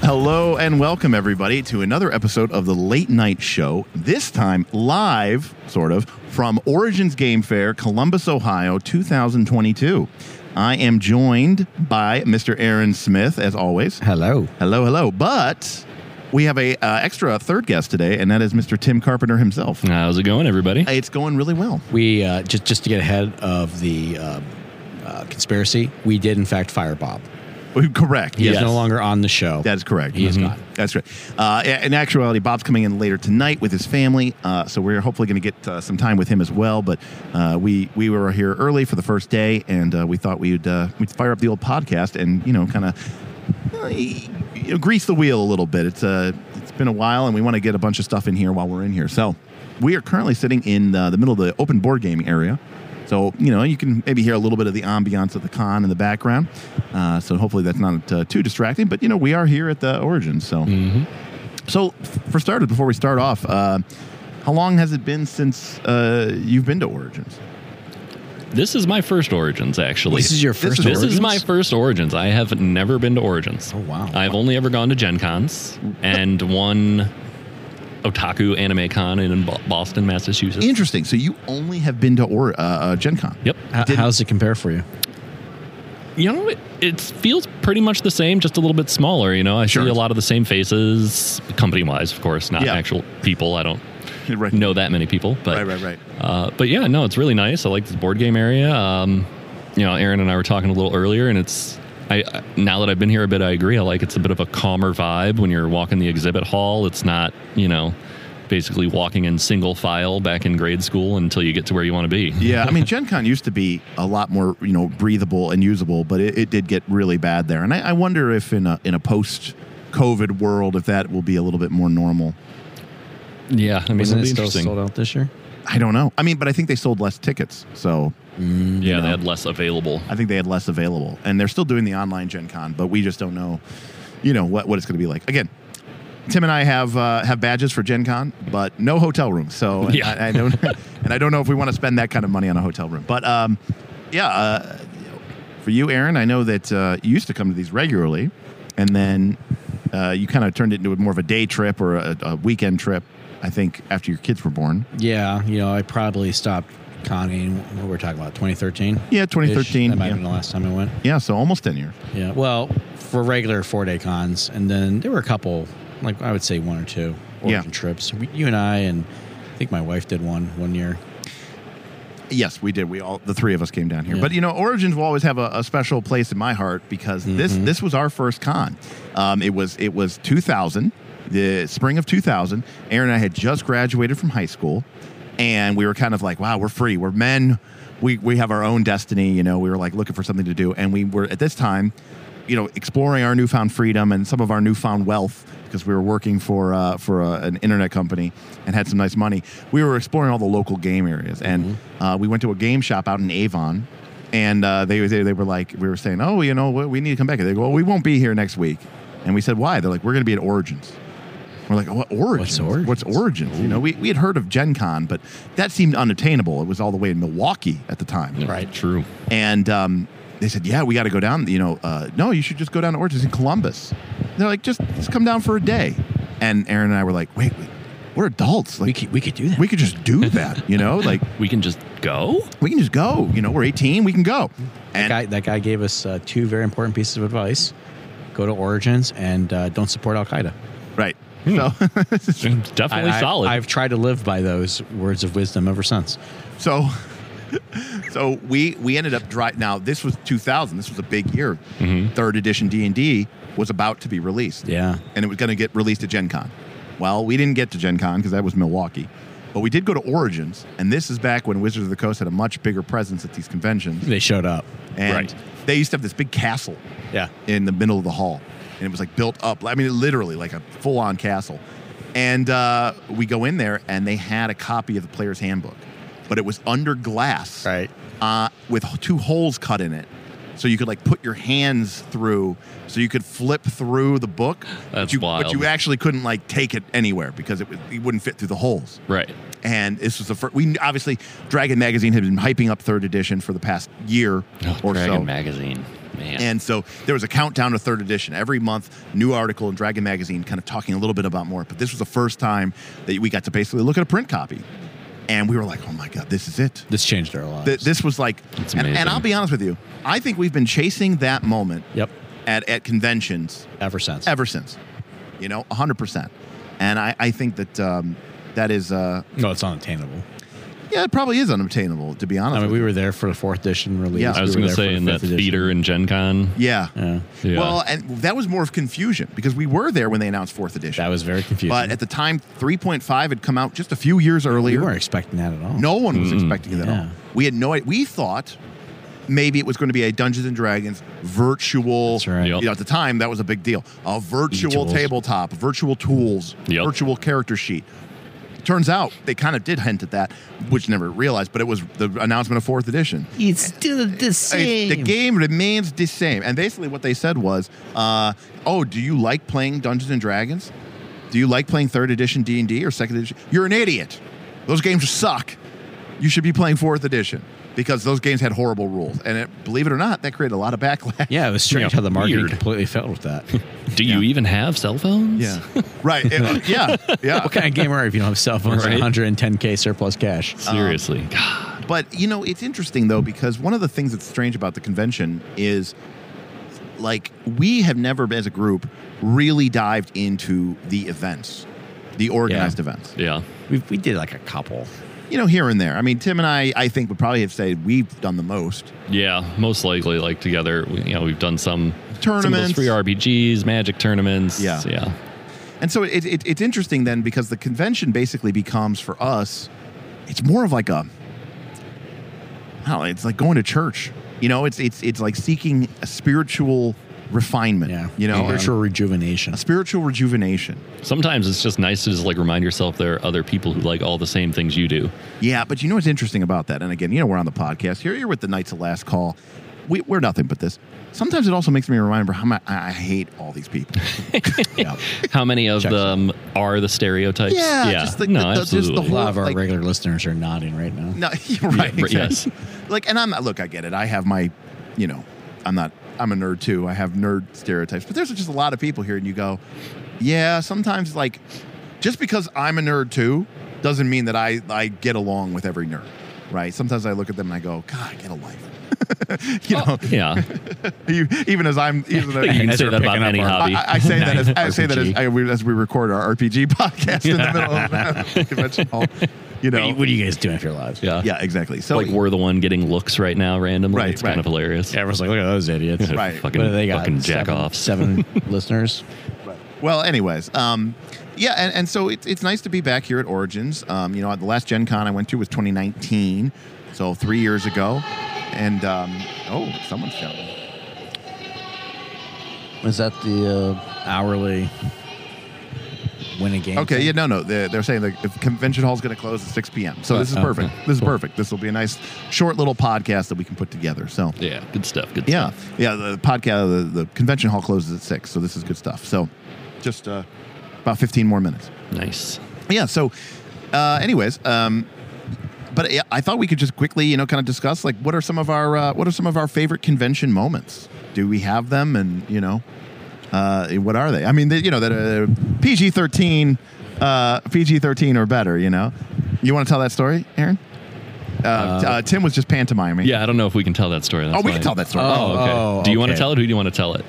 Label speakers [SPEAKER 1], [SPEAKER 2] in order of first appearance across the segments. [SPEAKER 1] Hello and welcome, everybody, to another episode of the Late Night Show. This time, live, sort of, from Origins Game Fair, Columbus, Ohio, 2022. I am joined by Mr. Aaron Smith, as always.
[SPEAKER 2] Hello.
[SPEAKER 1] Hello, hello. But we have a uh, extra third guest today, and that is Mr. Tim Carpenter himself.
[SPEAKER 3] How's it going, everybody?
[SPEAKER 1] It's going really well.
[SPEAKER 2] We uh, just just to get ahead of the uh, uh, conspiracy, we did in fact fire Bob.
[SPEAKER 1] Correct.
[SPEAKER 2] He
[SPEAKER 1] Yes.
[SPEAKER 2] is no longer on the show.
[SPEAKER 1] That is correct. Mm-hmm.
[SPEAKER 2] He is Mhm. gone.
[SPEAKER 1] That's right. Uh, in in actuality, Bob's coming in later tonight with his family, uh, so we're hopefully going to get uh, some time with him as well. But uh, we we were here early for the first day, and uh, we thought we'd uh, we'd fire up the old podcast and you know kind of you know, grease the wheel a little bit. It's uh, it's been a while, and we want to get a bunch of stuff in here while we're in here. So we are currently sitting in uh, the middle of the open board gaming area. So you know you can maybe hear a little bit of the ambiance of the con in the background. Uh, so hopefully that's not uh, too distracting. But you know we are here at the origin. So so f- for starters, before we start off, uh, how long has it been since uh, you've been to Origins?
[SPEAKER 3] This is my first Origins, actually.
[SPEAKER 2] This is your
[SPEAKER 1] This
[SPEAKER 2] first.
[SPEAKER 1] is-
[SPEAKER 3] This
[SPEAKER 2] Origins?
[SPEAKER 3] is my first Origins. I have never been to Origins.
[SPEAKER 2] Oh, wow.
[SPEAKER 3] I've only ever gone to Gen Cons and one Otaku Anime Con in Bo- Boston, Massachusetts.
[SPEAKER 1] Interesting. So you only have been to or- uh, uh, Gen Con.
[SPEAKER 3] Yep.
[SPEAKER 2] How,
[SPEAKER 1] Did-
[SPEAKER 2] how's it compare for you?
[SPEAKER 3] You know, it, it feels pretty much the same, just a little bit smaller. You know, I
[SPEAKER 1] Sure.
[SPEAKER 3] see a lot of the same faces, company wise, of course, not
[SPEAKER 1] Yeah.
[SPEAKER 3] actual people. I don't
[SPEAKER 1] Right.
[SPEAKER 3] know that many people, but
[SPEAKER 1] Right. Right. Right.
[SPEAKER 3] Uh, but yeah, no, it's really nice. I like this board game area. Um, you know, Aaron and I were talking a little earlier, and it's I I- now that I've been here a bit, I agree. I like it's a bit of a calmer vibe when you're walking the exhibit hall. It's not you know basically walking in single file back in grade school until you get to where you want to be.
[SPEAKER 1] yeah, I mean, Gen Con used to be a lot more, you know, breathable and usable, but it, it did get really bad there. And I, I wonder if in a in a post COVID world, if that will be a little bit more normal.
[SPEAKER 3] Yeah, I mean, it'll
[SPEAKER 2] Wasn't it
[SPEAKER 3] be
[SPEAKER 2] still
[SPEAKER 3] interesting.
[SPEAKER 2] sold out this year?
[SPEAKER 1] I don't know. I mean, but I think they sold less tickets, so
[SPEAKER 3] yeah, they had less available.
[SPEAKER 1] I think they had less available. And they're still doing the online Gen Con, but we just don't know, you know, what what it's going to be like. Again, Tim and I have uh, have badges for Gen Con, but no hotel room. So
[SPEAKER 3] Yeah.
[SPEAKER 1] I, I don't, and I don't know if we want to spend that kind of money on a hotel room. But um, yeah, uh, for you, Aaron, I know that uh, you used to come to these regularly, and then uh, you kind of turned it into more of a day trip or a, a weekend trip. I think after your kids were born.
[SPEAKER 2] Yeah, you know, I probably stopped conning. What were we talking about? 2013.
[SPEAKER 1] Yeah, 2013,
[SPEAKER 2] That might
[SPEAKER 1] yeah.
[SPEAKER 2] have been the last time I went.
[SPEAKER 1] Yeah, so almost ten years.
[SPEAKER 2] Yeah. Well, for regular four day cons, and then there were a couple, like I would say one or two
[SPEAKER 1] Yeah.
[SPEAKER 2] origin trips. We, you and I, and I think my wife did one one year.
[SPEAKER 1] Yes, we did. We all the three of us came down here.
[SPEAKER 2] Yeah.
[SPEAKER 1] But you know, Origins will always have a, a special place in my heart because this this was our first con. Um, it was it was 2000, the spring of 2000. Aaron and I had just graduated from high school, and we were kind of like, "Wow, we're free. We're men. We we have our own destiny." You know, we were like looking for something to do, and we were at this time, you know, exploring our newfound freedom and some of our newfound wealth because we were working for uh, for uh, an internet company and had some nice money. We were exploring all the local game areas, and uh, we went to a game shop out in Avon, and uh, they, they they were like, we were saying, oh, you know, we we need to come back. And they go, well, we won't be here next week, and we said, why? They're like, we're going to be at Origins. We're like, what origins?
[SPEAKER 2] Origins?
[SPEAKER 1] What's origins? You know, we, we had heard of Gen Con, but that seemed unattainable. It was all the way in Milwaukee at the time.
[SPEAKER 2] Right.
[SPEAKER 3] True.
[SPEAKER 1] And um, they said, "Yeah, we got to go down. You know, uh, no, you should just go down to Origins in Columbus." They're like, "Just just come down for a day." And Aaron and I were like, "Wait, wait we're adults.
[SPEAKER 2] We
[SPEAKER 1] Like,
[SPEAKER 2] could we could do that.
[SPEAKER 1] we could just do that. You know, like
[SPEAKER 3] We can just go.
[SPEAKER 1] we can just go. You know, we're 18. We can go."
[SPEAKER 2] that
[SPEAKER 1] And
[SPEAKER 2] guy, that guy gave us uh, two very important pieces of advice: go to Origins and uh, don't support Al Qaeda.
[SPEAKER 1] right.
[SPEAKER 2] Hmm.
[SPEAKER 1] So,
[SPEAKER 3] Definitely
[SPEAKER 2] I- I-
[SPEAKER 3] solid.
[SPEAKER 2] I've tried to live by those words of wisdom ever since.
[SPEAKER 1] so, so we we ended up dry. Now this was 2000. This was a big year. Third edition D and D was about to be released.
[SPEAKER 2] Mm-hmm. Yeah.
[SPEAKER 1] and it was going to get released at Gen Con. Well, we didn't get to Gen Con because that was Milwaukee. But we did go to Origins, and this is back when Wizards of the Coast had a much bigger presence at these conventions.
[SPEAKER 2] They showed up.
[SPEAKER 1] And
[SPEAKER 3] Right.
[SPEAKER 1] they used to have this big castle
[SPEAKER 2] Yeah.
[SPEAKER 1] in the middle of the hall. And it was like built up. I mean, literally like a full on castle. And uh, we go in there, and they had a copy of the player's handbook, but it was under glass
[SPEAKER 2] Right.
[SPEAKER 1] uh, with two holes cut in it. So you could like put your hands through, so you could flip through the book. but
[SPEAKER 3] That's
[SPEAKER 1] you, But
[SPEAKER 3] wild.
[SPEAKER 1] you actually couldn't like take it anywhere because it, would- it wouldn't fit through the holes.
[SPEAKER 3] right.
[SPEAKER 1] And this was the first. We obviously Dragon Magazine had been hyping up third edition for the past year or
[SPEAKER 3] Oh, Dragon
[SPEAKER 1] so.
[SPEAKER 3] Magazine. Man.
[SPEAKER 1] And so there was a countdown to third edition. Every month, new article in Dragon Magazine kind of talking a little bit about more. But this was the first time that we got to basically look at a print copy. And we were like, oh my God, this is it.
[SPEAKER 2] This changed our lives.
[SPEAKER 1] Th- this was like,
[SPEAKER 3] It's
[SPEAKER 1] and,
[SPEAKER 3] amazing.
[SPEAKER 1] and I'll be honest with you, I think we've been chasing that moment
[SPEAKER 2] yep.
[SPEAKER 1] at, at conventions
[SPEAKER 2] Ever since.
[SPEAKER 1] ever since, you know, 100%. And I, I think that um, that is, uh,
[SPEAKER 2] No, it's unattainable.
[SPEAKER 1] yeah, it probably is unobtainable, to be honest.
[SPEAKER 2] I mean,
[SPEAKER 1] with
[SPEAKER 2] we were there for the fourth edition release.
[SPEAKER 1] Yeah.
[SPEAKER 3] I was
[SPEAKER 2] we were
[SPEAKER 3] going to
[SPEAKER 2] there for
[SPEAKER 3] say
[SPEAKER 2] the
[SPEAKER 3] in that
[SPEAKER 2] fifth edition.
[SPEAKER 3] theater in Gen Con.
[SPEAKER 1] you. yeah.
[SPEAKER 2] Yeah.
[SPEAKER 3] Yeah.
[SPEAKER 1] Well, and that was more of confusion because we were there when they announced fourth edition.
[SPEAKER 2] That was very confusing.
[SPEAKER 1] But at the time, 3.5 had come out just a few years
[SPEAKER 2] we
[SPEAKER 1] earlier.
[SPEAKER 2] weren't expecting that at all.
[SPEAKER 1] No one was
[SPEAKER 3] Mm-mm.
[SPEAKER 1] expecting it at
[SPEAKER 2] Yeah.
[SPEAKER 1] all. We had no. We thought maybe it was going to be a Dungeons and Dragons virtual.
[SPEAKER 2] That's right.
[SPEAKER 3] Yep.
[SPEAKER 1] You know, at the time, that was a big deal. A virtual
[SPEAKER 2] E-tools.
[SPEAKER 1] tabletop, virtual tools,
[SPEAKER 3] Yep.
[SPEAKER 1] virtual character sheet. Turns out they kind of did hint at that, which never realized. But it was the announcement of fourth edition.
[SPEAKER 2] It's still the
[SPEAKER 1] It's- the game remains the same. And basically, what they said was, uh, "Oh, do you like playing Dungeons and Dragons? Do you like playing third edition D and D or second edition? You're an idiot. Those games suck. You should be playing fourth edition because those games had horrible rules. And it, believe it or not, that created a lot of backlash.
[SPEAKER 2] Yeah, it was strange
[SPEAKER 3] Yeah,
[SPEAKER 2] how the marketing
[SPEAKER 3] weird.
[SPEAKER 2] completely failed with that.
[SPEAKER 3] Do you even have cell phones?
[SPEAKER 1] right. It- yeah, yeah.
[SPEAKER 2] what kind of game are you if you don't have cell phones
[SPEAKER 3] Right.
[SPEAKER 2] and 110K surplus cash?
[SPEAKER 3] Seriously.
[SPEAKER 1] Um,
[SPEAKER 3] God.
[SPEAKER 1] But you know, it's interesting though because one of the things that's strange about the convention is like we have never as a group really dived into the events, the organized events.
[SPEAKER 3] Yeah.
[SPEAKER 2] We, we did like a couple.
[SPEAKER 1] You know, here and there. I mean, Tim and I I think would probably have said we've done the most.
[SPEAKER 3] Yeah. Most likely, like together, we, you know, we've done some Some of
[SPEAKER 1] Tournaments.
[SPEAKER 3] those free RPGs, magic tournaments.
[SPEAKER 1] Yeah.
[SPEAKER 3] Yeah.
[SPEAKER 1] And so it, it, it's interesting then because the convention basically becomes for us, it's more of like a, how it's like going to church. You know, it's it's it's like seeking a spiritual refinement.
[SPEAKER 2] Yeah.
[SPEAKER 1] you know,
[SPEAKER 2] virtual
[SPEAKER 1] and
[SPEAKER 2] rejuvenation.
[SPEAKER 1] a spiritual rejuvenation.
[SPEAKER 3] Sometimes it's just nice to just like remind yourself there are other people who like all the same things you do.
[SPEAKER 1] Yeah, but you know what's interesting about that? And again, you know, we're on the podcast here. You're with the Knights of Last Call. We, we're nothing but this. Sometimes it also makes me remember how much I I hate all these people.
[SPEAKER 2] yeah.
[SPEAKER 3] How many of
[SPEAKER 2] Checks out.
[SPEAKER 3] them are the stereotypes?
[SPEAKER 1] Yeah, just the-
[SPEAKER 3] no,
[SPEAKER 1] the- the- just the
[SPEAKER 3] absolutely.
[SPEAKER 2] A lot of our
[SPEAKER 1] Like-
[SPEAKER 2] regular listeners are nodding right
[SPEAKER 1] No,
[SPEAKER 2] now.
[SPEAKER 1] you're right.
[SPEAKER 3] Yeah, right,
[SPEAKER 1] exactly.
[SPEAKER 3] yes.
[SPEAKER 1] Like, and I'm not. Look, I get it. I have my, you know, I'm not. I'm a nerd too. I have nerd stereotypes. But there's just a lot of people here, and you go, yeah. Sometimes like, just because I'm a nerd too, doesn't mean that I I get along with every nerd, right? Sometimes I look at them and I go, God, get a life. you know,
[SPEAKER 3] yeah.
[SPEAKER 1] you, even as I'm, even though-
[SPEAKER 3] I think you can
[SPEAKER 2] As
[SPEAKER 3] say
[SPEAKER 2] we're
[SPEAKER 3] that about
[SPEAKER 2] picking up
[SPEAKER 3] any
[SPEAKER 2] our-
[SPEAKER 3] hobby.
[SPEAKER 1] I, I say that as I say that as,
[SPEAKER 2] RPG.
[SPEAKER 1] I, we, as we record our RPG podcast in the middle of the convention hall. You
[SPEAKER 2] What, are you,
[SPEAKER 1] know,
[SPEAKER 2] what are you guys doing with your lives?
[SPEAKER 3] yeah.
[SPEAKER 1] yeah, exactly. So
[SPEAKER 3] uh, Like we're the one getting looks right now randomly.
[SPEAKER 1] Right,
[SPEAKER 3] it's kind
[SPEAKER 1] right.
[SPEAKER 3] of hilarious.
[SPEAKER 2] Yeah, everyone's like, look at those idiots.
[SPEAKER 1] Right.
[SPEAKER 3] Fucking,
[SPEAKER 2] What do they got?
[SPEAKER 3] fucking jack
[SPEAKER 2] seven,
[SPEAKER 3] off.
[SPEAKER 2] Seven listeners.
[SPEAKER 1] Well, anyways, um, yeah, and, and so it's it's nice to be back here at Origins. Um, you know, the last Gen Con I went to was 2019, so three years ago. And um, oh, someone's shouting.
[SPEAKER 2] Is that the uh, hourly win a game?
[SPEAKER 1] Okay,
[SPEAKER 2] thing?
[SPEAKER 1] yeah, no, no, they're, they're saying the convention hall's going to close at 6 p.m. So this is
[SPEAKER 2] Oh,
[SPEAKER 1] perfect.
[SPEAKER 2] okay.
[SPEAKER 1] This is perfect. This will be a nice short little podcast that we can put together. So
[SPEAKER 3] Yeah. Good stuff. Good
[SPEAKER 1] yeah, yeah, the podcast, the, the convention hall closes at six, so this is good stuff. So just uh, about 15 more minutes.
[SPEAKER 3] stuff. Nice.
[SPEAKER 1] yeah so uh, anyways um, but I- i thought we could just quickly you know kind of discuss like what are some of our uh, what are some of our favorite convention moments do we have them and you know uh, what are they i mean they, you know that uh, pg-13 uh, pg-13 or better you know you want to tell that story aaron uh, t- uh, tim was just pantomiming
[SPEAKER 3] Yeah. I don't know if we can tell that story. That's
[SPEAKER 1] oh we
[SPEAKER 3] why-
[SPEAKER 1] can tell that story
[SPEAKER 3] Oh, okay.
[SPEAKER 2] Oh,
[SPEAKER 3] do you want to
[SPEAKER 2] okay.
[SPEAKER 3] tell it? Who do you want to tell it?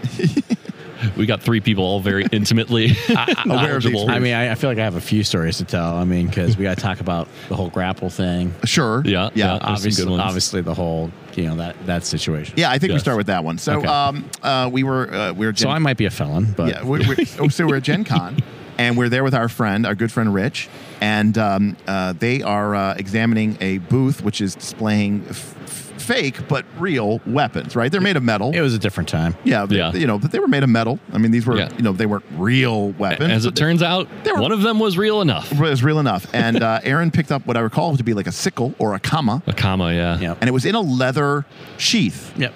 [SPEAKER 3] we got three people all very intimately
[SPEAKER 1] aware of the
[SPEAKER 3] knowledgeable.
[SPEAKER 2] I mean, I, I feel like I have a few stories to tell. I mean, because we got to talk about the whole grapple thing.
[SPEAKER 1] sure
[SPEAKER 3] Yeah,
[SPEAKER 1] yeah
[SPEAKER 3] yeah. There's some good
[SPEAKER 2] obviously,
[SPEAKER 3] ones.
[SPEAKER 2] obviously the whole you know that that situation.
[SPEAKER 1] yeah i think we
[SPEAKER 3] Yes.
[SPEAKER 1] start with that one so
[SPEAKER 2] Okay.
[SPEAKER 1] um, uh, we were uh, we were
[SPEAKER 2] So I might be a felon, but
[SPEAKER 1] Yeah, we we oh, so we're at Gen Con, and we're there with our friend, our good friend Rich, and um, uh, they are uh, examining a booth which is displaying f- f- fake but real weapons. Right? They're made of metal.
[SPEAKER 2] it was a different time.
[SPEAKER 1] yeah, they-
[SPEAKER 3] Yeah.
[SPEAKER 1] you know, but they were made of metal. I mean, these were,
[SPEAKER 3] Yeah.
[SPEAKER 1] you know, they weren't real weapons.
[SPEAKER 3] As
[SPEAKER 1] but
[SPEAKER 3] it turns out,
[SPEAKER 1] They were-
[SPEAKER 3] one of them was real enough.
[SPEAKER 1] they- it was real enough. And uh, Aaron picked up what I recall to be like a sickle or a kama,
[SPEAKER 3] A comma, yeah.
[SPEAKER 2] Yep.
[SPEAKER 1] and it was in a leather sheath.
[SPEAKER 2] Yep.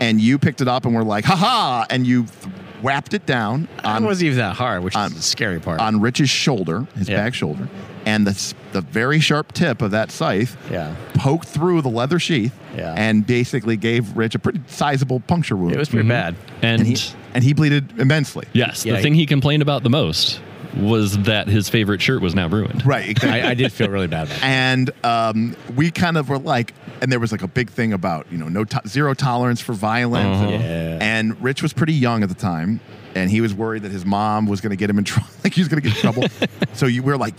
[SPEAKER 1] And you picked it up and were like, "Ha ha!" And you th- whapped it down
[SPEAKER 2] it
[SPEAKER 1] on
[SPEAKER 2] wasn't even that hard, which
[SPEAKER 1] on-
[SPEAKER 2] is the scary part.
[SPEAKER 1] on Rich's shoulder, his
[SPEAKER 2] Yeah.
[SPEAKER 1] back shoulder, and the s- the very sharp tip of that scythe
[SPEAKER 2] Yeah.
[SPEAKER 1] poked through the leather sheath
[SPEAKER 2] Yeah.
[SPEAKER 1] and basically gave Rich a pretty sizable puncture wound.
[SPEAKER 2] It was pretty
[SPEAKER 3] Mhm.
[SPEAKER 2] bad.
[SPEAKER 3] And,
[SPEAKER 1] and he, and he bleeded immensely.
[SPEAKER 3] yes,
[SPEAKER 2] Yeah,
[SPEAKER 3] the
[SPEAKER 2] I-
[SPEAKER 3] thing he complained about the most was that his favorite shirt was now ruined.
[SPEAKER 1] Right, exactly.
[SPEAKER 2] I, I did feel really bad. About it.
[SPEAKER 1] and um, we kind of were like, and there was like a big thing about you know no to- zero tolerance for violence.
[SPEAKER 3] Uh-huh.
[SPEAKER 1] And,
[SPEAKER 2] Yeah.
[SPEAKER 1] and Rich was pretty young at the time, and he was worried that his mom was going to get him in trouble. Like he was going to get in trouble. so you, we're like,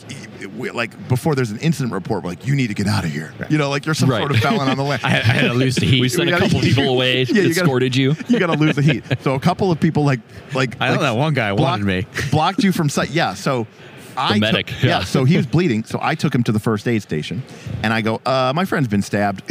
[SPEAKER 1] we like before there's an incident report, we're like, you need to get out of here. You know, like you're some
[SPEAKER 3] Right.
[SPEAKER 1] sort of felon on the land.
[SPEAKER 2] I had, I had to lose the heat.
[SPEAKER 3] We sent
[SPEAKER 1] You
[SPEAKER 3] a
[SPEAKER 1] gotta-
[SPEAKER 3] couple people away,
[SPEAKER 1] Yeah, you gotta-
[SPEAKER 3] escorted you.
[SPEAKER 1] you got to lose the heat. So a couple of people like like
[SPEAKER 2] I know
[SPEAKER 1] like
[SPEAKER 2] that one guy wanted me.
[SPEAKER 1] blocked you from sight. Yeah, so. I took-
[SPEAKER 3] medic,
[SPEAKER 1] yeah.
[SPEAKER 3] yeah.
[SPEAKER 1] so he was bleeding. So I took him to the first aid station, and I go, uh, "My friend's been stabbed.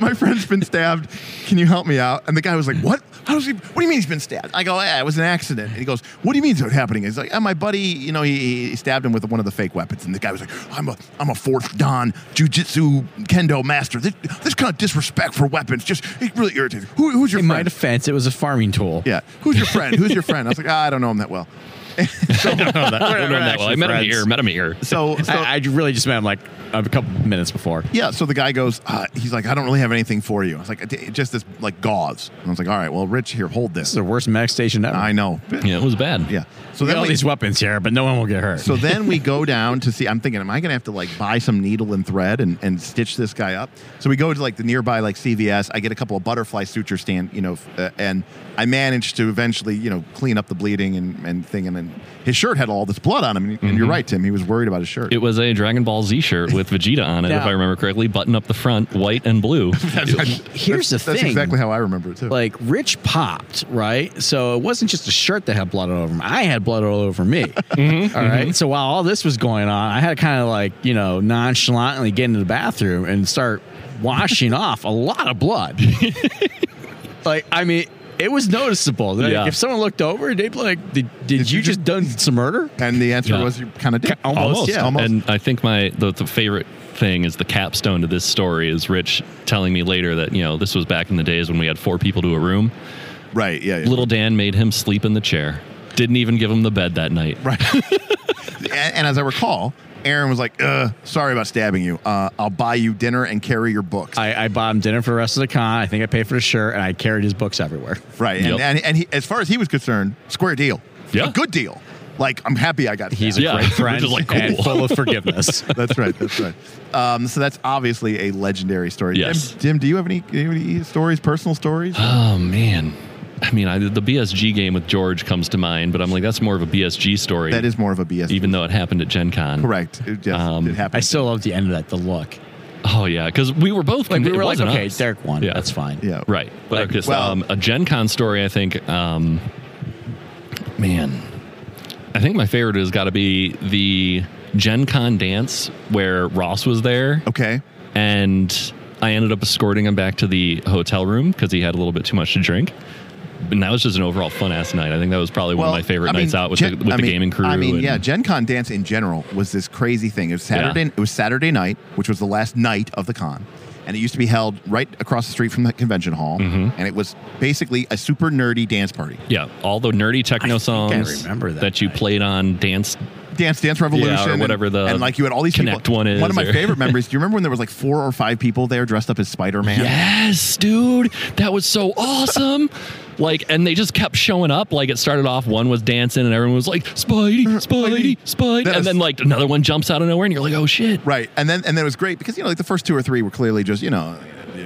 [SPEAKER 1] My friend's been stabbed. Can you help me out?" And the guy was like, "What? How does he? What do you mean he's been stabbed?" I go, "Yeah, it was an accident." And he goes, "What do you mean it's happening?" He's like, "Ah, "My buddy, you know, he, he stabbed him with one of the fake weapons." And the guy was like, "I'm a I'm a fourth dan jujitsu kendo master. This, this kind of disrespect for weapons just it really irritates. me. Who, who's your
[SPEAKER 2] In my
[SPEAKER 1] friend?"
[SPEAKER 2] defense, it was a farming tool.
[SPEAKER 1] Yeah. Who's your friend? Who's your friend? I was like, "Ah, I don't know him that well.
[SPEAKER 3] I don't
[SPEAKER 2] we're
[SPEAKER 3] know him that
[SPEAKER 2] actually
[SPEAKER 3] well. I met him
[SPEAKER 2] friends.
[SPEAKER 3] here. Met him here.
[SPEAKER 1] So, so
[SPEAKER 2] I, I really just met him like a couple minutes before.
[SPEAKER 1] yeah. So the guy goes, uh, he's like, I don't really have anything for you. I was like, "D- just this like gauze. And I was like, all right, well, Rich, here, hold
[SPEAKER 2] This is
[SPEAKER 1] this.
[SPEAKER 2] the worst medic station ever.
[SPEAKER 1] I know.
[SPEAKER 3] Yeah, it was bad.
[SPEAKER 1] Yeah. So
[SPEAKER 2] We got
[SPEAKER 1] then
[SPEAKER 2] all
[SPEAKER 1] we,
[SPEAKER 2] these weapons here, but no one will get hurt.
[SPEAKER 1] so then we go down to see. I'm thinking, am I going to have to like buy some needle and thread and, and stitch this guy up? So we go to like the nearby like CVS. I get a couple of butterfly suture stand, you know, f- uh, and I managed to eventually, you know, clean up the bleeding and, and thing. And then his shirt had all this blood on him. And, and you're right, Tim. He was worried about his shirt.
[SPEAKER 3] It was a Dragon Ball Z shirt with Vegeta on it, if
[SPEAKER 2] Yeah.
[SPEAKER 3] I remember correctly, button up the front, white and blue.
[SPEAKER 2] Here's the
[SPEAKER 1] that's, That's
[SPEAKER 2] thing.
[SPEAKER 1] exactly how I remember it too.
[SPEAKER 2] like Rich popped, right? So it wasn't just a shirt that had blood all over him. I had blood all over me.
[SPEAKER 3] Mm-hmm.
[SPEAKER 2] All right. So while all this was going on, I had to kind of like, you know, nonchalantly get into the bathroom and start washing off a lot of blood. like, I mean, it was noticeable. Like,
[SPEAKER 3] Yeah.
[SPEAKER 2] If someone looked over, they'd be like, did, did, you,
[SPEAKER 1] you
[SPEAKER 2] just, done some murder?
[SPEAKER 1] and the answer
[SPEAKER 3] Yeah.
[SPEAKER 1] was you kind of did.
[SPEAKER 2] Almost,
[SPEAKER 1] yeah, almost.
[SPEAKER 3] And I think my the, the favorite thing is the capstone to this story is Rich telling me later that you know this was back in the days when we had four people to a room.
[SPEAKER 1] right, yeah, yeah.
[SPEAKER 3] Little Dan made him sleep in the chair. Didn't even give him the bed that night.
[SPEAKER 1] right. and, and as I recall, Aaron was like, uh, "Sorry about stabbing you. Uh, I'll buy you dinner and carry your books."
[SPEAKER 2] I, I bought him dinner for the rest of the con. I think I paid for the shirt and I carried his books everywhere.
[SPEAKER 1] right, and
[SPEAKER 3] Yep.
[SPEAKER 1] and, and he, as far as he was concerned, square deal.
[SPEAKER 3] Yeah.
[SPEAKER 1] a good deal. Like I'm happy I got.
[SPEAKER 2] He's a
[SPEAKER 1] stabbed.
[SPEAKER 2] great
[SPEAKER 3] Yeah, which
[SPEAKER 2] friend
[SPEAKER 3] is, like,
[SPEAKER 2] and
[SPEAKER 3] cool.
[SPEAKER 2] full of forgiveness.
[SPEAKER 1] that's right. That's right. Um, so that's obviously a legendary story.
[SPEAKER 3] Yes.
[SPEAKER 1] Jim, Jim, do you have any, do you have any stories, personal stories?
[SPEAKER 3] Oh man. I mean, I, the BSG game with George comes to mind, but I'm like, that's more of a BSG story.
[SPEAKER 1] that is more of a BS.
[SPEAKER 3] even though it happened at Gen Con.
[SPEAKER 1] correct. It, yes,
[SPEAKER 3] Um,
[SPEAKER 1] it
[SPEAKER 2] I
[SPEAKER 1] happened.
[SPEAKER 2] still love the end of that, the look.
[SPEAKER 3] Oh yeah, because we were both
[SPEAKER 2] Like we
[SPEAKER 3] it
[SPEAKER 2] were like,
[SPEAKER 3] wasn't
[SPEAKER 2] okay,
[SPEAKER 3] us.
[SPEAKER 2] Derek won.
[SPEAKER 3] Yeah.
[SPEAKER 2] That's fine.
[SPEAKER 1] yeah.
[SPEAKER 3] Right. But
[SPEAKER 2] Like,
[SPEAKER 3] just,
[SPEAKER 1] well-
[SPEAKER 3] um, a Gen Con story, I think, um, man, I think my favorite has got to be the Gen Con dance where Ross was there
[SPEAKER 1] Okay.
[SPEAKER 3] and I ended up escorting him back to the hotel room because he had a little bit too much to drink. And that was just an overall fun ass night. I think that was probably one of my favorite
[SPEAKER 1] I mean,
[SPEAKER 3] nights out with,
[SPEAKER 1] Gen-
[SPEAKER 3] the, with
[SPEAKER 1] I
[SPEAKER 3] the
[SPEAKER 1] mean-
[SPEAKER 3] gaming crew.
[SPEAKER 1] I mean,
[SPEAKER 3] and-
[SPEAKER 1] yeah, Gen Con dance in general was this crazy thing. It was Saturday.
[SPEAKER 3] Yeah.
[SPEAKER 1] It was Saturday night, which was the last night of the con, and it used to be held right across the street from the convention hall,
[SPEAKER 3] Mm-hmm.
[SPEAKER 1] and it was basically a super nerdy dance party.
[SPEAKER 3] yeah, all the nerdy techno songs
[SPEAKER 2] remember that
[SPEAKER 3] you
[SPEAKER 2] night.
[SPEAKER 3] played on dance.
[SPEAKER 1] Dance Dance Revolution, and-
[SPEAKER 3] whatever the
[SPEAKER 1] and like you had all these
[SPEAKER 3] Kinect
[SPEAKER 1] people.
[SPEAKER 3] one is,
[SPEAKER 1] of my
[SPEAKER 3] or-
[SPEAKER 1] favorite memories. Do you remember when there was like four or five people there dressed up as Spider Man?
[SPEAKER 3] Yes, dude, that was so awesome. like, and they just kept showing up. Like, it started off one was dancing, and everyone was like, "Spidey,
[SPEAKER 1] Uh,
[SPEAKER 3] Spidey, Spidey,"
[SPEAKER 1] That
[SPEAKER 3] and
[SPEAKER 1] is-
[SPEAKER 3] then like another one jumps out of nowhere, and you're like, "Oh shit!"
[SPEAKER 1] Right, and then and then it was great because you know like the first two or three were clearly just you know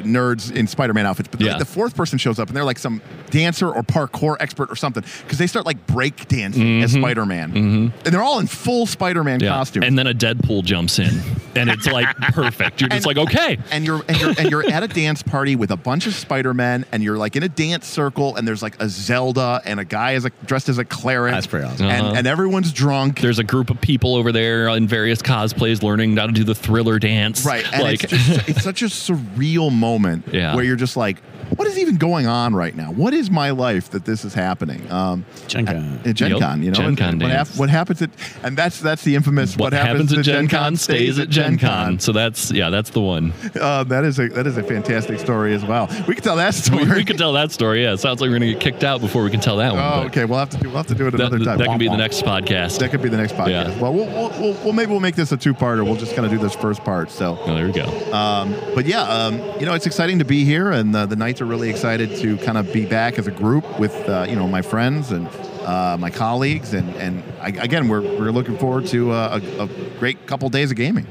[SPEAKER 1] nerds in Spider-Man outfits, but then,
[SPEAKER 3] Yeah.
[SPEAKER 1] like, the fourth person shows up and they're like some dancer or parkour expert or something because they start like break dancing as Spider-Man, and they're all in full Spider-Man
[SPEAKER 3] Mm-hmm. Yeah.
[SPEAKER 1] costume.
[SPEAKER 3] And then a Deadpool jumps in, and it's like perfect. You're just
[SPEAKER 1] And-
[SPEAKER 3] like, okay.
[SPEAKER 1] and you're and you're and you're at a dance party with a bunch of Spider-Men, and you're like in a dance circle, and there's like a Zelda and a guy is like dressed as a cleric.
[SPEAKER 2] That's pretty awesome.
[SPEAKER 1] And,
[SPEAKER 3] Uh-huh.
[SPEAKER 1] and everyone's drunk.
[SPEAKER 3] There's a group of people over there in various cosplays learning how to do the thriller dance.
[SPEAKER 1] Right. And
[SPEAKER 3] like,
[SPEAKER 1] it's just it's such a surreal moment
[SPEAKER 3] Yeah.
[SPEAKER 1] where you're just like, what is even going on right now? What is my life that this is happening? Um
[SPEAKER 2] Gen
[SPEAKER 1] at-
[SPEAKER 2] Con.
[SPEAKER 3] uh,
[SPEAKER 1] at Gen
[SPEAKER 3] Yep,
[SPEAKER 1] Con, you know.
[SPEAKER 3] Gen
[SPEAKER 1] and-
[SPEAKER 3] Con
[SPEAKER 1] and what,
[SPEAKER 3] dance.
[SPEAKER 1] what happens at and that's that's the infamous
[SPEAKER 3] what happens at Gen Con stays at Gen
[SPEAKER 1] Gen Con.
[SPEAKER 3] So that's yeah, that's the one.
[SPEAKER 1] Uh, that is a that is a fantastic story as well. We can tell that story.
[SPEAKER 3] We could tell that story. Yeah, it sounds like we're gonna get kicked out before we can tell that one.
[SPEAKER 1] oh,
[SPEAKER 3] but
[SPEAKER 1] okay. We'll have to do we'll have to do it
[SPEAKER 3] That,
[SPEAKER 1] another time.
[SPEAKER 3] that can be the next podcast.
[SPEAKER 1] That could be the next podcast.
[SPEAKER 3] Yeah.
[SPEAKER 1] Well, we'll, we'll, we'll, we'll maybe we'll make this a two-parter. We'll just kind of do this first part. So,
[SPEAKER 3] Oh, there we go.
[SPEAKER 1] um, but yeah, um, you know, it's exciting to be here, and uh, the Knights are really excited to kind of be back as a group with uh, you know my friends and uh, my colleagues, and and I, again, we're we're looking forward to uh, a, a great couple days of gaming.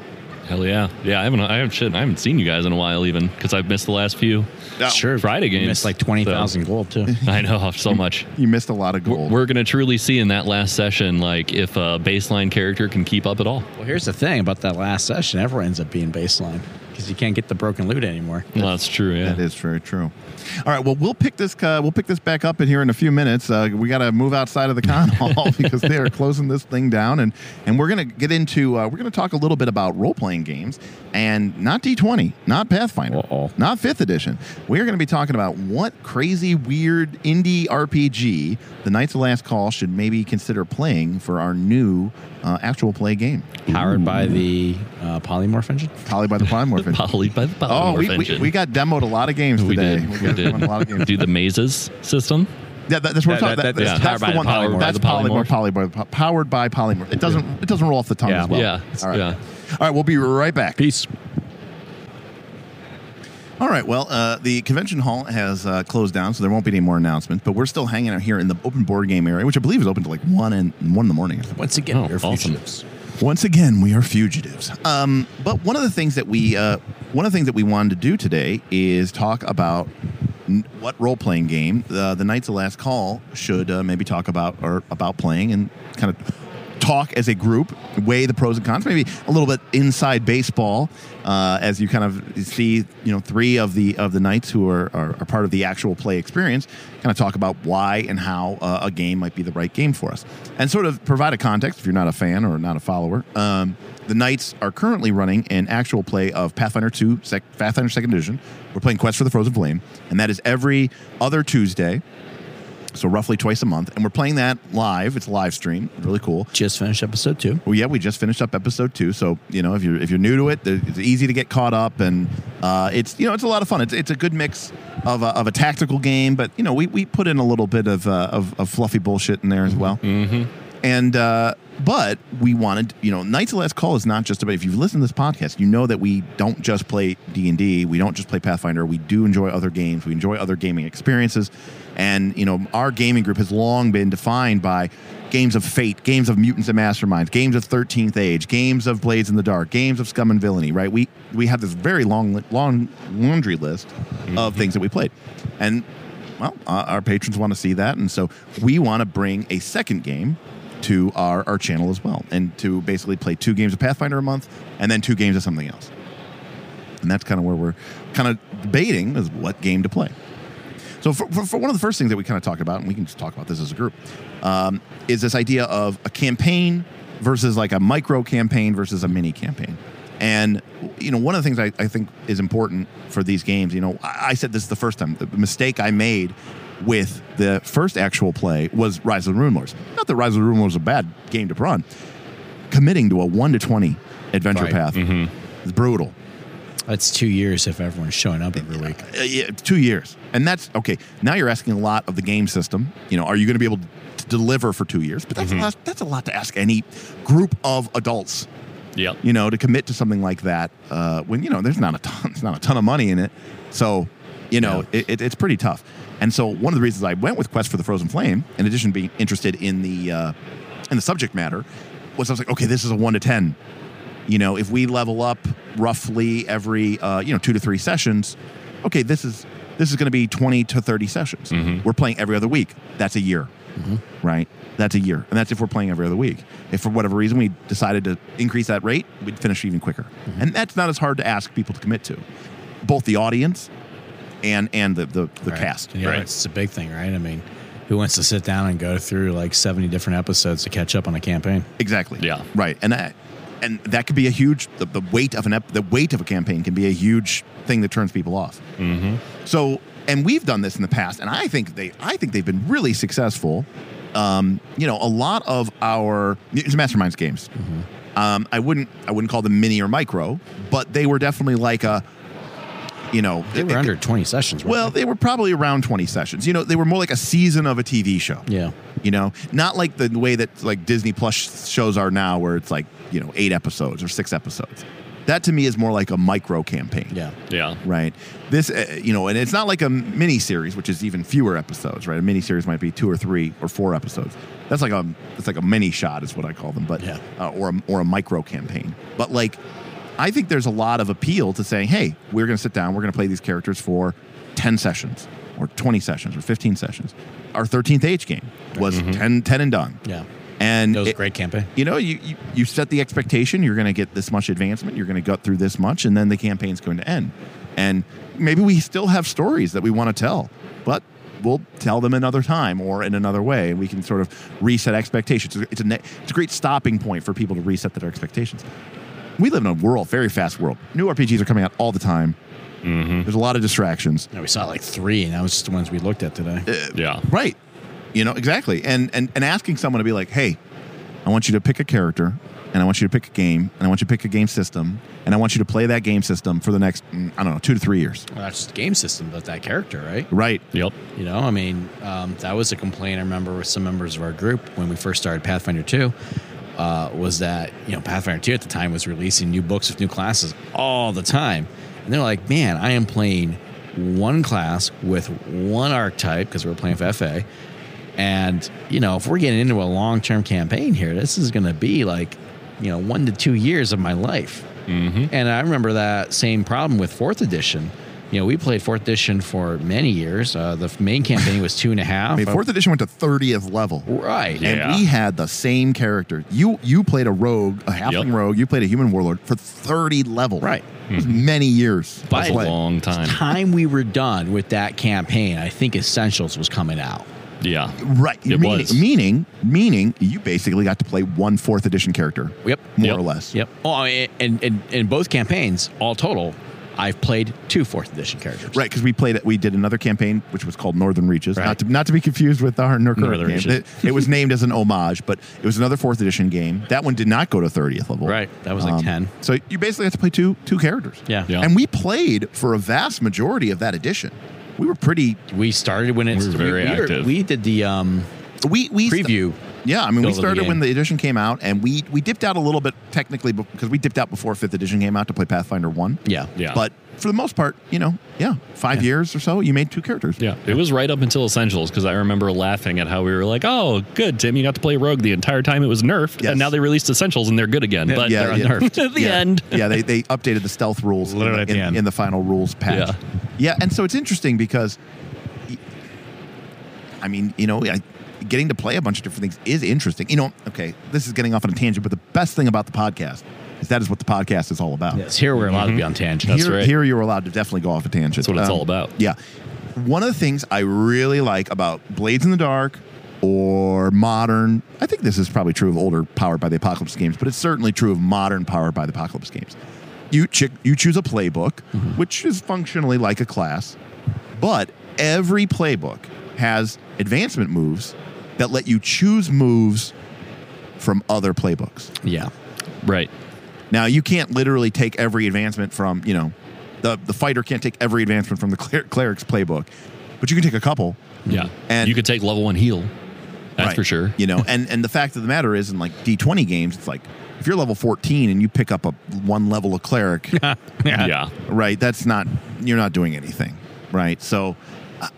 [SPEAKER 3] Hell yeah, yeah. I haven't, I haven't shit. I haven't seen you guys in a while, even because I've missed the last few.
[SPEAKER 1] Yeah.
[SPEAKER 2] Sure.
[SPEAKER 3] Friday
[SPEAKER 2] You
[SPEAKER 3] games.
[SPEAKER 2] missed like 20,000 gold, too.
[SPEAKER 3] I know so much.
[SPEAKER 1] You missed a lot of
[SPEAKER 3] We're,
[SPEAKER 1] gold.
[SPEAKER 3] we're gonna truly see in that last session, like if a baseline character can keep up at all.
[SPEAKER 2] Well, here's the thing about that last session. Everyone ends up being baseline because you can't get the broken loot anymore.
[SPEAKER 3] Well, that's true. Yeah.
[SPEAKER 1] That is very true. All right, well, we'll pick this uh, we'll pick this back up in here in a few minutes. Uh, we got to move outside of the con hall because they are closing this thing down, and and we're gonna get into uh, we're gonna talk a little bit about role playing games and not D twenty, not Pathfinder,
[SPEAKER 2] Uh-oh.
[SPEAKER 1] not Fifth Edition. We are gonna be talking about what crazy weird indie RPG the Knights of Last Call should maybe consider playing for our new uh, actual play game,
[SPEAKER 2] Powered by the uh, polymorph engine.
[SPEAKER 1] Poly by the Polymorph. Engine.
[SPEAKER 3] Poly by the polymorph
[SPEAKER 1] Oh, we, we,
[SPEAKER 3] engine.
[SPEAKER 1] we got demoed a lot of games
[SPEAKER 3] We
[SPEAKER 1] today.
[SPEAKER 3] did. We
[SPEAKER 1] got
[SPEAKER 3] did.
[SPEAKER 1] demoed A lot of games.
[SPEAKER 3] do the mazes system.
[SPEAKER 1] Yeah, that, that's what we're
[SPEAKER 2] That-
[SPEAKER 1] talking.
[SPEAKER 2] that-
[SPEAKER 1] That,
[SPEAKER 2] that's
[SPEAKER 1] that's that's
[SPEAKER 2] powered
[SPEAKER 1] the
[SPEAKER 2] by
[SPEAKER 1] one.
[SPEAKER 2] the polymorph.
[SPEAKER 1] That's
[SPEAKER 3] The polymorph.
[SPEAKER 1] polymorph. Polymorph. po- Powered by polymorph. It doesn't. It doesn't roll off the tongue
[SPEAKER 2] Yeah.
[SPEAKER 1] as well.
[SPEAKER 3] Yeah.
[SPEAKER 1] All right.
[SPEAKER 3] Yeah.
[SPEAKER 1] All right. We'll be right back.
[SPEAKER 2] Peace.
[SPEAKER 1] All right. Well, uh, the convention hall has uh, closed down, so there won't be any more announcements. But we're still hanging out here in the open board game area, which I believe is open to like one and one in the morning.
[SPEAKER 2] Once again,
[SPEAKER 3] Oh,
[SPEAKER 2] you're
[SPEAKER 3] awesome.
[SPEAKER 2] fugitives.
[SPEAKER 1] Once again, we are fugitives. Um, but one of the things that we uh, one of the things that we wanted to do today is talk about n- what role playing game uh, the Knights of Last Call should uh, maybe talk about or about playing and kind of talk as a group, weigh the pros and cons, maybe a little bit inside baseball uh, as you kind of see you know three of the of the knights who are, are, are part of the actual play experience kind of talk about why and how uh, a game might be the right game for us and sort of provide a context if you're not a fan or not a follower um, the knights are currently running an actual play of pathfinder 2 sec- pathfinder 2nd edition we're playing quest for the frozen flame and that is every other tuesday so roughly twice a month and we're playing that live it's a live stream really cool
[SPEAKER 2] Just finished episode two.
[SPEAKER 1] well, yeah, we just finished up episode two, so you know if you're if you're new to it, there- it's easy to get caught up, and uh, it's you know it's a lot of fun. It's it's a good mix of a, of a tactical game, but you know we, we put in a little bit of uh, of, of fluffy bullshit in there as well. Mm-hmm. And uh, but we wanted you know Knights of Last Call is not just about if you've listened to this podcast, you know that we don't just play D and D, we don't just play Pathfinder. We do enjoy other games, we enjoy other gaming experiences, and you know our gaming group has long been defined by games of fate, games of mutants and masterminds, games of 13th age, games of blades in the dark, games of scum and villainy, right? We we have this very long li- long laundry list of things that we played. And well, uh, our patrons want to see that and so we want to bring a second game to our our channel as well and to basically play two games of Pathfinder a month and then two games of something else. And that's kind of where we're kind of debating is what game to play. So, for, for, for one of the first things that we kind of talked about, and we can just talk about this as a group, um, is this idea of a campaign versus like a micro campaign versus a mini campaign. And, you know, one of the things I, I think is important for these games, you know, I, I said this the first time, the mistake I made with the first actual play was Rise of the Rune Lords. Not that Rise of the Rune Lords was a bad game to run, committing to a 1 to 20 adventure
[SPEAKER 2] Right.
[SPEAKER 1] path is brutal.
[SPEAKER 2] That's two years if everyone's showing up every week.
[SPEAKER 1] Uh, yeah, two years. And that's okay. Now you're asking a lot of the game system. You know, are you going to be able to deliver for two years? But that's a lot, that's a lot to ask any group of adults.
[SPEAKER 3] Yep.
[SPEAKER 1] You know, to commit to something like that uh, when you know there's not a ton, there's not a ton of money in it. So, you know, it, it, it's pretty tough. And so one of the reasons I went with Quest for the Frozen Flame, in addition to being interested in the uh, in the subject matter, was I was like, okay, this is a one to ten you know if we level up roughly every uh, you know two to three sessions okay this is this is going to be 20 to 30 sessions we're playing every other week that's a year right that's a year and that's if we're playing every other week if for whatever reason we decided to increase that rate we'd finish even quicker and that's not as hard to ask people to commit to both the audience and and the the, the
[SPEAKER 2] Right.
[SPEAKER 1] cast
[SPEAKER 2] Yeah,
[SPEAKER 3] Right.
[SPEAKER 2] it's a big thing, right? I mean, who wants to sit down and go through like 70 different episodes to catch up on a campaign?
[SPEAKER 1] Exactly.
[SPEAKER 3] Yeah.
[SPEAKER 1] Right. And I, and that could be a huge the, the weight of an ep, the weight of a campaign can be a huge thing that turns people off. Mm-hmm. So and we've done this in the past, and I think they I think they've been really
[SPEAKER 2] Mm-hmm.
[SPEAKER 1] successful. Um, you know, a lot of our Mutants and Masterminds games. Um, I wouldn't I wouldn't call them mini or micro, but they were definitely like a you know
[SPEAKER 2] They were
[SPEAKER 1] it-
[SPEAKER 2] under 20 sessions. weren't
[SPEAKER 1] well,
[SPEAKER 2] they?
[SPEAKER 1] they were probably around 20 sessions. You know, they were more like a season of a TV show.
[SPEAKER 2] yeah.
[SPEAKER 1] You know, not like the way that like Disney Plus shows are now, where it's like you know eight episodes or six episodes. That to me is more like a micro campaign.
[SPEAKER 2] Yeah.
[SPEAKER 3] Yeah.
[SPEAKER 1] Right. This, uh, you know, and it's not like a mini series, which is even fewer episodes, right? A mini series might be two or three or four episodes. That's like a, it's like a mini shot is what I call them, but
[SPEAKER 2] Yeah.
[SPEAKER 1] uh, or a, or a micro campaign. But like, I think there's a lot of appeal to saying, hey, we're going to sit down, we're going to play these characters for ten sessions, or twenty sessions, or fifteen sessions. Our thirteenth age game was 10, 10 and done,
[SPEAKER 2] Mm-hmm. Yeah.
[SPEAKER 1] and
[SPEAKER 2] That was a
[SPEAKER 1] it-
[SPEAKER 2] great campaign.
[SPEAKER 1] you know, you, you, you set the expectation you're going to get this much advancement, you're going to gut through this much, and then the campaign's going to end. And maybe we still have stories that we want to tell, but we'll tell them another time or in another way. We can sort of reset expectations. It's a, ne- it's a great stopping point for people to reset their expectations. We live in a world, very fast world. New RPGs are coming out all the time. There's a lot of distractions.
[SPEAKER 2] Yeah, we saw like three, and that was just the ones we looked at today.
[SPEAKER 3] Yeah.
[SPEAKER 1] Right. You know, exactly. And and and asking someone to be like, "Hey, I want you to pick a character and I want you to pick a game and I want you to pick a game system and I want you to play that game system for the next mm, I don't know, 2 to 3 years."
[SPEAKER 2] Well, that's just the game system, but that character, right?
[SPEAKER 1] Right.
[SPEAKER 3] Yep.
[SPEAKER 2] You know, I mean, um, that was a complaint I remember with some members of our group when we first started Pathfinder 2. Uh, was that you know Pathfinder 2 at the time was releasing new books with new classes all the time, and they're like, man, I am playing one class with one archetype because we're playing for FA, and you know if we're getting into a long term campaign here, this is going to be like you know one to two years of my life.
[SPEAKER 3] Mm-hmm.
[SPEAKER 2] And I remember that same problem with fourth edition. You know, we played fourth edition for many years. Uh, the main campaign was two and a half.
[SPEAKER 1] I mean, 4th edition went to 30th level.
[SPEAKER 2] right.
[SPEAKER 3] Yeah.
[SPEAKER 1] And we had the same character. You you played a rogue, a halfling
[SPEAKER 3] Yep.
[SPEAKER 1] rogue. You played a human warlord for thirty levels.
[SPEAKER 2] Right.
[SPEAKER 1] It was
[SPEAKER 3] Mm-hmm.
[SPEAKER 1] many years. of
[SPEAKER 3] That's a
[SPEAKER 1] play.
[SPEAKER 3] long time.
[SPEAKER 2] Time we were done with that campaign, I think Essentials was coming out.
[SPEAKER 3] Yeah.
[SPEAKER 1] Right.
[SPEAKER 3] It
[SPEAKER 1] meaning,
[SPEAKER 3] was.
[SPEAKER 1] meaning meaning you basically got to play one fourth edition character,
[SPEAKER 2] Yep.
[SPEAKER 1] more
[SPEAKER 3] Yep.
[SPEAKER 1] or less.
[SPEAKER 2] Yep. Oh, I mean, and in and, and both campaigns, all total, I've played two fourth edition characters.
[SPEAKER 1] Right, because we played we did another campaign which was called Northern Reaches. Not
[SPEAKER 2] Right.
[SPEAKER 1] to not to be confused with our current
[SPEAKER 3] Northern
[SPEAKER 1] game.
[SPEAKER 3] Reaches.
[SPEAKER 1] It, it was named as an homage, but it was another fourth edition game. That one did not go to thirtieth level.
[SPEAKER 2] Right. That was like 10.
[SPEAKER 1] So you basically have to play two two characters.
[SPEAKER 2] Yeah.
[SPEAKER 3] Um, Yeah.
[SPEAKER 1] And we played for a vast majority of that edition. We were pretty
[SPEAKER 2] We started when it's
[SPEAKER 3] We were very
[SPEAKER 2] we, we
[SPEAKER 3] active.
[SPEAKER 2] we did the um,
[SPEAKER 1] we we
[SPEAKER 2] preview.
[SPEAKER 1] Yeah, I mean,
[SPEAKER 2] Build
[SPEAKER 1] we
[SPEAKER 2] of the
[SPEAKER 1] started
[SPEAKER 2] game.
[SPEAKER 1] when the edition came out, and we we dipped out a little bit technically be- because we dipped out before fifth edition came out to play Pathfinder one.
[SPEAKER 2] Yeah.
[SPEAKER 3] Yeah.
[SPEAKER 1] But for the most part, you know, yeah, five years or so, you made two characters.
[SPEAKER 3] Yeah, it was right up until Essentials because I remember laughing at how we were like, "Oh, good, Tim, you got to play Rogue the entire time it was nerfed,
[SPEAKER 1] Yes.
[SPEAKER 3] and now they released Essentials and they're good again." But
[SPEAKER 1] Yeah,
[SPEAKER 3] they're
[SPEAKER 1] yeah.
[SPEAKER 3] unnerved at the
[SPEAKER 1] yeah.
[SPEAKER 3] end.
[SPEAKER 1] yeah, they, they updated the stealth rules in,
[SPEAKER 2] Literally at the
[SPEAKER 1] in-
[SPEAKER 2] end.
[SPEAKER 1] in the final rules patch.
[SPEAKER 3] Yeah.
[SPEAKER 1] Yeah. and so it's interesting because, I mean, you know, I, getting to play a bunch of different things is interesting. You know, okay, this is getting off on a tangent, but the best thing about the podcast is that is what the podcast is all about.
[SPEAKER 2] It's here we're allowed to be on tangent.
[SPEAKER 3] That's
[SPEAKER 1] here,
[SPEAKER 3] right.
[SPEAKER 1] here you're allowed to definitely go off a tangent. Um,
[SPEAKER 3] That's what it's all about.
[SPEAKER 1] Yeah. One of the things I really like about Blades in the Dark or modern, I think this is probably true of older Powered by the Apocalypse games, but it's certainly true of modern Powered by the Apocalypse games. You, chi- you choose a playbook,
[SPEAKER 3] Mm-hmm.
[SPEAKER 1] which is functionally like a class, but every playbook has advancement moves that let you choose moves from other playbooks.
[SPEAKER 2] Yeah.
[SPEAKER 3] Right.
[SPEAKER 1] Now you can't literally take every advancement from you know, the the fighter can't take every advancement from the cler- cleric's playbook, but you can take a couple.
[SPEAKER 3] Yeah,
[SPEAKER 1] And-
[SPEAKER 3] you could take level one heal. That's
[SPEAKER 1] Right.
[SPEAKER 3] for sure.
[SPEAKER 1] You know, and and the fact of the matter is, in like D twenty games, it's like if you're level fourteen and you pick up a one level of cleric,
[SPEAKER 3] Yeah.
[SPEAKER 1] right? That's not you're not doing anything, right? So.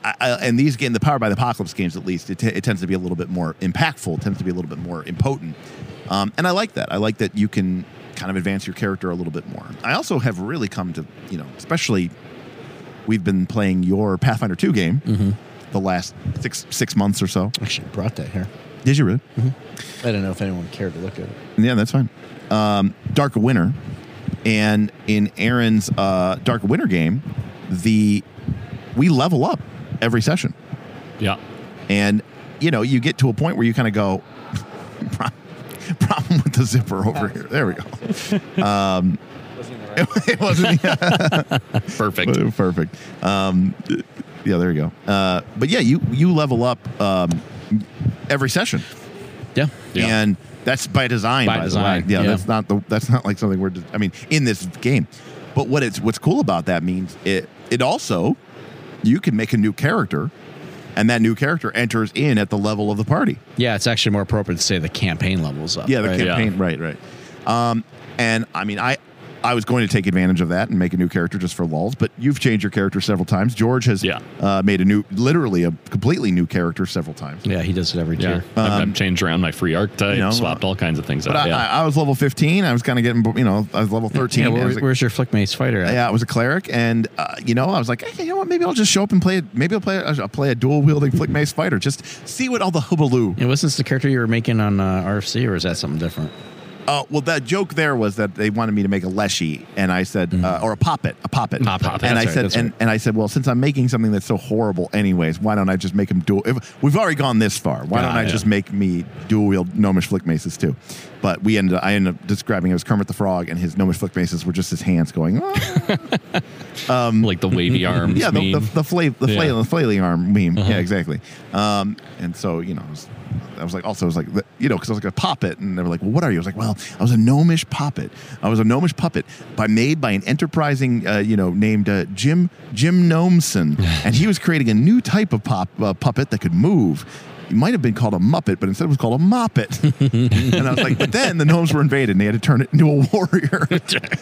[SPEAKER 1] I, I, and these game, the Power by the Apocalypse games, at least, it, t- it tends to be a little bit more impactful. It tends to be a little bit more impotent, um, and I like that. I like that you can kind of advance your character a little bit more. I also have really come to, you know, especially we've been playing your Pathfinder two game the last six six months or so.
[SPEAKER 2] Actually brought that here.
[SPEAKER 1] Did you really?
[SPEAKER 2] I don't know if anyone cared to look at it.
[SPEAKER 1] Yeah, that's fine. Um, Dark Winter, and in Aaron's uh, Dark Winter game, the we level up every session,
[SPEAKER 3] Yeah.
[SPEAKER 1] and you know you get to a point where you kind of go, "Pro- problem with the zipper over here. There we go. Um, It wasn't
[SPEAKER 3] Perfect.
[SPEAKER 1] perfect. Um, yeah, there you go. Uh, but yeah, you you level up um, every session.
[SPEAKER 2] Yeah.
[SPEAKER 3] Yeah.
[SPEAKER 1] And That's by design.
[SPEAKER 2] By
[SPEAKER 1] By,
[SPEAKER 2] design,
[SPEAKER 1] The way. Yeah,
[SPEAKER 2] yeah.
[SPEAKER 1] that's not the that's not like something we're. I mean, in this game, but what it's what's cool about that means it it also you can make a new character, and that new character enters in at the level of the party.
[SPEAKER 2] Yeah, it's actually more appropriate to say the campaign levels up.
[SPEAKER 1] Yeah, the
[SPEAKER 2] right?
[SPEAKER 1] campaign. Right, right. Um, and I mean, I I was going to take advantage of that and make a new character just for lulz, but you've changed your character several times. George has
[SPEAKER 3] Yeah.
[SPEAKER 1] uh, made a new, literally a completely new character several times.
[SPEAKER 2] Yeah, he does it every
[SPEAKER 3] Yeah,
[SPEAKER 2] tier.
[SPEAKER 3] I've, I've changed around my free archetype,
[SPEAKER 1] Um, you know,
[SPEAKER 3] swapped all kinds of things
[SPEAKER 1] But
[SPEAKER 3] out.
[SPEAKER 1] I,
[SPEAKER 3] yeah.
[SPEAKER 1] I, I was level 15. I was kind of getting, you know, I was level 13.
[SPEAKER 2] Yeah,
[SPEAKER 1] I
[SPEAKER 2] where-
[SPEAKER 1] was like-
[SPEAKER 2] where's your flick mace fighter at?
[SPEAKER 1] yeah, I was a cleric, and uh, you know, I was like, hey, you know what? Maybe I'll just show up and play. Maybe I'll play. I'll play a dual wielding flick mace fighter. Just see what all the hubaloo.
[SPEAKER 2] And wasn't this the character you were making on uh, RFC, or is that something different?
[SPEAKER 1] Uh, well, that joke there was that they wanted me to make a leshy, and I said, uh, or a poppet, a poppet,
[SPEAKER 3] Ah, pop it.
[SPEAKER 1] and I
[SPEAKER 3] That's
[SPEAKER 2] right,
[SPEAKER 1] said,
[SPEAKER 2] that's
[SPEAKER 1] and, and I said, well, since I'm making something that's so horrible, anyways, why don't I just make him dual? If, we've already gone this far. Why don't
[SPEAKER 3] Ah,
[SPEAKER 1] I
[SPEAKER 3] yeah.
[SPEAKER 1] just make me dual wield gnomish flick maces too? But we ended. I ended up describing it as Kermit the Frog, and his gnomish flick maces were just his hands going. "Ah."
[SPEAKER 3] like the wavy arms.
[SPEAKER 1] yeah, the,
[SPEAKER 3] meme.
[SPEAKER 1] the, the, fla- the,
[SPEAKER 3] Yeah. Uh-huh.
[SPEAKER 1] flail- the flailing arm meme. Yeah, exactly. Um, and so, you know, I was, I was like, also, I was like, the- you know, because I was like a poppet. And they were like, well, what are you? I was like, well, I was a gnomish poppet. I was a gnomish puppet by made by an enterprising, uh, you know, named uh, Jim Jim Gnomeson. and he was creating a new type of pop uh, puppet that could move. It might have been called a Muppet, but instead it was called a Moppet. and I was like, but then the gnomes were invaded and they had to turn it into a warrior.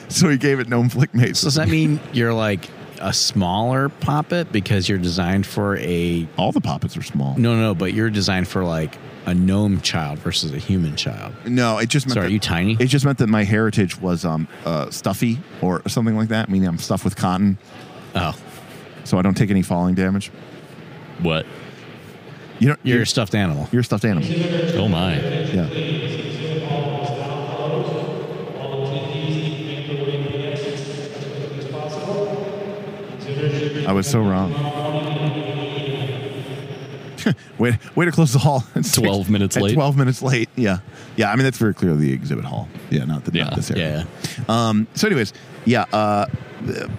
[SPEAKER 1] so he gave it Gnome Flick Mace.
[SPEAKER 2] So does that mean you're like a smaller poppet because you're designed for a
[SPEAKER 1] All the poppets are small.
[SPEAKER 2] no, no, but you're designed for like a gnome child versus a human child.
[SPEAKER 1] No, it just meant
[SPEAKER 2] So are
[SPEAKER 1] that,
[SPEAKER 2] you tiny?
[SPEAKER 1] It just meant that my heritage was um, uh, stuffy or something like that, meaning I'm stuffed with cotton,
[SPEAKER 2] Oh,
[SPEAKER 1] so I don't take any falling damage.
[SPEAKER 3] what?
[SPEAKER 1] You know,
[SPEAKER 2] you're
[SPEAKER 1] you're,
[SPEAKER 2] a stuffed animal.
[SPEAKER 1] you're a stuffed animal.
[SPEAKER 3] Oh my!
[SPEAKER 1] Yeah. I was so wrong. way, way to close the hall. It's
[SPEAKER 3] 12 minutes
[SPEAKER 1] at
[SPEAKER 3] late.
[SPEAKER 1] Twelve minutes late. Yeah, yeah. I mean, that's very clearly the exhibit hall. Yeah, not the
[SPEAKER 3] Yeah.
[SPEAKER 1] not this area.
[SPEAKER 2] Yeah.
[SPEAKER 1] Um, so, anyways, yeah, uh,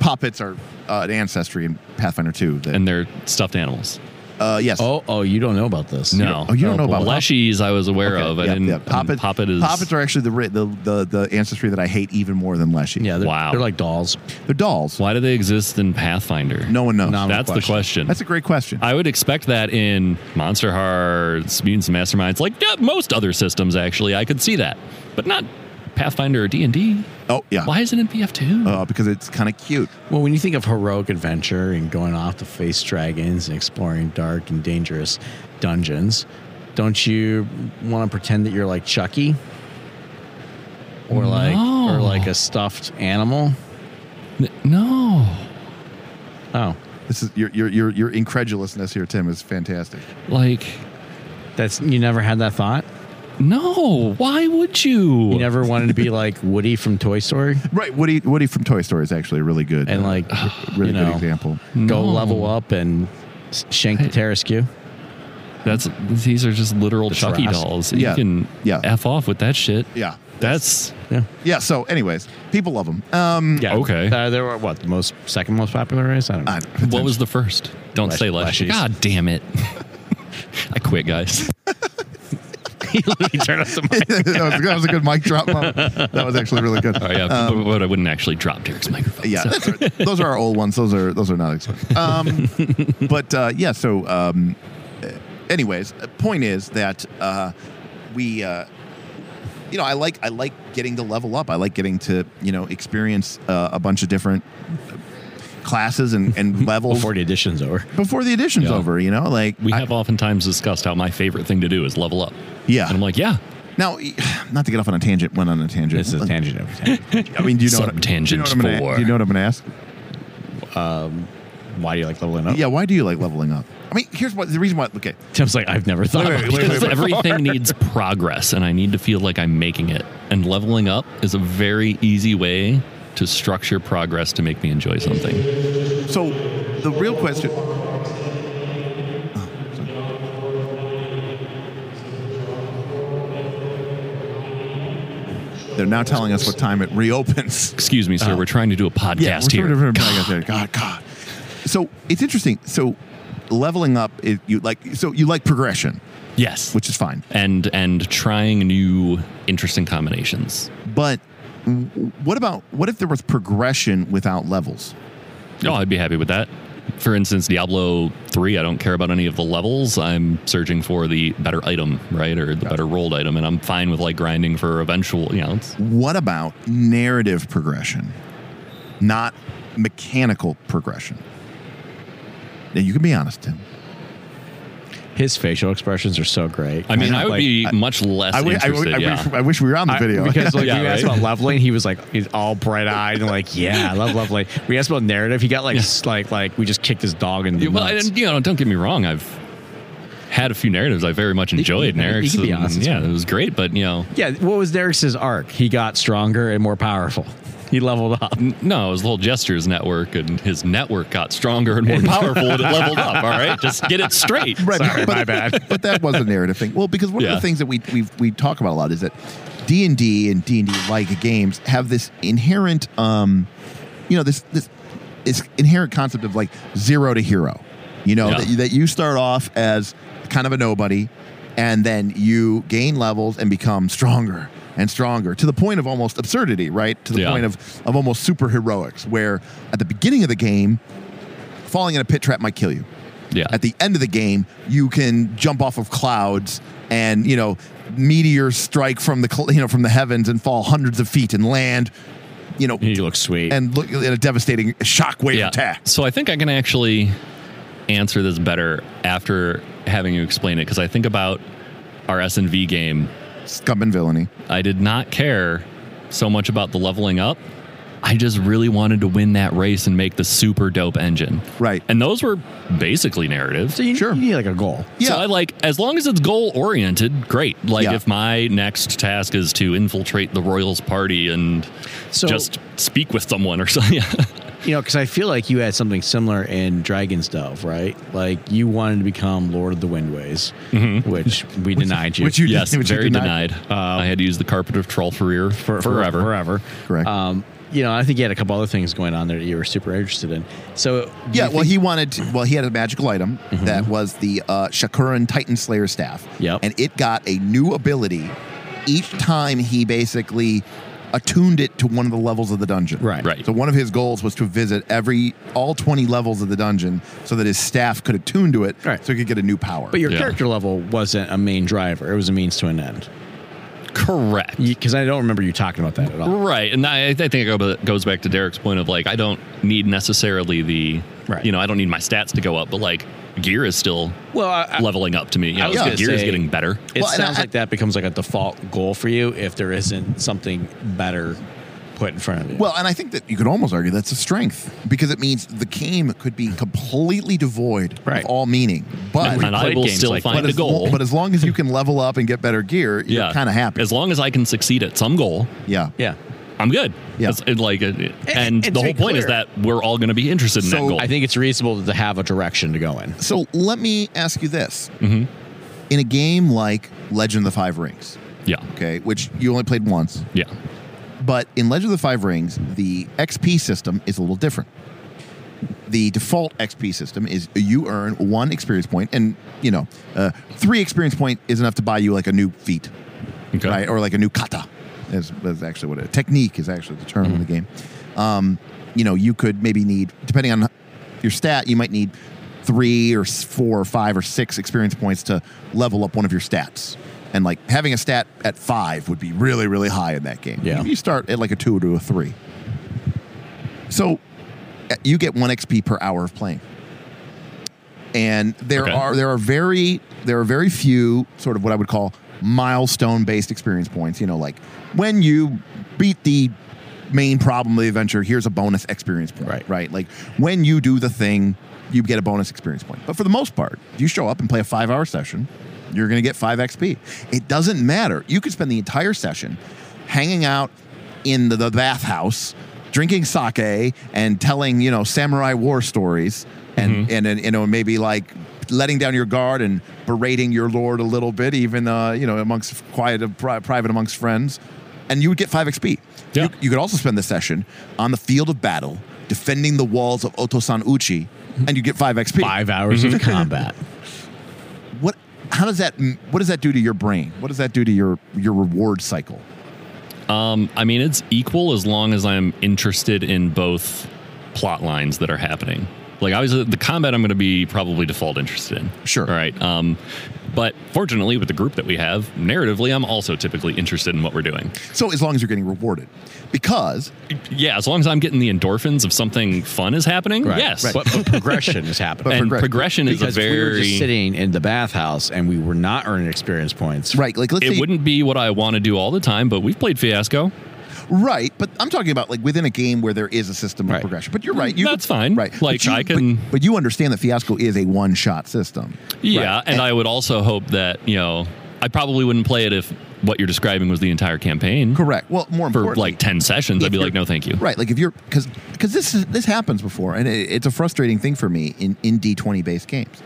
[SPEAKER 1] poppets are uh, an ancestry in Pathfinder 2. That,
[SPEAKER 3] And they're stuffed animals.
[SPEAKER 1] uh, yes.
[SPEAKER 2] Oh, oh, you don't know about this.
[SPEAKER 3] No,
[SPEAKER 1] Oh, you don't know about
[SPEAKER 3] Well, leshies. I was aware
[SPEAKER 1] Okay,
[SPEAKER 3] of. I
[SPEAKER 1] yeah,
[SPEAKER 3] didn't.
[SPEAKER 1] yeah.
[SPEAKER 3] um,
[SPEAKER 1] Poppet-
[SPEAKER 3] poppet is
[SPEAKER 1] poppets are actually the, ri- the the the ancestry that I hate even more than Leshy.
[SPEAKER 2] Yeah, they're,
[SPEAKER 3] Wow.
[SPEAKER 2] they're like dolls.
[SPEAKER 1] they're dolls.
[SPEAKER 3] Why do they exist in Pathfinder?
[SPEAKER 1] No one knows.
[SPEAKER 2] No.
[SPEAKER 3] that's the
[SPEAKER 2] Question.
[SPEAKER 3] question.
[SPEAKER 1] That's a great question.
[SPEAKER 3] I would expect that in Monster Hearts, Mutants and Masterminds, like yeah, most other systems. Actually, I could see that, but not Pathfinder or D and D.
[SPEAKER 1] oh yeah,
[SPEAKER 3] Why is it in PF two?
[SPEAKER 1] Uh, because it's kind of cute.
[SPEAKER 2] Well, when you think of heroic adventure and going off to face dragons and exploring dark and dangerous dungeons, don't you want to pretend that you're like Chucky? Or like
[SPEAKER 3] No.
[SPEAKER 2] or like a stuffed animal?
[SPEAKER 3] no,
[SPEAKER 2] Oh,
[SPEAKER 1] This is your your your your incredulousness here, Tim, is fantastic.
[SPEAKER 3] like
[SPEAKER 2] that's you never had that thought?
[SPEAKER 3] no. Why would you?
[SPEAKER 2] You never wanted to be like Woody from Toy Story
[SPEAKER 1] Right, Woody Woody from Toy Story is actually a really good uh,
[SPEAKER 2] and like
[SPEAKER 1] really
[SPEAKER 2] you know,
[SPEAKER 1] good example.
[SPEAKER 2] go
[SPEAKER 3] No.
[SPEAKER 2] level up and s- shank the terror skew?
[SPEAKER 3] That's these are just literal
[SPEAKER 2] The
[SPEAKER 3] Chucky
[SPEAKER 2] trash.
[SPEAKER 3] dolls.
[SPEAKER 1] Yeah.
[SPEAKER 3] You can
[SPEAKER 1] Yeah.
[SPEAKER 3] f off with that shit.
[SPEAKER 1] Yeah,
[SPEAKER 3] That's
[SPEAKER 2] Yeah.
[SPEAKER 1] yeah. So, anyways, people love them. Um,
[SPEAKER 2] Yeah.
[SPEAKER 3] Okay.
[SPEAKER 2] Uh, there were what the most second most popular race? I don't know.
[SPEAKER 1] I-
[SPEAKER 3] what was the first? Don't
[SPEAKER 2] Lash-
[SPEAKER 3] say leshy.
[SPEAKER 2] lashies.
[SPEAKER 3] God damn it! I quit, guys.
[SPEAKER 2] He literally turned off the mic.
[SPEAKER 1] that, was, that was a good mic drop. Mom. That was actually really good. Um,
[SPEAKER 3] Oh, yeah, but I wouldn't actually drop Derek's microphone.
[SPEAKER 1] Yeah,
[SPEAKER 3] so.
[SPEAKER 1] that's right. those are our old ones. Those are those are not expensive. Um, but uh, yeah, so um, uh, anyways, uh, point is that uh, we, uh, you know, I like I like getting to level up. I like getting to you know experience uh, a bunch of different uh, classes and, and levels
[SPEAKER 2] Before the edition's over.
[SPEAKER 1] before the edition's
[SPEAKER 3] Yeah.
[SPEAKER 1] over. You know, like
[SPEAKER 3] We
[SPEAKER 1] I-
[SPEAKER 3] have oftentimes discussed how my favorite thing to do is level up.
[SPEAKER 1] yeah.
[SPEAKER 3] And I'm like, yeah,
[SPEAKER 1] now, not to get off on a tangent, went on a tangent.
[SPEAKER 2] This is a tangent every time.
[SPEAKER 1] I mean, do you know what, do you know
[SPEAKER 3] Subtangent
[SPEAKER 1] what I'm gonna,
[SPEAKER 3] four.
[SPEAKER 1] do you know what I'm going to ask?
[SPEAKER 2] Why do you like leveling up?
[SPEAKER 1] Yeah, why do you like leveling up? I mean, here's what the reason why. Okay,
[SPEAKER 2] Tim's like, I've never thought
[SPEAKER 1] Wait,
[SPEAKER 2] about
[SPEAKER 1] wait, wait,
[SPEAKER 2] it.
[SPEAKER 1] wait,
[SPEAKER 3] because
[SPEAKER 1] wait.
[SPEAKER 3] everything needs progress, and I need to feel like I'm making it. And leveling up is a very easy way to structure progress to make me enjoy something.
[SPEAKER 1] So the real question. Oh, They're now telling us what time it reopens.
[SPEAKER 3] Excuse me, sir. we're trying to do a podcast
[SPEAKER 1] Uh, we're
[SPEAKER 3] here.
[SPEAKER 1] sort of- God. God, God. So it's interesting. So leveling up, is, you like so you like progression.
[SPEAKER 3] Yes.
[SPEAKER 1] which is fine.
[SPEAKER 3] and and trying new interesting combinations.
[SPEAKER 1] But w- what about what if there was progression without levels?
[SPEAKER 3] Oh, I'd be happy with that. For instance, Diablo 3, I don't care about any of the levels. I'm searching for the better item, right? Or the better rolled item. And I'm fine with like grinding for eventual, you know, it's,
[SPEAKER 1] What about narrative progression, not mechanical progression? Now you can be honest, Tim.
[SPEAKER 2] His facial expressions are so great.
[SPEAKER 3] I mean,
[SPEAKER 1] know,
[SPEAKER 3] I would
[SPEAKER 1] like,
[SPEAKER 3] be
[SPEAKER 1] I-
[SPEAKER 3] much less
[SPEAKER 1] I, w- I,
[SPEAKER 3] interested.
[SPEAKER 1] w- I,
[SPEAKER 3] yeah.
[SPEAKER 1] wish, I wish we were on the
[SPEAKER 2] I-
[SPEAKER 1] video
[SPEAKER 2] because like
[SPEAKER 3] Yeah,
[SPEAKER 2] you asked
[SPEAKER 3] right?
[SPEAKER 2] about love lane, he was like he's all bright eyed and like yeah, I love love lane. We asked about narrative, he got like s like like we just kicked his dog in the
[SPEAKER 3] Yeah, well, I,
[SPEAKER 2] nuts.
[SPEAKER 3] you know, don't get me wrong. I've had a few narratives I very much enjoyed.
[SPEAKER 2] you- you
[SPEAKER 3] Narratives,
[SPEAKER 2] can be
[SPEAKER 3] and,
[SPEAKER 2] honest.
[SPEAKER 3] yeah, it was great. But you know,
[SPEAKER 2] yeah, what was Derek's arc? He got stronger and more powerful. He leveled up.
[SPEAKER 3] n- no, it was little gestures network, and his network got stronger and more powerful, and it leveled up. All right, just get it straight.
[SPEAKER 1] Right,
[SPEAKER 2] Sorry,
[SPEAKER 1] but,
[SPEAKER 2] my bad.
[SPEAKER 1] but that was a narrative thing. Well, because one of
[SPEAKER 3] Yeah.
[SPEAKER 1] the things that we we we talk about a lot is that D and D and D and D like games have this inherent, um, you know, this this this inherent concept of like zero to hero. You know
[SPEAKER 3] Yeah.
[SPEAKER 1] that, that you start off as kind of a nobody, and then you gain levels and become stronger and stronger to the point of almost absurdity, right? To the
[SPEAKER 3] Yeah.
[SPEAKER 1] point of of almost super heroics, where at the beginning of the game, falling in a pit trap might kill you
[SPEAKER 3] Yeah,
[SPEAKER 1] at the end of the game, you can jump off of clouds and you know meteors strike from the cl- you know from the heavens and fall hundreds of feet and land, you know,
[SPEAKER 2] He looks sweet.
[SPEAKER 1] and look at a devastating shockwave attack.
[SPEAKER 3] So I think I can actually answer this better after having you explain it because I think about our S and V game.
[SPEAKER 1] Scum and villainy.
[SPEAKER 3] I did not care so much about the leveling up. I just really wanted to win that race and make the super dope engine.
[SPEAKER 1] Right.
[SPEAKER 3] And those were basically narratives.
[SPEAKER 2] so you,
[SPEAKER 1] sure.
[SPEAKER 2] you need like a goal.
[SPEAKER 1] Yeah.
[SPEAKER 3] So I like as long as it's goal oriented, great. Like
[SPEAKER 1] Yeah.
[SPEAKER 3] if my next task is to infiltrate the Royals party and
[SPEAKER 2] So-
[SPEAKER 3] just speak with someone or something. Yeah.
[SPEAKER 2] You know, because I feel like you had something similar in Dragon's Dove, right? Like you wanted to become Lord of the Windways, which we denied you.
[SPEAKER 1] Which you
[SPEAKER 3] yes,
[SPEAKER 1] which you
[SPEAKER 3] very
[SPEAKER 1] denied.
[SPEAKER 3] denied. I had to use the carpet of troll for,
[SPEAKER 2] for, for-
[SPEAKER 3] forever.
[SPEAKER 2] forever.
[SPEAKER 1] Correct.
[SPEAKER 2] Um, you know, I think you had a couple other things going on there that you were super interested in. So do you
[SPEAKER 1] Yeah, well,
[SPEAKER 2] think- Mm-hmm.
[SPEAKER 1] he wanted. To, well, he had a magical item that was the uh, Shakuran Titan Slayer staff.
[SPEAKER 2] Yep.
[SPEAKER 1] and it got a new ability each time he basically attuned it to one of the levels of the dungeon.
[SPEAKER 2] Right.
[SPEAKER 3] Right.
[SPEAKER 1] So one of his goals was to visit every all twenty levels of the dungeon so that his staff could attune to it,
[SPEAKER 2] Right.
[SPEAKER 1] so he could get a new power.
[SPEAKER 2] but your
[SPEAKER 3] Yeah.
[SPEAKER 2] character level wasn't a main driver; it was a means to an end.
[SPEAKER 3] Correct.
[SPEAKER 2] Because I don't remember you talking about that at all.
[SPEAKER 3] Right, and I, I think it go- goes back to Derek's point of like I don't need necessarily the,
[SPEAKER 2] Right.
[SPEAKER 3] you know, I don't need my stats to go up, but like gear is still
[SPEAKER 2] Well, I, I-
[SPEAKER 3] leveling up to me. You
[SPEAKER 2] I
[SPEAKER 3] know,
[SPEAKER 2] was
[SPEAKER 1] gonna
[SPEAKER 3] gear is
[SPEAKER 2] say-
[SPEAKER 3] getting better.
[SPEAKER 2] it
[SPEAKER 1] Well, and
[SPEAKER 2] sounds
[SPEAKER 1] I-
[SPEAKER 2] like that becomes like a default goal for you if there isn't something better put in front of you.
[SPEAKER 1] Well, and I think that you could almost argue that's a strength because it means the game could be completely devoid
[SPEAKER 2] Right.
[SPEAKER 1] of all meaning. But
[SPEAKER 3] And, I
[SPEAKER 2] uh, played
[SPEAKER 3] will
[SPEAKER 2] games
[SPEAKER 3] still
[SPEAKER 2] like that.
[SPEAKER 3] find
[SPEAKER 1] but
[SPEAKER 3] a
[SPEAKER 1] as,
[SPEAKER 3] goal.
[SPEAKER 1] lo- but as long as you can level up and get better gear, you're
[SPEAKER 3] yeah,
[SPEAKER 1] kind of happy.
[SPEAKER 3] As long as I can succeed at some goal,
[SPEAKER 1] yeah.
[SPEAKER 2] yeah.
[SPEAKER 3] I'm good.
[SPEAKER 1] Yeah.
[SPEAKER 3] It's- it, like, it-
[SPEAKER 2] and
[SPEAKER 3] and,
[SPEAKER 2] to
[SPEAKER 3] the whole
[SPEAKER 2] be
[SPEAKER 3] point is
[SPEAKER 2] clear-
[SPEAKER 3] that we're all going to be interested in
[SPEAKER 1] So,
[SPEAKER 3] that goal.
[SPEAKER 2] I think it's reasonable to have a direction to go in.
[SPEAKER 1] So let me ask you this.
[SPEAKER 3] Mm-hmm.
[SPEAKER 1] In a game like Legend of the Five Rings,
[SPEAKER 3] yeah,
[SPEAKER 1] okay, which you only played once,
[SPEAKER 3] yeah,
[SPEAKER 1] but in Legend of the Five Rings, the XP system is a little different. The default XP system is you earn one experience point, and you know, uh, three experience point is enough to buy you like a new feat,
[SPEAKER 3] okay,
[SPEAKER 1] right, or like a new kata. Is, is actually what it technique is actually the term in the
[SPEAKER 3] Mm-hmm.
[SPEAKER 1] game. Um, you know, you could maybe need depending on your stat, you might need three or s- four or five or six experience points to level up one of your stats. And like having a stat at five would be really really high in that game.
[SPEAKER 2] Yeah.
[SPEAKER 1] you start at like a two to a three. So uh, you get one XP per hour of playing. And there
[SPEAKER 3] Okay.
[SPEAKER 1] are there are very there are very few sort of what I would call milestone based experience points. You know, like when you beat the main problem of the adventure, here's a bonus experience point.
[SPEAKER 2] Right.
[SPEAKER 1] Right. Like when you do the thing, you get a bonus experience point. But for the most part, if you show up and play a five hour session, you're gonna get five XP. It doesn't matter. You could spend the entire session hanging out in the, the bathhouse, drinking sake and telling, you know, samurai war stories and, and and you know, maybe like letting down your guard and berating your lord a little bit, even uh, you know, amongst quiet uh, pri- private amongst friends. And you would get five XP.
[SPEAKER 3] Yeah.
[SPEAKER 1] You, you could also spend the session on the field of battle defending the walls of Otosan Uchi, and you get five XP.
[SPEAKER 2] Five hours of combat.
[SPEAKER 1] What? how does that what does that do to your brain? What does that do to your your reward cycle?
[SPEAKER 3] Um, I mean, it's equal as long as I'm interested in both plot lines that are happening. Like obviously, the combat I'm going to be probably default interested in.
[SPEAKER 1] Sure.
[SPEAKER 3] All right. Um, but fortunately, with the group that we have, narratively, I'm also typically interested in what we're doing.
[SPEAKER 1] So as long as you're getting rewarded, because
[SPEAKER 3] Yeah, as long as I'm getting the endorphins of something fun is happening.
[SPEAKER 2] Right.
[SPEAKER 3] Yes.
[SPEAKER 2] But, but progression is happening.
[SPEAKER 1] But
[SPEAKER 3] and
[SPEAKER 1] progress-
[SPEAKER 3] progression is a
[SPEAKER 2] because if we were
[SPEAKER 3] very.
[SPEAKER 2] just sitting in the bathhouse and we were not earning experience points.
[SPEAKER 1] right, like let's
[SPEAKER 3] it
[SPEAKER 1] say
[SPEAKER 3] wouldn't be what I want to do all the time, but we've played Fiasco.
[SPEAKER 1] right, but I'm talking about like within a game where there is a system
[SPEAKER 2] Right.
[SPEAKER 1] of progression. But you're right, you
[SPEAKER 3] That's fine.
[SPEAKER 1] Right, But
[SPEAKER 3] Like,
[SPEAKER 1] you-
[SPEAKER 3] I
[SPEAKER 1] but-
[SPEAKER 3] can-
[SPEAKER 1] but you understand that Fiasco is a one shot system.
[SPEAKER 3] Yeah,
[SPEAKER 1] Right.
[SPEAKER 3] and, I would also hope that you know I probably wouldn't play it if what you're describing was the entire campaign
[SPEAKER 1] Correct. Well, more
[SPEAKER 3] for
[SPEAKER 1] importantly,
[SPEAKER 3] like ten sessions. I'd
[SPEAKER 1] If
[SPEAKER 3] be like,
[SPEAKER 1] you're-
[SPEAKER 3] no, thank you.
[SPEAKER 1] Right, like if you're because because this is this happens before, and it, it's a frustrating thing for me in in D twenty based games,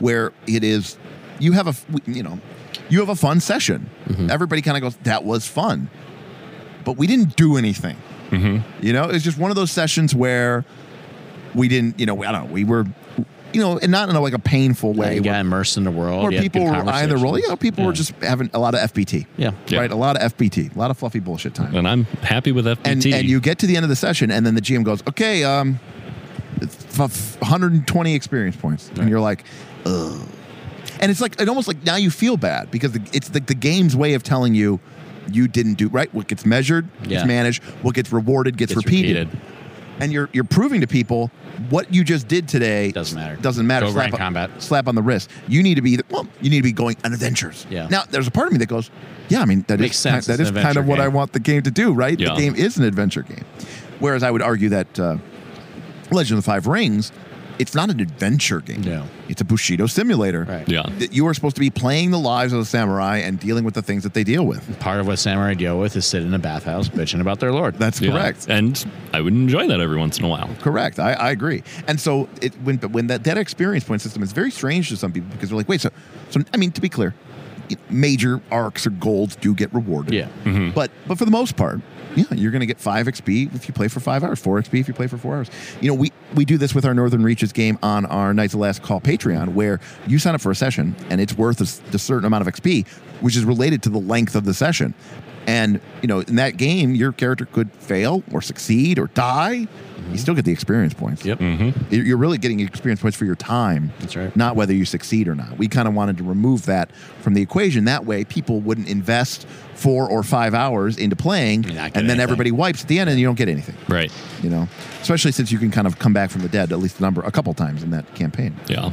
[SPEAKER 1] where it is you have a f- you know you have a fun session,
[SPEAKER 2] Mm-hmm.
[SPEAKER 1] everybody kind of goes that was fun, but we didn't do anything.
[SPEAKER 2] Mm-hmm.
[SPEAKER 1] You know, it's just one of those sessions where we didn't you know I don't know we were you know and not in a, like a painful
[SPEAKER 2] Yeah,
[SPEAKER 1] way
[SPEAKER 2] you got
[SPEAKER 1] where,
[SPEAKER 2] immersed in the world.
[SPEAKER 1] where
[SPEAKER 2] you had
[SPEAKER 1] people
[SPEAKER 2] good
[SPEAKER 1] were either rolling, you know,
[SPEAKER 2] conversations.
[SPEAKER 1] people were
[SPEAKER 2] Yeah.
[SPEAKER 1] just having a lot of FBT,
[SPEAKER 2] Yeah.
[SPEAKER 3] Yeah.
[SPEAKER 1] right, a lot of FBT, a lot of fluffy bullshit time
[SPEAKER 3] And I'm happy with FPT.
[SPEAKER 1] and and you get to the end of the session, and then the GM goes, "Okay, um, f- f- 120 experience points," and you're like, "Ugh," and it's like it almost like now you feel bad because the, it's the, the game's way of telling you you didn't do right. What gets measured
[SPEAKER 2] Yeah.
[SPEAKER 1] gets managed. What gets rewarded gets,
[SPEAKER 2] Gets
[SPEAKER 1] repeated.
[SPEAKER 3] repeated.
[SPEAKER 1] and you're you're proving to people what you just did today
[SPEAKER 2] Doesn't matter.
[SPEAKER 1] Doesn't matter.
[SPEAKER 2] Go
[SPEAKER 1] slap
[SPEAKER 2] grand
[SPEAKER 1] on,
[SPEAKER 2] combat.
[SPEAKER 1] Slap on the wrist. You need to be well. You need to be going on adventures.
[SPEAKER 2] Yeah.
[SPEAKER 1] Now there's a part of me that goes, yeah. I mean that is
[SPEAKER 2] Makes sense.
[SPEAKER 1] Kind, that
[SPEAKER 2] It's
[SPEAKER 1] is
[SPEAKER 2] an
[SPEAKER 1] kind of
[SPEAKER 2] adventure
[SPEAKER 1] what I
[SPEAKER 2] game.
[SPEAKER 1] want the game to do, right?
[SPEAKER 3] Yeah.
[SPEAKER 1] The game is an adventure game. Whereas I would argue that uh, Legend of the Five Rings, it's not an adventure game.
[SPEAKER 2] No.
[SPEAKER 1] It's a Bushido simulator.
[SPEAKER 2] Right.
[SPEAKER 3] yeah,
[SPEAKER 1] That you are supposed to be playing the lives of the samurai and dealing with the things that they deal with.
[SPEAKER 2] Part of what samurai deal with is sit in a bathhouse bitching about their lord.
[SPEAKER 1] That's
[SPEAKER 3] Yeah.
[SPEAKER 1] correct.
[SPEAKER 3] And I would enjoy that every once in a while.
[SPEAKER 1] Correct. I, I agree. And so it when but when that, that experience point system is very strange to some people because they're like, wait, so so I mean to be clear, major arcs or goals do get rewarded.
[SPEAKER 2] Yeah.
[SPEAKER 1] But but for the most part, yeah, you're going to get five XP if you play for five hours, four XP if you play for four hours. You know, we we do this with our Northern Reaches game on our Knights of the Last Call Patreon, where you sign up for a session and it's worth a, s- a certain amount of XP, which is related to the length of the session. And you know, in that game, your character could fail or succeed or die. You still get the experience points.
[SPEAKER 2] Yep.
[SPEAKER 1] You're you're really getting experience points for your time.
[SPEAKER 2] That's right.
[SPEAKER 1] Not whether you succeed or not. We kind of wanted to remove that from the equation. That way, people wouldn't invest four or five hours into playing,
[SPEAKER 2] And
[SPEAKER 1] and,
[SPEAKER 2] not get
[SPEAKER 1] then
[SPEAKER 2] anything.
[SPEAKER 1] everybody wipes at the end, and you don't get anything.
[SPEAKER 3] Right.
[SPEAKER 1] You know, especially since you can kind of come back from the dead at least a number, a couple times in that campaign.
[SPEAKER 3] Yeah.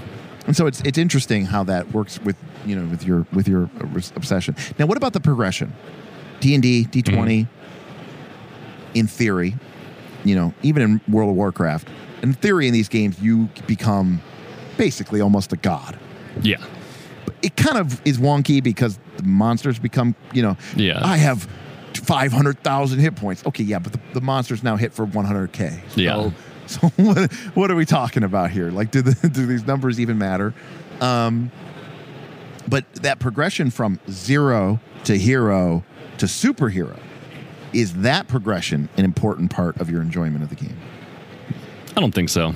[SPEAKER 1] And so it's it's interesting how that works with you know with your with your uh, res- obsession. Now, what about the progression? D and D, D 20 In theory, you know, even in World of Warcraft, in theory, in these games, you become basically almost a god.
[SPEAKER 3] Yeah.
[SPEAKER 1] But it kind of is wonky because the monsters become you know.
[SPEAKER 3] Yeah.
[SPEAKER 1] I have. 500,000 hit points. Okay, yeah, but the, the monsters now hit for 100K.
[SPEAKER 3] Yeah.
[SPEAKER 1] So, so what, what are we talking about here? Like, do, the, do these numbers even matter? Um, but that progression from zero to hero to superhero is that progression an important part of your enjoyment of the game?
[SPEAKER 3] I don't think so.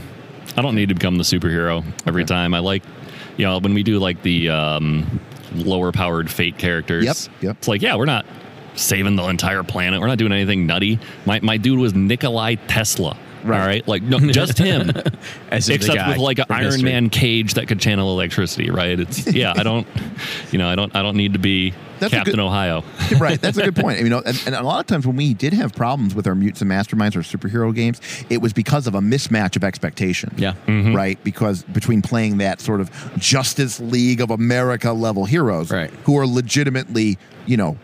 [SPEAKER 3] I don't need to become the superhero every
[SPEAKER 1] Okay.
[SPEAKER 3] time. I like, you know, when we do like the um, lower powered fate characters.
[SPEAKER 1] Yep, yep.
[SPEAKER 3] It's like, yeah, we're not saving the entire planet. We're not doing anything nutty. My, my dude was Nikolai Tesla.
[SPEAKER 1] Right.
[SPEAKER 3] All right. Like, no, just him.
[SPEAKER 2] As if the
[SPEAKER 3] Except
[SPEAKER 2] guy
[SPEAKER 3] with like an
[SPEAKER 2] from
[SPEAKER 3] Iron
[SPEAKER 2] history.
[SPEAKER 3] Man cage that could channel electricity, right? It's yeah. I don't, you know, I don't, I don't need to be
[SPEAKER 1] That's a
[SPEAKER 3] Captain
[SPEAKER 1] good-
[SPEAKER 3] Ohio.
[SPEAKER 1] right, that's a good point. You know, and, and a lot of times when we did have problems with our mutes and masterminds or superhero games, it was because of a mismatch of expectation.
[SPEAKER 2] Yeah.
[SPEAKER 1] right? Because between playing that sort of Justice League of America level heroes,
[SPEAKER 2] Right.
[SPEAKER 1] who are legitimately, you know,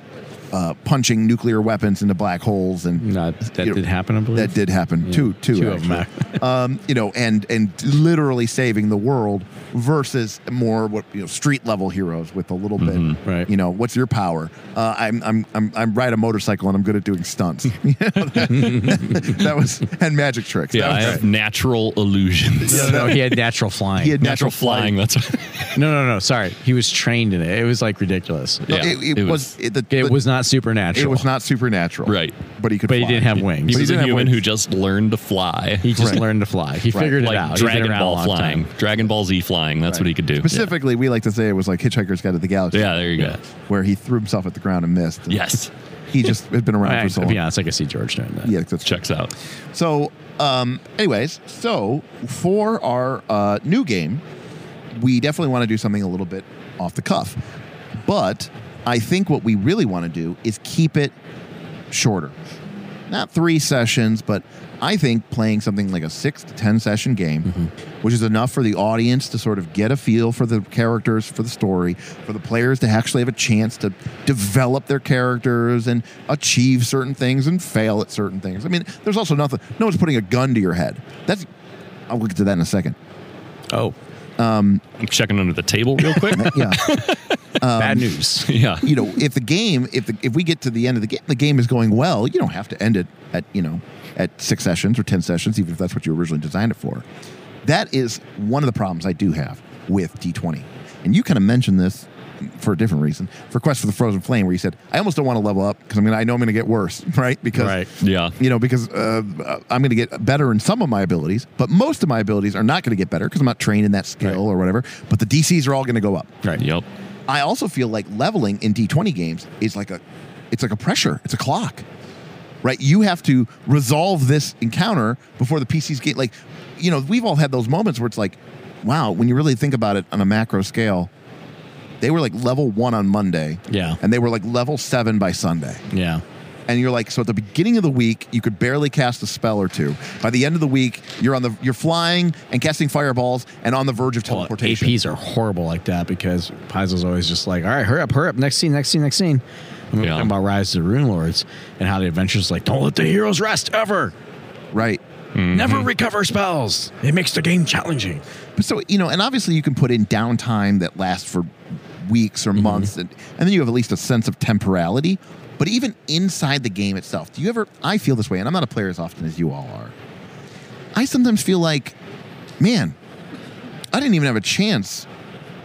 [SPEAKER 1] uh, punching nuclear weapons into black holes and
[SPEAKER 2] No, that
[SPEAKER 1] you know,
[SPEAKER 2] did happen, I believe.
[SPEAKER 1] That did happen. Two, two,
[SPEAKER 2] Two of 'em
[SPEAKER 1] actually. um, you know, and and literally saving the world versus more what you know street level heroes with a little bit.
[SPEAKER 3] Mm-hmm.
[SPEAKER 2] Right.
[SPEAKER 1] You know, what's your power? Uh, I'm I'm I'm I'm ride a motorcycle and I'm good at doing stunts. You know, that, that was and magic tricks.
[SPEAKER 3] Yeah,
[SPEAKER 1] That
[SPEAKER 3] I
[SPEAKER 1] was
[SPEAKER 3] have
[SPEAKER 1] right.
[SPEAKER 3] natural illusions.
[SPEAKER 2] No, no, he had natural flying.
[SPEAKER 1] He had
[SPEAKER 3] Natural flying. That's
[SPEAKER 2] no, no, no. Sorry, he was trained in it. It was like ridiculous.
[SPEAKER 3] yeah.
[SPEAKER 1] it, it, was, it, the,
[SPEAKER 2] It
[SPEAKER 1] the-
[SPEAKER 2] was not not supernatural.
[SPEAKER 1] It was not supernatural.
[SPEAKER 3] Right.
[SPEAKER 1] But he could
[SPEAKER 2] But he
[SPEAKER 1] fly.
[SPEAKER 2] didn't have wings.
[SPEAKER 3] He
[SPEAKER 1] But
[SPEAKER 3] was
[SPEAKER 1] didn't
[SPEAKER 3] a
[SPEAKER 1] have
[SPEAKER 3] human
[SPEAKER 1] wings.
[SPEAKER 3] who just learned to fly.
[SPEAKER 2] He just
[SPEAKER 1] Right.
[SPEAKER 2] learned to fly. He
[SPEAKER 1] Right.
[SPEAKER 2] figured it
[SPEAKER 3] like
[SPEAKER 2] out. He's been
[SPEAKER 3] Dragon
[SPEAKER 2] around a
[SPEAKER 3] Ball
[SPEAKER 2] long
[SPEAKER 3] flying.
[SPEAKER 2] time.
[SPEAKER 3] Dragon Ball Z flying. That's what he could do.
[SPEAKER 1] Specifically, we like to say it was like Hitchhiker's Guide to the Galaxy.
[SPEAKER 3] Yeah, there you go.
[SPEAKER 1] Where he threw himself at the ground and missed.
[SPEAKER 3] Yes.
[SPEAKER 1] He just had been around
[SPEAKER 2] I,
[SPEAKER 1] for so
[SPEAKER 2] to
[SPEAKER 1] long.
[SPEAKER 2] be honest, I could see George doing that.
[SPEAKER 1] Yeah, that's
[SPEAKER 3] Checks out.
[SPEAKER 1] So, um, anyways, so for our uh, new game, we definitely want to do something a little bit off the cuff. But I think what we really want to do is keep it shorter. Not three sessions, but I think playing something like a six to 10 session game, which is enough for the audience to sort of get a feel for the characters, for the story, for the players to actually have a chance to develop their characters and achieve certain things and fail at certain things. I mean, there's also nothing, no one's putting a gun to your head. That's, I'll get to that in a second.
[SPEAKER 2] Oh,
[SPEAKER 3] I'm checking under the table real quick.
[SPEAKER 1] Yeah.
[SPEAKER 3] Um,
[SPEAKER 2] bad news.
[SPEAKER 3] yeah.
[SPEAKER 1] you know, if the game, if the, if we get to the end of the game, the game is going well. You don't have to end it at you know at six sessions or ten sessions, even if that's what you originally designed it for. That is one of the problems I do have with D twenty, and you kind of mentioned this for a different reason for Quest for the Frozen Flame, where you said I almost don't want to level up because I'm gonna I know I'm gonna get worse, right? Because
[SPEAKER 2] Right.
[SPEAKER 3] Yeah.
[SPEAKER 1] you know, because uh, I'm going to get better in some of my abilities, but most of my abilities are not going to get better because I'm not trained in that skill
[SPEAKER 2] Right.
[SPEAKER 1] or whatever. But the DCs are all going to go up.
[SPEAKER 2] Right.
[SPEAKER 3] Yep.
[SPEAKER 1] I also feel like leveling in D20 games is like a it's like a pressure, it's a clock. Right? You have to resolve this encounter before the PCs get like you know, we've all had those moments where it's like wow, when you really think about it on a macro scale, they were like level 1 on Monday
[SPEAKER 2] Yeah.
[SPEAKER 1] and they were like level 7 by Sunday.
[SPEAKER 2] Yeah.
[SPEAKER 1] And you're like so at the beginning of the week, you could barely cast a spell or two. By the end of the week, you're on the you're flying and casting fireballs and on the verge of
[SPEAKER 2] Well,
[SPEAKER 1] teleportation.
[SPEAKER 2] APs are horrible like that because Paizo's always just like, all right, hurry up, hurry up, next scene, next scene, next scene. I'm
[SPEAKER 3] Yeah.
[SPEAKER 2] talking about Rise to the Rune Lords and how the adventure's like, don't let the heroes rest ever.
[SPEAKER 1] right.
[SPEAKER 3] Mm-hmm.
[SPEAKER 2] Never recover spells. It makes the game challenging.
[SPEAKER 1] But so you know, and obviously you can put in downtime that lasts for weeks or months, and, and then you have at least a sense of temporality. But even inside the game itself, do you ever? I feel this way, and I'm not a player as often as you all are. I sometimes feel like, man, I didn't even have a chance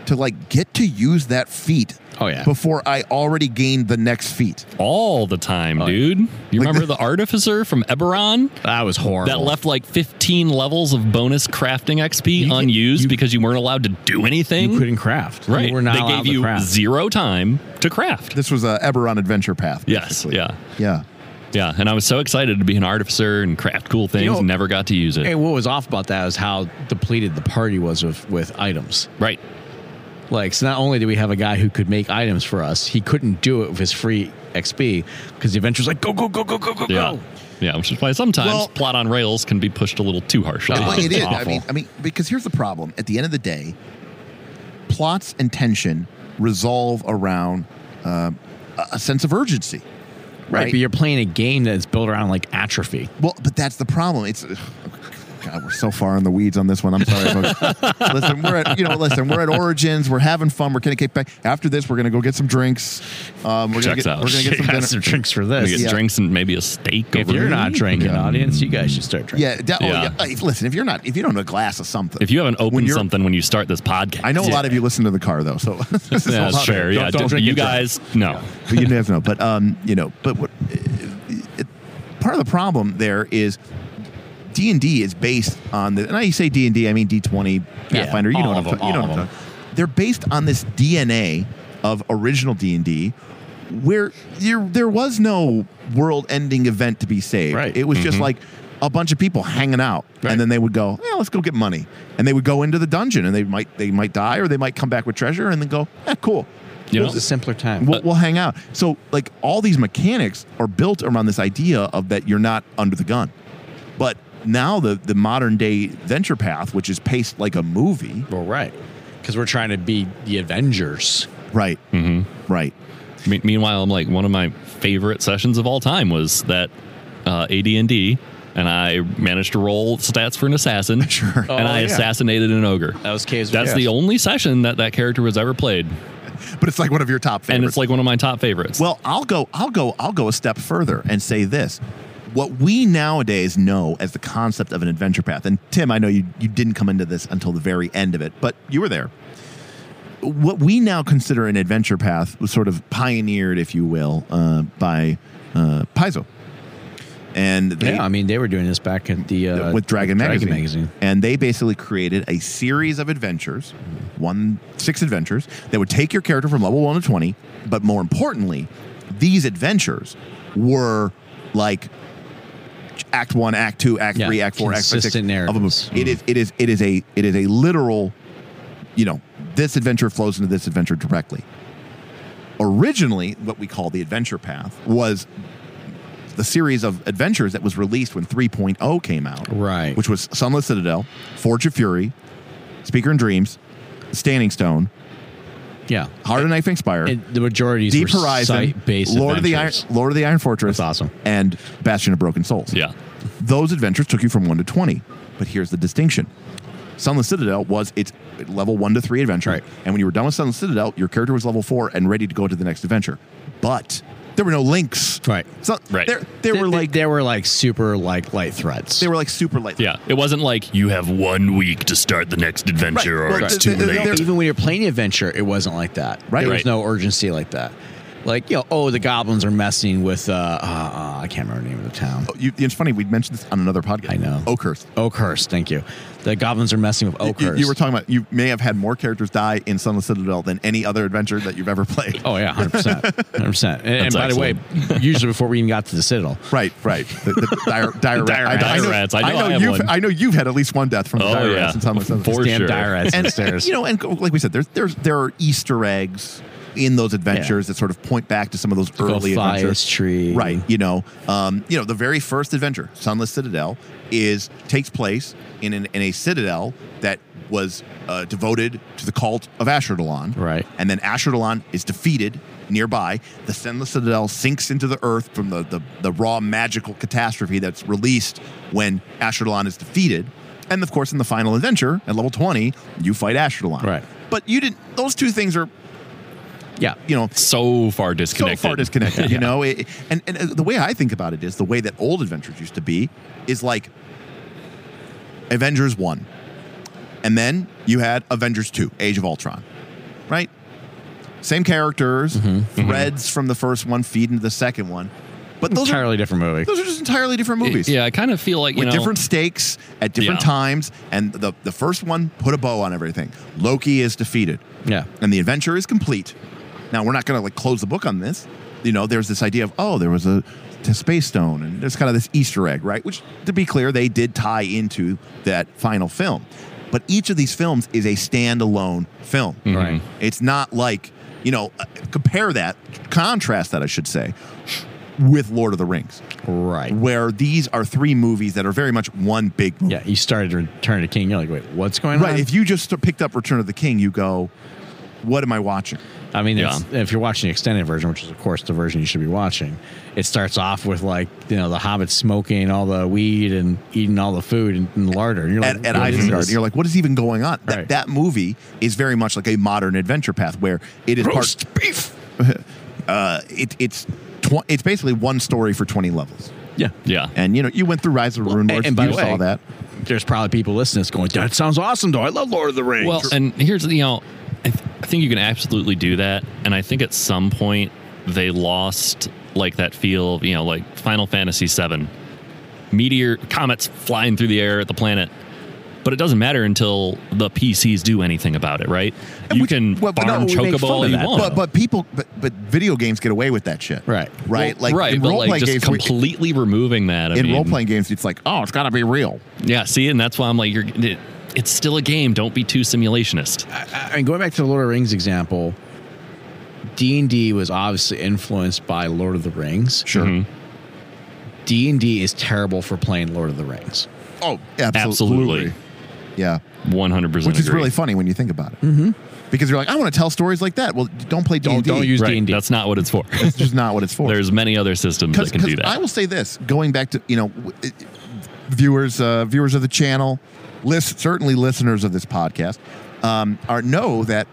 [SPEAKER 1] to like get to use that feat
[SPEAKER 2] Oh, yeah.
[SPEAKER 1] before I already gained the next feat.
[SPEAKER 3] All the time,
[SPEAKER 2] Oh, yeah.
[SPEAKER 3] dude. You
[SPEAKER 1] Like
[SPEAKER 3] remember
[SPEAKER 1] the-
[SPEAKER 3] the artificer from Eberron?
[SPEAKER 2] That was horrible.
[SPEAKER 3] That left like 15 levels of bonus crafting XP
[SPEAKER 2] You could-
[SPEAKER 3] unused
[SPEAKER 2] you-
[SPEAKER 3] because you weren't allowed to do anything.
[SPEAKER 2] You couldn't craft.
[SPEAKER 3] right.
[SPEAKER 2] You were not
[SPEAKER 3] they
[SPEAKER 2] allowed
[SPEAKER 3] gave
[SPEAKER 2] to
[SPEAKER 3] you
[SPEAKER 2] craft.
[SPEAKER 3] zero time to craft.
[SPEAKER 1] This was a Eberron adventure path.
[SPEAKER 3] Yes.
[SPEAKER 1] basically.
[SPEAKER 3] Yeah.
[SPEAKER 1] yeah.
[SPEAKER 3] Yeah. And I was so excited to be an artificer and craft cool things.
[SPEAKER 2] know-
[SPEAKER 3] never got to use it.
[SPEAKER 2] Hey, what was off about that was how depleted the party was with, with items.
[SPEAKER 3] right.
[SPEAKER 2] Like, so not only did we have a guy who could make items for us, he couldn't do it with his free XP because the adventure's like, go, go, go, go, go, go,
[SPEAKER 3] Yeah.
[SPEAKER 2] go.
[SPEAKER 3] Yeah. Which is why sometimes
[SPEAKER 1] Well-
[SPEAKER 3] plot on rails can be pushed a little too harshly.
[SPEAKER 2] Oh,
[SPEAKER 1] Well, it
[SPEAKER 3] It's
[SPEAKER 1] is. I
[SPEAKER 3] awful.
[SPEAKER 1] mean, I mean, because here's the problem. At the end of the day, plots and tension resolve around um, a a sense of urgency.
[SPEAKER 2] Right. But you're playing a game that's built around like atrophy.
[SPEAKER 1] Well, but that's the problem. It's God, we're so far in the weeds on this one. I'm sorry. folks. listen, we're at you know, listen, we're at Origins. We're having fun. We're gonna kick back. After this, we're gonna go get some drinks. Um, we're gonna
[SPEAKER 3] Checks
[SPEAKER 1] get,
[SPEAKER 3] out.
[SPEAKER 1] We're gonna get some
[SPEAKER 2] Got
[SPEAKER 1] dinner.
[SPEAKER 2] some drinks for
[SPEAKER 3] We
[SPEAKER 2] this.
[SPEAKER 3] get
[SPEAKER 1] Yeah.
[SPEAKER 3] drinks and maybe a steak.
[SPEAKER 2] If
[SPEAKER 3] over
[SPEAKER 2] you're not
[SPEAKER 3] there.
[SPEAKER 2] drinking,
[SPEAKER 3] Yeah.
[SPEAKER 2] audience, you guys should start drinking.
[SPEAKER 1] Yeah, da- oh,
[SPEAKER 3] Yeah.
[SPEAKER 1] yeah. Hey, Listen, if you're not, if you don't have a glass of something,
[SPEAKER 3] If you haven't
[SPEAKER 1] When
[SPEAKER 3] opened
[SPEAKER 1] you're-
[SPEAKER 3] something when you start this podcast,
[SPEAKER 1] I know a lot of you listen to the car though, so this is a
[SPEAKER 3] Yeah,
[SPEAKER 1] lot
[SPEAKER 3] that's
[SPEAKER 1] of-
[SPEAKER 3] fair.
[SPEAKER 2] Don't-
[SPEAKER 3] Yeah,
[SPEAKER 2] don't drink
[SPEAKER 3] you
[SPEAKER 2] and drive.
[SPEAKER 3] guys, no.
[SPEAKER 1] but you never know. But um, you know, but what it, part of the problem there is D and D is based on the, and I say D and D, I mean D twenty
[SPEAKER 2] Yeah,
[SPEAKER 1] Pathfinder. you know
[SPEAKER 2] all
[SPEAKER 1] what I'm
[SPEAKER 2] of them,
[SPEAKER 1] talking. You know
[SPEAKER 2] all
[SPEAKER 1] what I'm
[SPEAKER 2] of them.
[SPEAKER 1] talking. They're based on this DNA of original D and D, where there there was no world-ending event to be saved.
[SPEAKER 2] Right. Mm-hmm.
[SPEAKER 1] It was just like. A bunch of people hanging out,
[SPEAKER 2] Right.
[SPEAKER 1] and then they would go, "Yeah, let's go get money." And they would go into the dungeon, and they might they might die, or they might come back with treasure, and then go, "Yeah, cool."
[SPEAKER 3] You
[SPEAKER 2] It
[SPEAKER 3] know,
[SPEAKER 2] was a simpler time.
[SPEAKER 3] Uh,
[SPEAKER 1] We'll, we'll hang out. So, like, all these mechanics are built around this idea of that you're not under the gun. But now the the modern day venture path, which is paced like a movie,
[SPEAKER 2] Well, right. Because we're trying to be the Avengers.
[SPEAKER 1] right,
[SPEAKER 3] Mhm.
[SPEAKER 1] Mm-hmm. right,
[SPEAKER 3] Me- meanwhile, I'm like one of my favorite sessions of all time was that uh, AD&D, and I managed to roll stats for an assassin,
[SPEAKER 1] Sure.
[SPEAKER 3] and
[SPEAKER 2] Oh,
[SPEAKER 3] I
[SPEAKER 2] yeah.
[SPEAKER 3] assassinated an ogre.
[SPEAKER 2] That was Cave's
[SPEAKER 3] That's the only session that that character was ever played,
[SPEAKER 1] but it's like one of your top favorites.
[SPEAKER 3] and it's like one of my top favorites.
[SPEAKER 1] Well, I'll go I'll go I'll go a step further and say this. What we nowadays know as the concept of an adventure path, and Tim, I know you, you didn't come into this until the very end of it, but you were there. what we now consider an adventure path was sort of pioneered, if you will, uh, by uh, Paizo. And they,
[SPEAKER 2] yeah, I mean, they were doing this back at the uh,
[SPEAKER 1] with Dragon, magazine. And they basically created a series of adventures, one six adventures that would take your character from level 1 to 20, but more importantly, these adventures were like act 1, act 2, act
[SPEAKER 2] Yeah,
[SPEAKER 1] 3, act 4, act 5, 6
[SPEAKER 2] consistent
[SPEAKER 1] of them.
[SPEAKER 2] narratives.
[SPEAKER 1] It is it is it is a it is a literal you know, this adventure flows into this adventure directly. Originally, what we call the adventure path was the series of adventures that was released when 3.0 came out
[SPEAKER 2] Right.
[SPEAKER 1] which was Sunless Citadel, Forge of Fury, Speaker and Dreams, Standing Stone,
[SPEAKER 2] yeah.
[SPEAKER 1] Heart of Knife and Spire,
[SPEAKER 2] And the majority
[SPEAKER 1] Deep Horizon,
[SPEAKER 2] based
[SPEAKER 1] Lord of the Iron, Lord of the Iron Fortress,
[SPEAKER 2] That's awesome.
[SPEAKER 1] and Bastion of Broken Souls.
[SPEAKER 3] Yeah.
[SPEAKER 1] Those adventures took you from 1 to 20. But here's the distinction. Sunless Citadel was its level 1 to 3 adventure.
[SPEAKER 2] Right.
[SPEAKER 1] And when you were done with Sunless Citadel, your character was level 4 and ready to go to the next adventure. But there were no links.
[SPEAKER 2] Right.
[SPEAKER 1] So
[SPEAKER 3] Right.
[SPEAKER 1] There, there were like
[SPEAKER 2] they were like super like light threads.
[SPEAKER 1] they were like super light.
[SPEAKER 3] Yeah. It wasn't like you have one week to start the next adventure
[SPEAKER 1] Right.
[SPEAKER 3] or
[SPEAKER 1] Well,
[SPEAKER 3] it's
[SPEAKER 1] th-
[SPEAKER 3] too
[SPEAKER 1] th-
[SPEAKER 3] late.
[SPEAKER 1] th- there-
[SPEAKER 2] even when you're playing the adventure, it wasn't like that.
[SPEAKER 1] Right.
[SPEAKER 2] There was
[SPEAKER 3] Right.
[SPEAKER 2] no urgency like that. Like you know, oh, the goblins are messing with uh, uh, uh I can't remember the name of the town.
[SPEAKER 1] You, it's funny, we mentioned this on another podcast.
[SPEAKER 2] I know.
[SPEAKER 1] Oakhurst.
[SPEAKER 2] Oakhurst, thank you. The goblins are messing with
[SPEAKER 1] You-
[SPEAKER 2] Oakhurst.
[SPEAKER 1] You, were talking about you may have had more characters die in Sunless Citadel than any other adventure that you've ever played.
[SPEAKER 2] Oh yeah, hundred percent, hundred percent. And and by the way, usually before we even got to the Citadel,
[SPEAKER 1] Right, right. The, the dire, dire,
[SPEAKER 3] Dire
[SPEAKER 1] rat-
[SPEAKER 3] rats. Dire rats. I know I have
[SPEAKER 1] you've
[SPEAKER 3] one.
[SPEAKER 1] I know you've had at least one death from the
[SPEAKER 3] Oh,
[SPEAKER 1] dire
[SPEAKER 3] yeah.
[SPEAKER 1] rats in Sunless Citadel.
[SPEAKER 3] For
[SPEAKER 2] damn
[SPEAKER 3] sure.
[SPEAKER 2] dire rats
[SPEAKER 1] and,
[SPEAKER 2] upstairs.
[SPEAKER 1] You know, and go- like we said, there's there's there are Easter eggs in those adventures that sort of point back to some of those early
[SPEAKER 2] Gothias
[SPEAKER 1] adventures.
[SPEAKER 2] tree.
[SPEAKER 1] Right. You know, um, you know, the very first adventure, Sunless Citadel, is takes place in an, in a citadel that was uh, devoted to the cult of Asherdalon.
[SPEAKER 2] Right.
[SPEAKER 1] And then Asherdalon is defeated nearby. The Sunless Citadel sinks into the earth from the, the, the raw magical catastrophe that's released when Asherdalon is defeated. And of course, in the final adventure at level 20, you fight Asherdalon.
[SPEAKER 2] Right.
[SPEAKER 1] But you didn't, those two things are,
[SPEAKER 2] Yeah.
[SPEAKER 1] you know,
[SPEAKER 3] so far disconnected.
[SPEAKER 1] so far disconnected. You know, It- and and uh, the way I think about it is the way that old adventures used to be is like Avengers one, and then you had Avengers two, Age of Ultron, right? Same characters,
[SPEAKER 3] Mm-hmm,
[SPEAKER 1] threads from the first one feed into the second one, but those
[SPEAKER 2] Entirely
[SPEAKER 1] are
[SPEAKER 2] different movie.
[SPEAKER 1] those are just entirely different movies.
[SPEAKER 3] Yeah, I kind of feel like you
[SPEAKER 1] With
[SPEAKER 3] know,
[SPEAKER 1] different stakes at different
[SPEAKER 3] Yeah.
[SPEAKER 1] times, and the, the first one put a bow on everything. Loki is defeated
[SPEAKER 2] Yeah.
[SPEAKER 1] and the adventure is complete. Now we're not going to like close the book on this. You know, there's this idea of oh, there was a to space stone, and there's kind of this Easter egg, right? Which, to be clear, they did tie into that final film. But each of these films is a standalone film.
[SPEAKER 2] Right.
[SPEAKER 1] It's not like you know, uh, compare that, contrast that, I should say, with Lord of the Rings,
[SPEAKER 2] Right.
[SPEAKER 1] where these are three movies that are very much one big movie.
[SPEAKER 2] Yeah. Um, You started to return to King. You're like, wait, what's going
[SPEAKER 1] Right.
[SPEAKER 2] on?
[SPEAKER 1] If you just picked up Return of the King, you go, what am I watching?
[SPEAKER 2] I mean, it's, if you're watching the extended version, which is of course the version you should be watching, it starts off with like you know the hobbits smoking all the weed and eating all the food and, and larder. And you're
[SPEAKER 1] at,
[SPEAKER 2] like,
[SPEAKER 1] at
[SPEAKER 2] what is
[SPEAKER 1] Isengard.
[SPEAKER 2] this?
[SPEAKER 1] You're like, what is even going on? That,
[SPEAKER 2] Right.
[SPEAKER 1] that movie is very much like a modern adventure path where it is part,
[SPEAKER 2] beef.
[SPEAKER 1] uh, it, it's tw- it's basically one story for 20 levels.
[SPEAKER 2] Yeah.
[SPEAKER 3] Yeah.
[SPEAKER 1] And you know, you went through Rise of the Rune Lords,
[SPEAKER 2] and by
[SPEAKER 1] you
[SPEAKER 2] the way-
[SPEAKER 1] saw that.
[SPEAKER 2] There's probably people listening that's going, that sounds awesome though. I love Lord of the Rings.
[SPEAKER 3] Well, and here's the- you know, I, th- I think you can absolutely do that, and I think at some point they lost like that feel, of, you know, like Final Fantasy VII, meteor comets flying through the air at the planet. But it doesn't matter until the PCs do anything about it, right? you
[SPEAKER 1] Which-
[SPEAKER 3] can
[SPEAKER 1] well, but no,
[SPEAKER 3] farm
[SPEAKER 1] we make
[SPEAKER 3] chocobo
[SPEAKER 1] fun
[SPEAKER 3] all
[SPEAKER 1] of
[SPEAKER 3] you
[SPEAKER 1] that.
[SPEAKER 3] want,
[SPEAKER 1] But, but people, but, but video games get away with that shit.
[SPEAKER 2] Right.
[SPEAKER 1] Right.
[SPEAKER 3] Well, right,
[SPEAKER 1] in
[SPEAKER 3] but
[SPEAKER 1] role-playing
[SPEAKER 3] like just
[SPEAKER 1] games, we-
[SPEAKER 3] completely removing that. I
[SPEAKER 1] in
[SPEAKER 3] mean,
[SPEAKER 1] role playing games, it's like, oh, it's got to be real.
[SPEAKER 3] yeah. See, and that's why I'm like, you're. It, it's still a game. Don't be too simulationist.
[SPEAKER 2] I, I mean, going back to the Lord of the Rings example, D and D was obviously influenced by Lord of the Rings.
[SPEAKER 1] Sure.
[SPEAKER 3] Mm-hmm.
[SPEAKER 2] D and D is terrible for playing Lord of the Rings.
[SPEAKER 1] Oh, absolutely.
[SPEAKER 3] Absolutely.
[SPEAKER 1] Yeah.
[SPEAKER 3] One hundred percent.
[SPEAKER 1] Which is really funny when you think about it. Mm-hmm. Because you're like, I want to tell stories like that. Well, don't play D&D.
[SPEAKER 2] Don't don't use D
[SPEAKER 3] right.
[SPEAKER 2] and D.
[SPEAKER 3] That's not what it's for.
[SPEAKER 1] It's just not what it's for.
[SPEAKER 3] There's many other systems that can do that.
[SPEAKER 1] I will say this: going back to you know, w- it- viewers, uh, viewers of the channel, list certainly listeners of this podcast um, are know that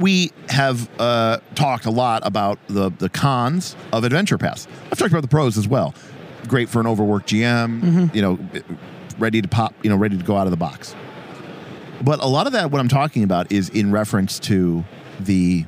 [SPEAKER 1] we have uh, talked a lot about the the cons of adventure paths. I've talked about the pros as well. Great for an overworked GM, you know, ready to pop, you know, ready to go out of the box. But a lot of that, what I'm talking about, is in reference to the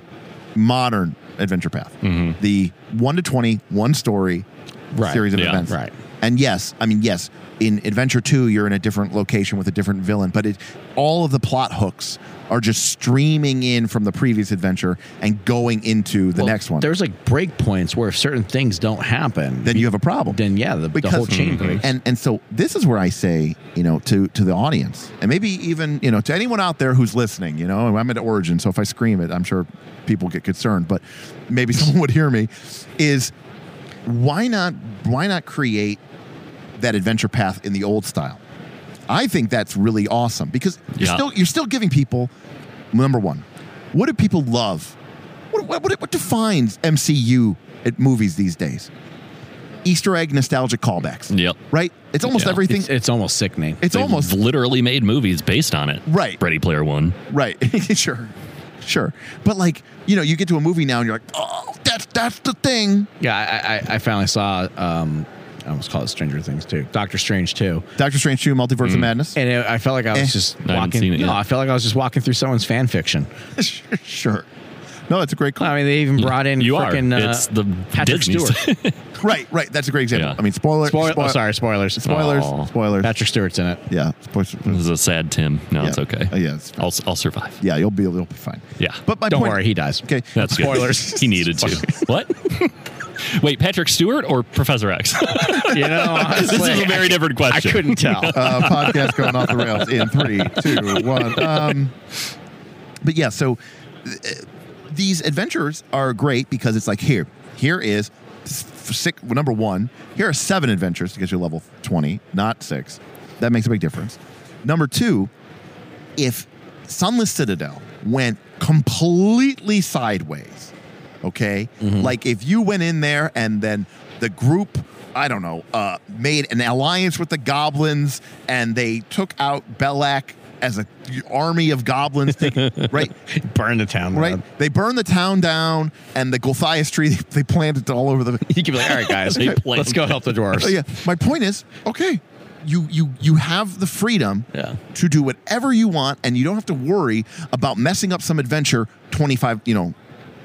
[SPEAKER 1] modern adventure path, the one to 20, one story
[SPEAKER 2] Mm-hmm. Right,
[SPEAKER 1] series of
[SPEAKER 3] yeah,
[SPEAKER 1] events.
[SPEAKER 2] right.
[SPEAKER 1] And yes, I mean, yes, in Adventure 2, you're in a different location with a different villain, but it, all of the plot hooks are just streaming in from the previous adventure and going into the
[SPEAKER 2] Well,
[SPEAKER 1] next one.
[SPEAKER 2] There's like break points where if certain things don't happen,
[SPEAKER 1] Then you have a problem.
[SPEAKER 2] then yeah, the, the
[SPEAKER 1] Because-
[SPEAKER 2] whole chain
[SPEAKER 1] Mhm.
[SPEAKER 2] breaks.
[SPEAKER 1] And and so this is where I say, you know, to to the audience, and maybe even you know to anyone out there who's listening, you know, I'm at Origin, so if I scream it, I'm sure people get concerned, but maybe someone would hear me. Is why not why not create that adventure path in the old style? I think that's really awesome because you're
[SPEAKER 3] Yeah.
[SPEAKER 1] still you're still giving people number one. What do people love? What what, what, what defines MCU at movies these days? Easter egg nostalgic callbacks
[SPEAKER 3] Yep.
[SPEAKER 1] right? It's almost
[SPEAKER 3] Yeah.
[SPEAKER 1] everything.
[SPEAKER 2] It's, it's almost sickening.
[SPEAKER 1] It's
[SPEAKER 3] They've
[SPEAKER 1] almost
[SPEAKER 3] literally made movies based on it.
[SPEAKER 1] Right.
[SPEAKER 3] Ready Player One.
[SPEAKER 1] right. sure, sure. But like you know, you get to a movie now, and you're like, oh, that's that's the thing.
[SPEAKER 2] yeah, I, I, I finally saw. Um, I almost call it Stranger Things too. Doctor Strange too.
[SPEAKER 1] Doctor Strange Two: Multiverse
[SPEAKER 2] Mm.
[SPEAKER 1] of Madness.
[SPEAKER 2] And it, I felt like I was
[SPEAKER 1] Eh.
[SPEAKER 2] just
[SPEAKER 3] haven't
[SPEAKER 2] walking.
[SPEAKER 3] seen it
[SPEAKER 2] no,
[SPEAKER 3] yet.
[SPEAKER 2] I felt like I was just walking through someone's fan fiction.
[SPEAKER 1] sure. No, it's a great.
[SPEAKER 2] I mean, they even brought in
[SPEAKER 3] you are.
[SPEAKER 2] fucking. Uh,
[SPEAKER 3] it's the
[SPEAKER 2] Patrick
[SPEAKER 3] Disney
[SPEAKER 2] Stewart.
[SPEAKER 3] stuff.
[SPEAKER 1] right, right. That's a great example.
[SPEAKER 3] Yeah.
[SPEAKER 1] I mean, spoiler.
[SPEAKER 2] Spoil-
[SPEAKER 1] spoil-
[SPEAKER 2] oh, sorry, spoilers.
[SPEAKER 1] Spoilers.
[SPEAKER 2] Aw.
[SPEAKER 1] Spoilers.
[SPEAKER 2] Patrick Stewart's in it.
[SPEAKER 1] Yeah. Spoilers.
[SPEAKER 3] this is a sad Tim. No,
[SPEAKER 1] yeah.
[SPEAKER 3] it's okay.
[SPEAKER 1] Uh, yeah. It's fine.
[SPEAKER 3] I'll, I'll survive.
[SPEAKER 1] yeah. You'll be. You'll be fine.
[SPEAKER 3] Yeah.
[SPEAKER 1] But my
[SPEAKER 2] Don't
[SPEAKER 1] point-
[SPEAKER 2] worry, he dies.
[SPEAKER 1] Okay.
[SPEAKER 3] That's good.
[SPEAKER 2] Spoilers.
[SPEAKER 3] he needed to. What? Wait, Patrick Stewart or Professor X?
[SPEAKER 2] You know,
[SPEAKER 3] this is
[SPEAKER 2] honestly,
[SPEAKER 3] a very
[SPEAKER 2] I,
[SPEAKER 3] different
[SPEAKER 2] I
[SPEAKER 3] question.
[SPEAKER 2] couldn't tell.
[SPEAKER 1] uh, podcast going off the rails in three, two, one. Um, but yeah, so uh, these adventures are great because it's like here, here is s- six, well, number one. Here are seven adventures to get you to level twenty, not six. That makes a big difference. Number two, if Sunless Citadel went completely sideways, okay? Like if you went in there and then the group, I don't know, uh, made an alliance with the goblins and they took out Belak as a army of goblins, taking- right?
[SPEAKER 2] Burn the town.
[SPEAKER 1] Right?
[SPEAKER 2] down.
[SPEAKER 1] They burned the town down and the Golthias tree, they planted it all over the
[SPEAKER 2] You can be like, all right, guys,
[SPEAKER 3] They played
[SPEAKER 2] let's go help the dwarves.
[SPEAKER 1] so yeah, my point is, okay, you you you have the freedom
[SPEAKER 2] Yeah.
[SPEAKER 1] to do whatever you want, and you don't have to worry about messing up some adventure twenty five you know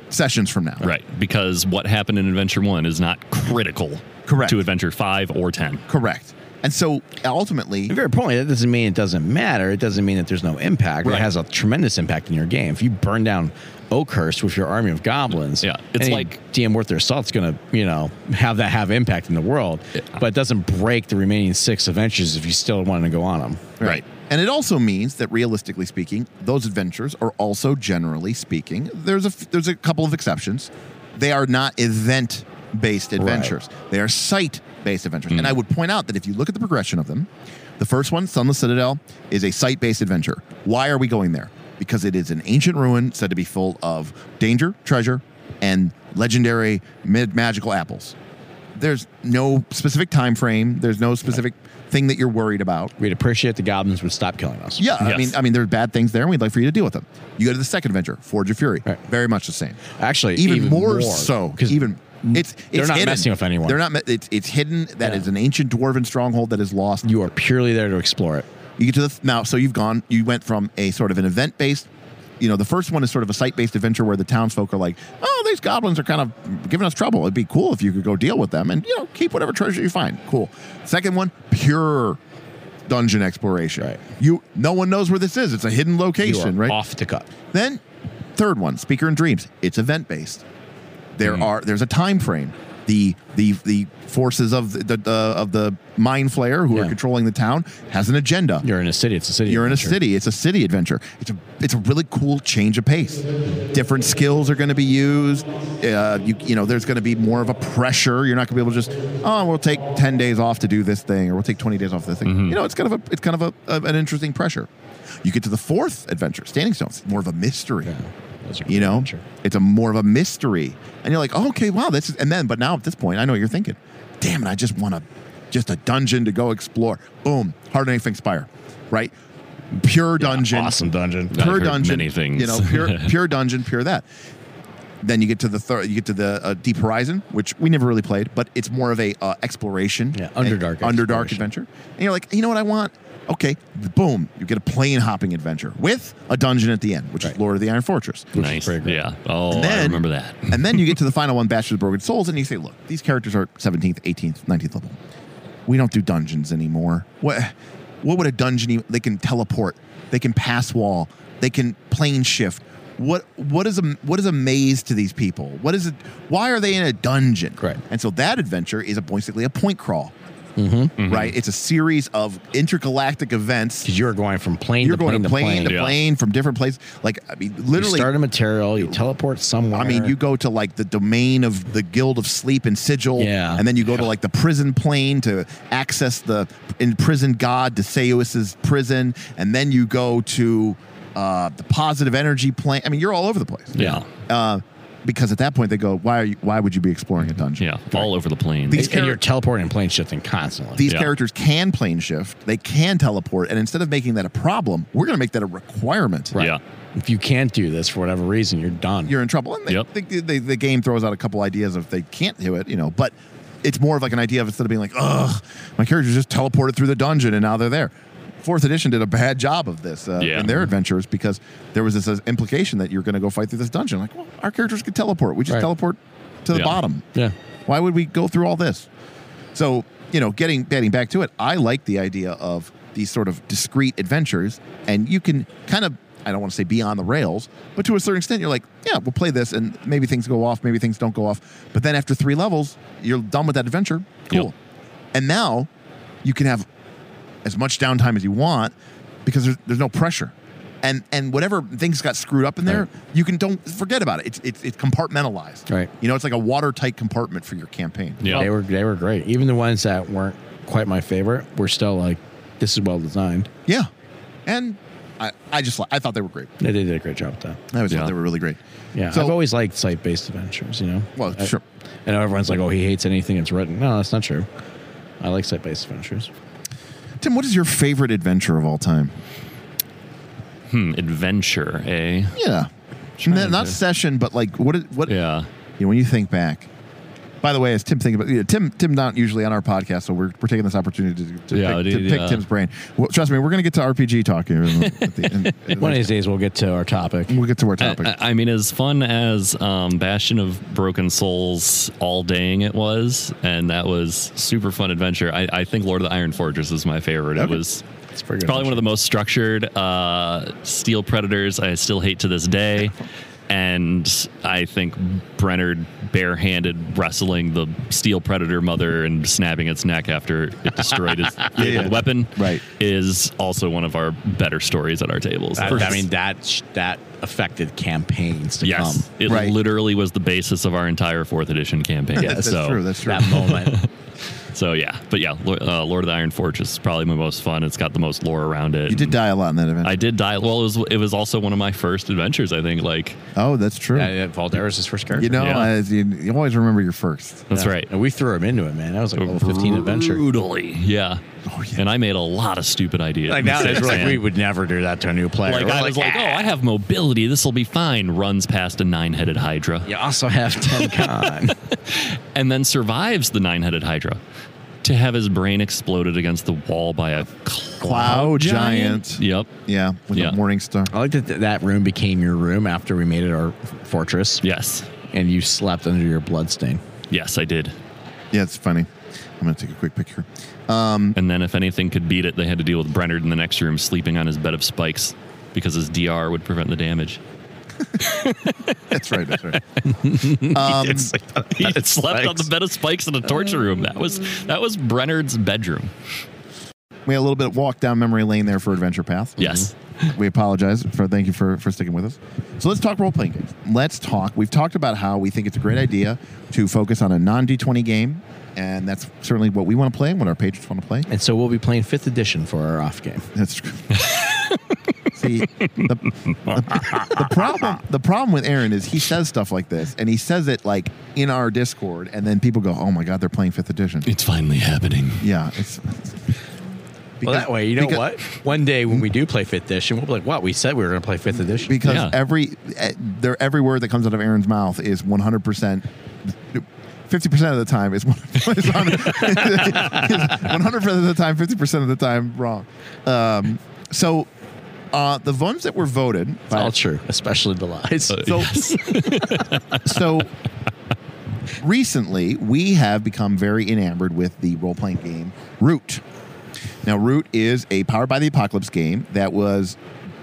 [SPEAKER 1] sessions from now.
[SPEAKER 3] Right, because what happened in Adventure 1 is not critical
[SPEAKER 1] Correct.
[SPEAKER 3] to Adventure 5 or 10.
[SPEAKER 1] Correct. And so ultimately,
[SPEAKER 2] And very importantly, that doesn't mean it doesn't matter. It doesn't mean that there's no impact. It
[SPEAKER 3] Right.
[SPEAKER 2] has a tremendous impact in your game. If you burn down Oakhurst with your army of goblins,
[SPEAKER 3] Yeah, it's
[SPEAKER 2] any
[SPEAKER 3] like-
[SPEAKER 2] DM worth their salt's going to, you know, have that have impact in the world, but it doesn't break the remaining six adventures if you still want to go on them.
[SPEAKER 1] Right. And it also means that realistically speaking, those adventures are also generally speaking. There's a f- there's a couple of exceptions. They are not event based adventures. They are site based adventures. And I would point out that if you look at the progression of them, the first one, Sunless Citadel, is a site based adventure. Why are we going there? Because it is an ancient ruin said to be full of danger, treasure, and legendary mid magical apples. There's no specific time frame. There's no specific thing that you're worried about.
[SPEAKER 2] We'd appreciate the goblins would stop killing us.
[SPEAKER 1] Yeah, I
[SPEAKER 3] Yes.
[SPEAKER 1] mean, I mean, there are bad things there, and we'd like for you to deal with them. You go to the second adventure, Forge of Fury,
[SPEAKER 2] Right.
[SPEAKER 1] very much the same.
[SPEAKER 2] Actually,
[SPEAKER 1] Even, more, so, because
[SPEAKER 2] because
[SPEAKER 1] even it's, it's
[SPEAKER 2] they're not
[SPEAKER 1] hidden.
[SPEAKER 2] messing with anyone.
[SPEAKER 1] They're not. me- It's it's hidden. That is
[SPEAKER 2] Yeah.
[SPEAKER 1] an ancient dwarven stronghold that is lost. You,
[SPEAKER 2] you are purely there to explore it.
[SPEAKER 1] you get to the th- now. So you've gone. You went from a sort of an event based. You know, the first one is sort of a site based adventure where the townsfolk are like, "Oh, these goblins are kind of giving us trouble. It'd be cool if you could go deal with them and you know keep whatever treasure you find." Cool. Second one, pure dungeon exploration.
[SPEAKER 2] Right.
[SPEAKER 1] You no one knows where this is. It's a hidden
[SPEAKER 2] You are
[SPEAKER 1] location, right?
[SPEAKER 2] off the cut.
[SPEAKER 1] Then, third one, Speaker and Dreams. It's event based. There
[SPEAKER 2] Mm-hmm.
[SPEAKER 1] are there's a time frame. The the the forces of the, the of the mind flayer who are
[SPEAKER 2] Yeah.
[SPEAKER 1] controlling the town has an agenda.
[SPEAKER 2] You're in a city. It's a city.
[SPEAKER 1] You're in a
[SPEAKER 2] adventure.
[SPEAKER 1] city. It's a city adventure. It's a it's a really cool change of pace. Different skills are going to be used. Uh, you you know there's going to be more of a pressure. You're not going to be able to just oh we'll take ten days off to do this thing or we'll take twenty days off this thing.
[SPEAKER 2] Mm-hmm.
[SPEAKER 1] You know it's kind of a it's kind of a, a- an interesting pressure. You get to the fourth adventure, Standing Stones, more of a mystery.
[SPEAKER 2] Those are
[SPEAKER 1] You know,
[SPEAKER 2] adventure.
[SPEAKER 1] it's a more of a mystery, and you're like, oh, okay, wow, this is. And then, but now at this point, I know what you're thinking. Damn it, I just want a, just a dungeon to go explore. Boom, Hardening Spire, right? Pure dungeon,
[SPEAKER 2] Awesome dungeon.
[SPEAKER 3] I've
[SPEAKER 1] pure
[SPEAKER 3] heard
[SPEAKER 1] dungeon.
[SPEAKER 3] many things.
[SPEAKER 1] You know, pure, pure dungeon, pure that. Then you get to the third, you get to the uh, Deep Horizon, which we never really played, but it's more of a uh, exploration,
[SPEAKER 2] Yeah, Underdark
[SPEAKER 1] a- Underdark
[SPEAKER 2] exploration.
[SPEAKER 1] adventure. And you're like, you know what I want? Okay, boom, you get a plane hopping adventure with a dungeon at the end, which
[SPEAKER 2] Right.
[SPEAKER 1] is Lord of the Iron Fortress.
[SPEAKER 2] Which is
[SPEAKER 3] nice.
[SPEAKER 2] pretty great.
[SPEAKER 3] Yeah. Oh,
[SPEAKER 1] And then-
[SPEAKER 3] I remember that.
[SPEAKER 1] and then you get to the final one, Batch of the Broken Souls, and you say, look, these characters are 17th, 18th, 19th level. We don't do dungeons anymore. What what would a dungeon even, they can teleport, they can pass wall, they can plane shift. What what is a what is a maze to these people? What is it why are they in a dungeon?
[SPEAKER 2] Right.
[SPEAKER 1] And so that adventure is a, basically a point crawl. Right? It's a series of intergalactic events.
[SPEAKER 2] Because you're going from plane
[SPEAKER 1] You're
[SPEAKER 2] to
[SPEAKER 1] going
[SPEAKER 2] plane
[SPEAKER 1] to plane to
[SPEAKER 3] yeah.
[SPEAKER 1] plane from different places. Like I mean
[SPEAKER 2] You
[SPEAKER 1] literally
[SPEAKER 2] start a material, you teleport somewhere.
[SPEAKER 1] I mean, you go to like the domain of the Guild of Sleep and Sigil,
[SPEAKER 2] Yeah.
[SPEAKER 1] and then you go to like the prison plane to access the imprisoned god Deseus's prison, and then you go to uh, the positive energy plane. I mean, you're all over the place.
[SPEAKER 3] Yeah.
[SPEAKER 1] Uh, because at that point they go, why are you, why would you be exploring a dungeon?
[SPEAKER 3] Yeah. All over the plane.
[SPEAKER 1] These
[SPEAKER 2] and, and you're
[SPEAKER 1] charac-
[SPEAKER 2] teleporting and plane shifting constantly.
[SPEAKER 1] These
[SPEAKER 3] Yeah.
[SPEAKER 1] characters can plane shift, they can teleport, and instead of making that a problem, we're going to make that a requirement.
[SPEAKER 2] Right.
[SPEAKER 3] Yeah.
[SPEAKER 2] If you can't do this for whatever reason, you're done.
[SPEAKER 1] you're in trouble. And they,
[SPEAKER 3] Yep.
[SPEAKER 1] they, they, the game throws out a couple ideas of if they can't do it, you know, but it's more of like an idea of instead of being like, ugh, my character just teleported through the dungeon and now they're there. Fourth edition did a bad job of this uh,
[SPEAKER 3] Yeah.
[SPEAKER 1] in their adventures because there was this uh, implication that you're going to go fight through this dungeon. Like, well, our characters could teleport. We just
[SPEAKER 2] Right.
[SPEAKER 1] teleport to the
[SPEAKER 3] Yeah.
[SPEAKER 1] bottom.
[SPEAKER 2] yeah.
[SPEAKER 1] Why would we go through all this? So, you know, getting getting back to it, I like the idea of these sort of discrete adventures, and you can kind of I don't want to say be on the rails, but to a certain extent, you're like, yeah, we'll play this, and maybe things go off, maybe things don't go off. But then after three levels, you're done with that adventure. Cool.
[SPEAKER 3] Yep.
[SPEAKER 1] And now you can have as much downtime as you want because there's, there's no pressure. And and whatever things got screwed up in there,
[SPEAKER 2] Right.
[SPEAKER 1] you can don't forget about it. It's it's, it's compartmentalized.
[SPEAKER 2] Right.
[SPEAKER 1] You know, it's like a watertight compartment for your campaign.
[SPEAKER 3] Yeah.
[SPEAKER 2] They were they were great. Even the ones that weren't quite my favorite were still like this is well designed.
[SPEAKER 1] Yeah, and I, I just li- I thought they were great.
[SPEAKER 2] They did a great job with that.
[SPEAKER 1] I always
[SPEAKER 3] Yeah.
[SPEAKER 1] thought they were really great.
[SPEAKER 2] Yeah.
[SPEAKER 1] So-
[SPEAKER 2] I've always liked site based adventures, you know?
[SPEAKER 1] Well,
[SPEAKER 2] I-
[SPEAKER 1] sure.
[SPEAKER 2] I know everyone's like, oh, he hates anything that's written. No, that's not true. I like site based adventures.
[SPEAKER 1] Tim, what is your favorite adventure of all time?
[SPEAKER 3] Hmm. Adventure, eh?
[SPEAKER 1] Yeah, not, not session, but like what? is- What?
[SPEAKER 3] Yeah.
[SPEAKER 1] You know, when you think back. By the way, as Tim thinking about yeah, Tim, Tim not usually on our podcast, so we're, we're taking this opportunity to, to
[SPEAKER 3] Yeah,
[SPEAKER 1] pick,
[SPEAKER 3] dude,
[SPEAKER 1] to pick
[SPEAKER 3] yeah.
[SPEAKER 1] Tim's brain. Well, trust me, we're going to get to RPG talk here. at the end-
[SPEAKER 2] One of these days we'll get to our topic.
[SPEAKER 1] we'll get to our
[SPEAKER 3] I,
[SPEAKER 1] topic.
[SPEAKER 3] I- I mean, as fun as um, Bastion of Broken Souls all daying it was, and that was super fun adventure. I, I think Lord of the Iron Fortress is my favorite.
[SPEAKER 1] Okay.
[SPEAKER 3] It was
[SPEAKER 2] It's pretty good.
[SPEAKER 3] probably one of the most structured uh, steel predators I still hate to this day. And I think Brennard barehanded wrestling the steel predator mother and snapping its neck after it destroyed its fabled weapon
[SPEAKER 1] Right.
[SPEAKER 3] is also one of our better stories at our tables.
[SPEAKER 2] That-
[SPEAKER 3] For-
[SPEAKER 2] I mean that sh- that affected campaigns to
[SPEAKER 3] Yes,
[SPEAKER 2] come.
[SPEAKER 3] it
[SPEAKER 1] Right.
[SPEAKER 3] literally was the basis of our entire fourth edition campaign.
[SPEAKER 1] That's- that's
[SPEAKER 3] so,
[SPEAKER 1] true. That's true.
[SPEAKER 2] That moment.
[SPEAKER 3] so yeah, but yeah, Lo- uh, Lord of the Iron Fortress is probably my most fun. It's got the most lore around it.
[SPEAKER 1] you did die a lot in that event.
[SPEAKER 3] I did die. Well, it was it was also one of my first adventures. I think like
[SPEAKER 1] oh, that's true.
[SPEAKER 2] yeah, yeah, Valdera's his first character.
[SPEAKER 1] you know,
[SPEAKER 3] Yeah.
[SPEAKER 1] as you, you always remember your first.
[SPEAKER 3] that's
[SPEAKER 2] Yeah.
[SPEAKER 3] right.
[SPEAKER 2] And we threw him into it, man. That was like a level 15 adventure.
[SPEAKER 3] Brutally, yeah.
[SPEAKER 1] Oh, yeah.
[SPEAKER 3] And I made a lot of stupid ideas.
[SPEAKER 2] Like nowadays,
[SPEAKER 3] mistakes,
[SPEAKER 2] we're like,
[SPEAKER 3] man.
[SPEAKER 2] we would never do that to a new player.
[SPEAKER 3] Like,
[SPEAKER 2] We're
[SPEAKER 3] I was like, oh, I have mobility. This will be fine. Runs past a nine-headed Hydra,
[SPEAKER 2] You also have 10 con.
[SPEAKER 3] and then survives the nine-headed Hydra to have his brain exploded against the wall by a
[SPEAKER 1] Cloud giant.
[SPEAKER 3] Yep.
[SPEAKER 1] Yeah, with
[SPEAKER 3] Yeah.
[SPEAKER 1] the morning star.
[SPEAKER 2] I like that th- that room became your room after we made it our f- fortress,
[SPEAKER 3] Yes.
[SPEAKER 2] and you slept under your bloodstain.
[SPEAKER 3] Yes, I did.
[SPEAKER 1] Yeah, it's funny. I'm going to take a quick picture.
[SPEAKER 3] And then if anything could beat it, they had to deal with Brennard in the next room sleeping on his bed of spikes because his DR would prevent the damage.
[SPEAKER 1] That's right. That's right.
[SPEAKER 3] He had slept on the bed of spikes in the torture room. That was that was Brennard's bedroom.
[SPEAKER 1] We had a little bit of walk down memory lane there for Adventure Path. Mm-hmm.
[SPEAKER 3] Yes.
[SPEAKER 1] We apologize for thank you for, for sticking with us. So let's talk role playing games. Let's talk. We've talked about how we think it's a great idea to focus on a non D20 game, and that's certainly what we want to play and what our patrons want to play.
[SPEAKER 2] And so we'll be playing fifth edition for our off game.
[SPEAKER 1] That's true. See, the, the, the problem the problem with Aaron is he says stuff like this, and he says it like in our Discord, and then people go, "Oh my God, they're playing Fifth Edition."
[SPEAKER 3] It's finally happening.
[SPEAKER 1] Yeah, it's
[SPEAKER 2] well,
[SPEAKER 1] because-
[SPEAKER 2] that way, you know
[SPEAKER 1] because-
[SPEAKER 2] what? One day when we do play fifth edition, we'll be like, "What? We said we were going to play fifth edition."
[SPEAKER 1] because
[SPEAKER 3] Yeah.
[SPEAKER 1] every eh, there every word that comes out of Aaron's mouth is 100 percent fifth fifty percent of the time is one is on one hundred percent of the time, fifty percent of the time wrong. Um, so uh, the ones that were voted,
[SPEAKER 2] It's all true, especially the lies.
[SPEAKER 3] Uh,
[SPEAKER 4] So,
[SPEAKER 1] so recently we have become very enamored with the role playing game Root. Now, Root is a Powered by the Apocalypse game that was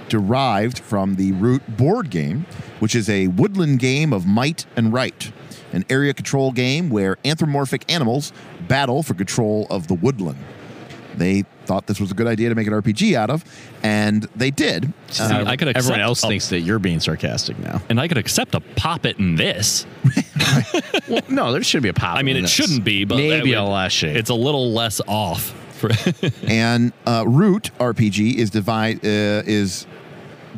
[SPEAKER 1] derived from the Root board game, which is a woodland game of might and right, an area control game where anthropomorphic animals battle for control of the woodland. They thought this was a good idea to make an RPG out of, and they did.
[SPEAKER 3] See, I could accept
[SPEAKER 2] Uh, Everyone else
[SPEAKER 3] a-
[SPEAKER 2] thinks that you're being sarcastic now.
[SPEAKER 3] and I could accept a poppet in this.
[SPEAKER 2] Well, no, there should be a pop.
[SPEAKER 3] I mean, it shouldn't be, but that
[SPEAKER 2] maybe
[SPEAKER 3] would-
[SPEAKER 2] a less shade.
[SPEAKER 3] It's a little less off. For
[SPEAKER 1] and uh, Root RPG is devi- uh, is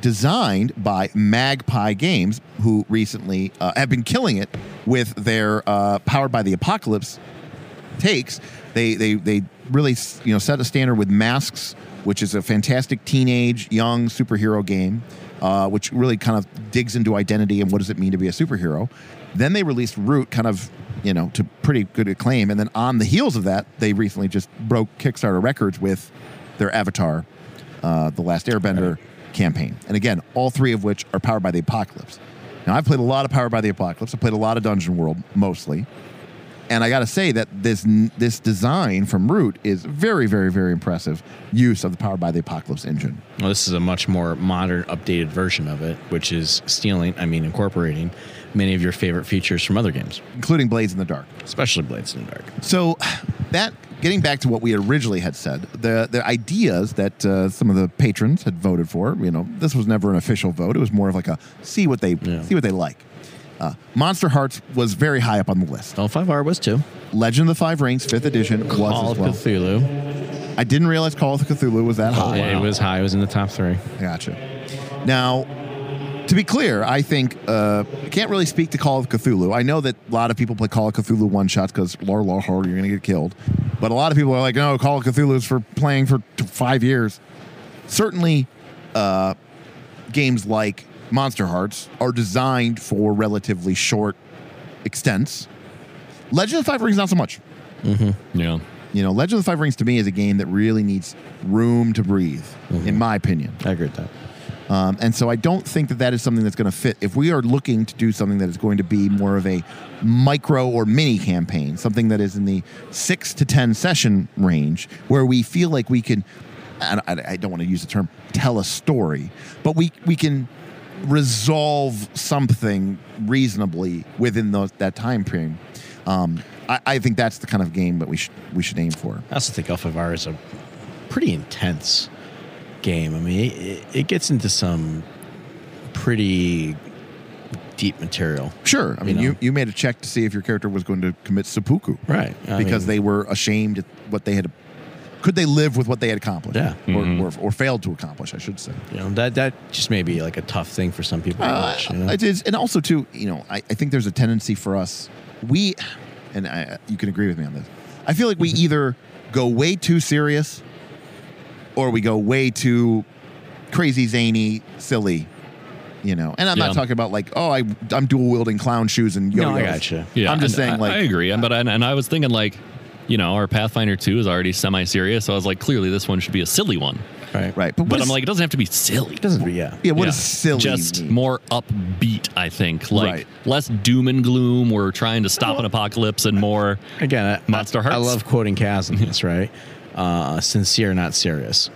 [SPEAKER 1] designed by Magpie Games, who recently uh, have been killing it with their uh, Powered by the Apocalypse takes. They they they really you know set a standard with Masks, which is a fantastic teenage young superhero game, uh, which really kind of digs into identity and what does it mean to be a superhero. Then they released Root, kind of you know to pretty good acclaim, and then on the heels of that, they recently just broke Kickstarter records with their Avatar, uh, the Last Airbender campaign, and again, all three of which are powered by the apocalypse. Now, I've played a lot of Powered by the Apocalypse. I played a lot of Dungeon World, mostly and I got to say that this this design from Root is very, very, very impressive use of the Powered by the Apocalypse engine.
[SPEAKER 2] Well, this is a much more modern, updated version of it, which is stealing, I mean, incorporating many of your favorite features from other games,
[SPEAKER 1] including Blades in the Dark.
[SPEAKER 2] especially Blades in the Dark.
[SPEAKER 1] So that getting back to what we originally had said, the the ideas that uh, some of the patrons had voted for, you know, this was never an official vote. It was more of like a see what they
[SPEAKER 2] Yeah.
[SPEAKER 1] see what they like. Uh, Monster Hearts was very high up on the list.
[SPEAKER 2] Oh, 5R was too.
[SPEAKER 1] Legend of the Five Rings, Fifth Edition, was
[SPEAKER 2] Call
[SPEAKER 1] as
[SPEAKER 2] of
[SPEAKER 1] well.
[SPEAKER 2] Cthulhu. Oh,
[SPEAKER 1] I didn't realize Call of Cthulhu was that high.
[SPEAKER 2] Yeah, It was high. It was in the top three.
[SPEAKER 1] Gotcha. Now, to be clear, I think uh, I can't really speak to Call of Cthulhu. I know that a lot of people play Call of Cthulhu one shots because lar lar hard, you're going to get killed. But a lot of people are like, no, Call of Cthulhu is for playing for t- five years. Certainly, uh, games like Monster Hearts are designed for relatively short extents. Legend of the Five Rings, not so much.
[SPEAKER 3] yeah,
[SPEAKER 1] You know, Legend of the Five Rings to me is a game that really needs room to breathe, in my opinion.
[SPEAKER 2] I agree with that.
[SPEAKER 1] Um, and so I don't think that that is something that's going to fit. If we are looking to do something that is going to be more of a micro or mini campaign, something that is in the six to 10 session range, where we feel like we can, I don't, I don't want to use the term tell a story, but we, we can resolve something reasonably within those, that time frame. Um, I, I think that's the kind of game that we should, we should aim for.
[SPEAKER 2] I also think L5R is a pretty intense game. I mean, it, it gets into some pretty deep material.
[SPEAKER 1] Sure. I mean,
[SPEAKER 2] know.
[SPEAKER 1] you, you made a check to see if your character was going to commit seppuku.
[SPEAKER 2] Right.
[SPEAKER 1] because they were ashamed at what they had. Could they live with what they had accomplished?
[SPEAKER 2] Yeah.
[SPEAKER 1] Or,
[SPEAKER 3] Mm-hmm.
[SPEAKER 1] or, or failed to accomplish, I should say.
[SPEAKER 2] You know, that, that just may be like a tough thing for some people to watch. You know?
[SPEAKER 1] Uh, it is, and also too, you know, I, I think there's a tendency for us. We, and I, you can agree with me on this. I feel like
[SPEAKER 2] Mm-hmm.
[SPEAKER 1] we either go way too serious, or we go way too crazy, zany, silly. You know, and I'm
[SPEAKER 3] Yeah.
[SPEAKER 1] not talking about like, oh, I, I'm dual wielding clown shoes and yo-yos.
[SPEAKER 2] No, I gotcha.
[SPEAKER 3] yeah.
[SPEAKER 1] I'm just
[SPEAKER 3] and
[SPEAKER 1] saying,
[SPEAKER 3] I-
[SPEAKER 1] like,
[SPEAKER 3] I agree. And- But and, and I was thinking like, you know, our Pathfinder Two is already semi-serious, so I was like, clearly this one should be a silly one.
[SPEAKER 2] right.
[SPEAKER 1] right. But, what
[SPEAKER 3] But
[SPEAKER 1] is-
[SPEAKER 3] I'm like, it doesn't have to be silly.
[SPEAKER 2] It doesn't, yeah.
[SPEAKER 1] yeah, what
[SPEAKER 3] Yeah.
[SPEAKER 1] is silly?
[SPEAKER 3] Just
[SPEAKER 1] mean?
[SPEAKER 3] more upbeat, I think. Like
[SPEAKER 1] Right.
[SPEAKER 3] less doom and gloom. We're trying to stop an apocalypse and more.
[SPEAKER 2] Again, I-
[SPEAKER 3] Monster
[SPEAKER 2] I, I
[SPEAKER 3] Hearts.
[SPEAKER 2] love quoting Kaz in this, right? Uh, sincere, not serious,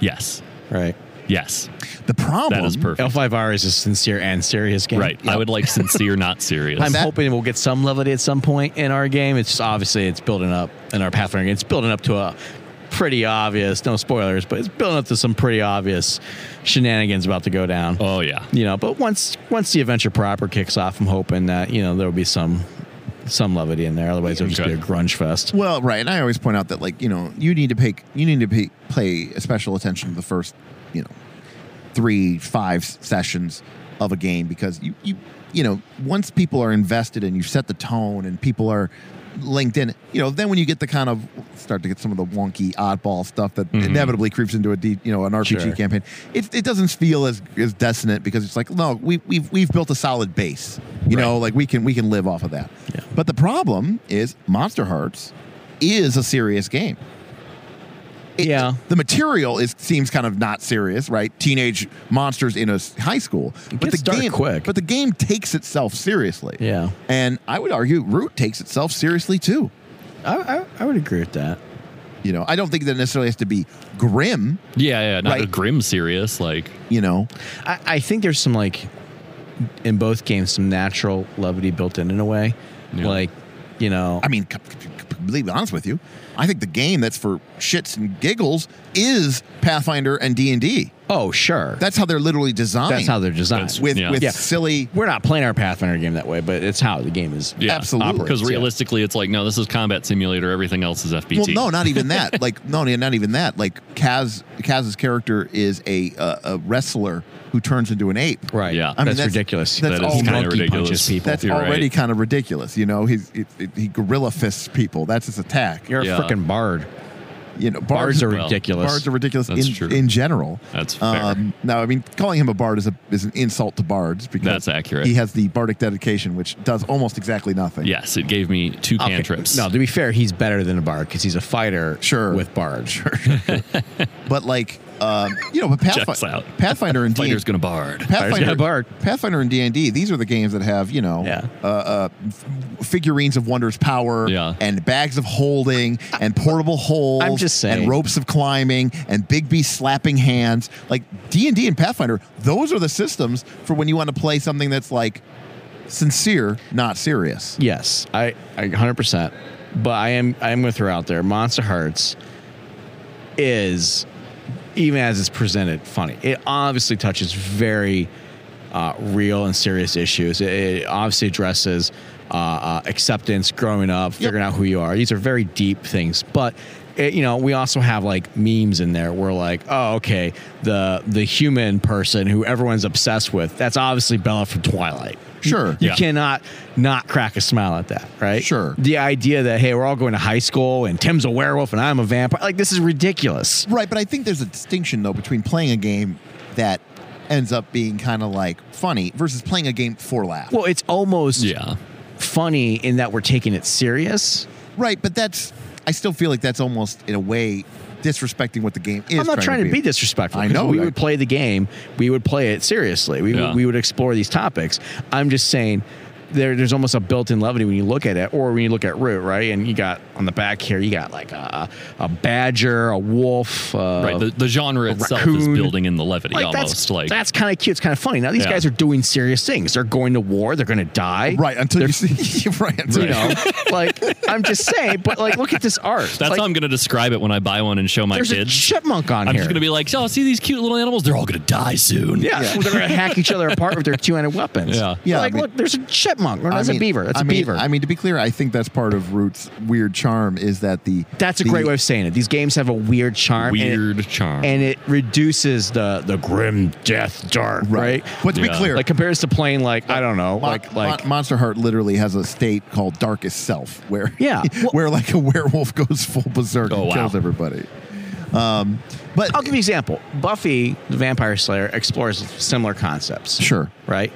[SPEAKER 3] Yes,
[SPEAKER 2] right?
[SPEAKER 3] yes,
[SPEAKER 1] the problem.
[SPEAKER 3] that is perfect.
[SPEAKER 2] L5R is a sincere and serious
[SPEAKER 1] Oh,
[SPEAKER 2] game.
[SPEAKER 3] Right. I would like sincere, not serious.
[SPEAKER 2] I'm
[SPEAKER 1] That-
[SPEAKER 2] hoping we'll get some levity at some point in our game. It's just obviously it's building up in our Pathfinder game. It's building up to a pretty obvious, no spoilers, but it's building up to some pretty obvious shenanigans about to go down.
[SPEAKER 3] oh yeah.
[SPEAKER 2] You know, but once once the adventure proper kicks off, I'm hoping that you know there will be some some levity in there. Otherwise, it'll just
[SPEAKER 3] Okay.
[SPEAKER 2] be a grunge fest.
[SPEAKER 1] Well, right, and I always point out that like you know you need to pay you need to pay, pay special attention to the first you know three five s- sessions of a game because you you you know once people are invested and you set the tone and people are linked in you know then when you get the kind of start to get some of the wonky oddball stuff that inevitably creeps into a D, you know an RPG
[SPEAKER 2] Mm-hmm. Sure.
[SPEAKER 1] campaign it, it doesn't feel as as dissonant because it's like no we we've we've built a solid base you know like we can we can live off of that
[SPEAKER 2] Yeah.
[SPEAKER 1] But the problem is Monster Hearts is a serious game.
[SPEAKER 2] Yeah.
[SPEAKER 1] The material is seems kind of not serious, right? Teenage monsters in a s- high school, but
[SPEAKER 2] gets
[SPEAKER 1] the
[SPEAKER 2] dark
[SPEAKER 1] game
[SPEAKER 2] quick.
[SPEAKER 1] but the game takes itself seriously.
[SPEAKER 2] Yeah.
[SPEAKER 1] and I would argue Root takes itself seriously too.
[SPEAKER 2] I, I, I would agree with that.
[SPEAKER 1] You know, I don't think that it necessarily has to be grim.
[SPEAKER 3] Yeah, yeah, not a
[SPEAKER 1] Right.
[SPEAKER 3] grim serious. Like,
[SPEAKER 1] You know,
[SPEAKER 2] I, I think there's some like in both games some natural levity built in in a way,
[SPEAKER 3] Yeah.
[SPEAKER 2] like you know.
[SPEAKER 1] I mean, c- c- c- be honest with you, I think the game that's for shits and giggles is Pathfinder and D and D.
[SPEAKER 2] oh sure,
[SPEAKER 1] That's how they're literally designed.
[SPEAKER 2] that's how they're designed.
[SPEAKER 3] That's-
[SPEAKER 1] with
[SPEAKER 3] Yeah.
[SPEAKER 1] with
[SPEAKER 2] Yeah.
[SPEAKER 1] silly.
[SPEAKER 2] We're not playing our Pathfinder game that way, but it's how the game is.
[SPEAKER 3] yeah,
[SPEAKER 1] Absolutely.
[SPEAKER 3] Because
[SPEAKER 2] Yeah.
[SPEAKER 3] realistically, it's like, no, this is combat simulator. Everything else is FPT.
[SPEAKER 1] Well, no, not even that. like, no, no, not even that. Like, Kaz Kaz's character is a uh, a wrestler who turns into an ape.
[SPEAKER 2] Right.
[SPEAKER 3] Yeah. I mean,
[SPEAKER 2] That's,
[SPEAKER 1] that's-
[SPEAKER 2] ridiculous.
[SPEAKER 1] that's That is all
[SPEAKER 2] He
[SPEAKER 1] kinda
[SPEAKER 2] monkey
[SPEAKER 3] ridiculous.
[SPEAKER 2] punches people.
[SPEAKER 1] That's
[SPEAKER 3] You're
[SPEAKER 1] already
[SPEAKER 3] right.
[SPEAKER 1] kind of ridiculous. You know, he's it, it, he gorilla fists people. That's his attack.
[SPEAKER 2] You're
[SPEAKER 3] Yeah.
[SPEAKER 2] a freaking bard.
[SPEAKER 1] you know,
[SPEAKER 2] Bards are
[SPEAKER 3] Well,
[SPEAKER 2] ridiculous.
[SPEAKER 1] bards are ridiculous
[SPEAKER 3] That's
[SPEAKER 1] in,
[SPEAKER 3] true.
[SPEAKER 1] in general. Um,
[SPEAKER 3] That's fair.
[SPEAKER 1] now, I mean, calling him a bard is a is an insult to bards because
[SPEAKER 3] That's accurate.
[SPEAKER 1] He has the bardic dedication, which does almost exactly nothing.
[SPEAKER 3] yes, it gave me two
[SPEAKER 2] Okay.
[SPEAKER 3] cantrips.
[SPEAKER 2] No, to be fair, he's better than a bard because he's a fighter.
[SPEAKER 1] Sure.
[SPEAKER 2] With bard. Sure.
[SPEAKER 1] but like, um, you know, but
[SPEAKER 3] Checks
[SPEAKER 1] Pathfinder,
[SPEAKER 3] out.
[SPEAKER 1] Pathfinder and D&D
[SPEAKER 3] Fighter's gonna bard.
[SPEAKER 2] Fighter's
[SPEAKER 1] Pathfinder,
[SPEAKER 2] got bark.
[SPEAKER 1] Pathfinder and D and D. These are the games that have you know
[SPEAKER 2] Yeah.
[SPEAKER 1] uh, uh, f- figurines of wonders power
[SPEAKER 3] Yeah.
[SPEAKER 1] and bags of holding and portable holes.
[SPEAKER 2] I'm just saying.
[SPEAKER 1] and ropes of climbing and Big B slapping hands. Like D and D and Pathfinder, those are the systems for when you want to play something that's like sincere, not serious.
[SPEAKER 2] Yes, I, I 100%. But I am I am with her out there. Monster Hearts is even as it's presented funny. It obviously touches very uh, real and serious issues. It, it obviously addresses uh, uh, acceptance, growing up, figuring out who you are. These are very deep things, but. It, you know, we also have like memes in there where like, oh, okay, the the human person who everyone's obsessed with, that's obviously Bella from Twilight.
[SPEAKER 1] Sure.
[SPEAKER 2] You
[SPEAKER 3] Yeah.
[SPEAKER 2] cannot not crack a smile at that, right?
[SPEAKER 1] Sure.
[SPEAKER 2] The idea that hey, we're all going to high school and Tim's a werewolf and I'm a vampire, like this is ridiculous.
[SPEAKER 1] Right, but I think there's a distinction though between playing a game that ends up being kind of like funny versus playing a game for laughs.
[SPEAKER 2] Well, it's almost
[SPEAKER 3] Yeah.
[SPEAKER 2] funny in that we're taking it serious.
[SPEAKER 1] Right, but that's I still feel like that's almost in a way disrespecting what the game is.
[SPEAKER 2] I'm not trying to be disrespectful.
[SPEAKER 1] I
[SPEAKER 2] 'cause
[SPEAKER 1] know,
[SPEAKER 2] we
[SPEAKER 1] right?
[SPEAKER 2] would play the game, we would play it seriously. We
[SPEAKER 3] Yeah.
[SPEAKER 2] would, we would explore these topics. I'm just saying. There, there's almost a built-in levity when you look at it, or when you look at root, right? And you got on the back here, you got like a, a badger, a wolf, uh,
[SPEAKER 3] Right. The, the genre itself is
[SPEAKER 2] raccoon.
[SPEAKER 3] building in the levity
[SPEAKER 2] like
[SPEAKER 3] almost.
[SPEAKER 2] that's
[SPEAKER 3] like
[SPEAKER 2] that's kind of cute. It's kind of funny. Now these
[SPEAKER 3] Yeah.
[SPEAKER 2] guys are doing serious things. They're going to war. They're going to die.
[SPEAKER 1] right until you see right. Until
[SPEAKER 2] You know, like I'm just saying. But like, look at this art.
[SPEAKER 3] that's
[SPEAKER 2] like,
[SPEAKER 3] how I'm gonna describe it when I buy one and show my
[SPEAKER 2] There's a
[SPEAKER 3] kids.
[SPEAKER 2] chipmunk on
[SPEAKER 3] I'm
[SPEAKER 2] here.
[SPEAKER 3] just gonna be like, oh, see these cute little animals? They're all gonna die soon.
[SPEAKER 2] yeah, well, they're going to hack each other apart with their two-handed weapons.
[SPEAKER 3] Yeah.
[SPEAKER 1] Yeah,
[SPEAKER 2] Like,
[SPEAKER 1] I mean-
[SPEAKER 2] look, there's a chipmunk. Or that's a beaver. That's
[SPEAKER 1] I
[SPEAKER 2] a
[SPEAKER 1] mean,
[SPEAKER 2] beaver.
[SPEAKER 1] I mean, to be clear, I think that's part of Root's weird charm is that the
[SPEAKER 2] that's a
[SPEAKER 1] the-
[SPEAKER 2] great way of saying it. These games have a weird charm. And it,
[SPEAKER 3] Weird charm.
[SPEAKER 2] and it reduces the the grim death dark, right?
[SPEAKER 1] But to be
[SPEAKER 3] Yeah.
[SPEAKER 1] clear,
[SPEAKER 2] Like compares to playing like I don't know,
[SPEAKER 1] Mon-
[SPEAKER 2] like like
[SPEAKER 1] Mon- Monster Heart literally has a state called Darkest Self, where
[SPEAKER 2] Yeah, well-
[SPEAKER 1] where like a werewolf goes full berserk
[SPEAKER 3] Oh,
[SPEAKER 1] and
[SPEAKER 3] wow.
[SPEAKER 1] kills everybody. Um, but
[SPEAKER 2] I'll give you an example. Buffy the Vampire Slayer explores similar concepts.
[SPEAKER 1] sure,
[SPEAKER 2] Right?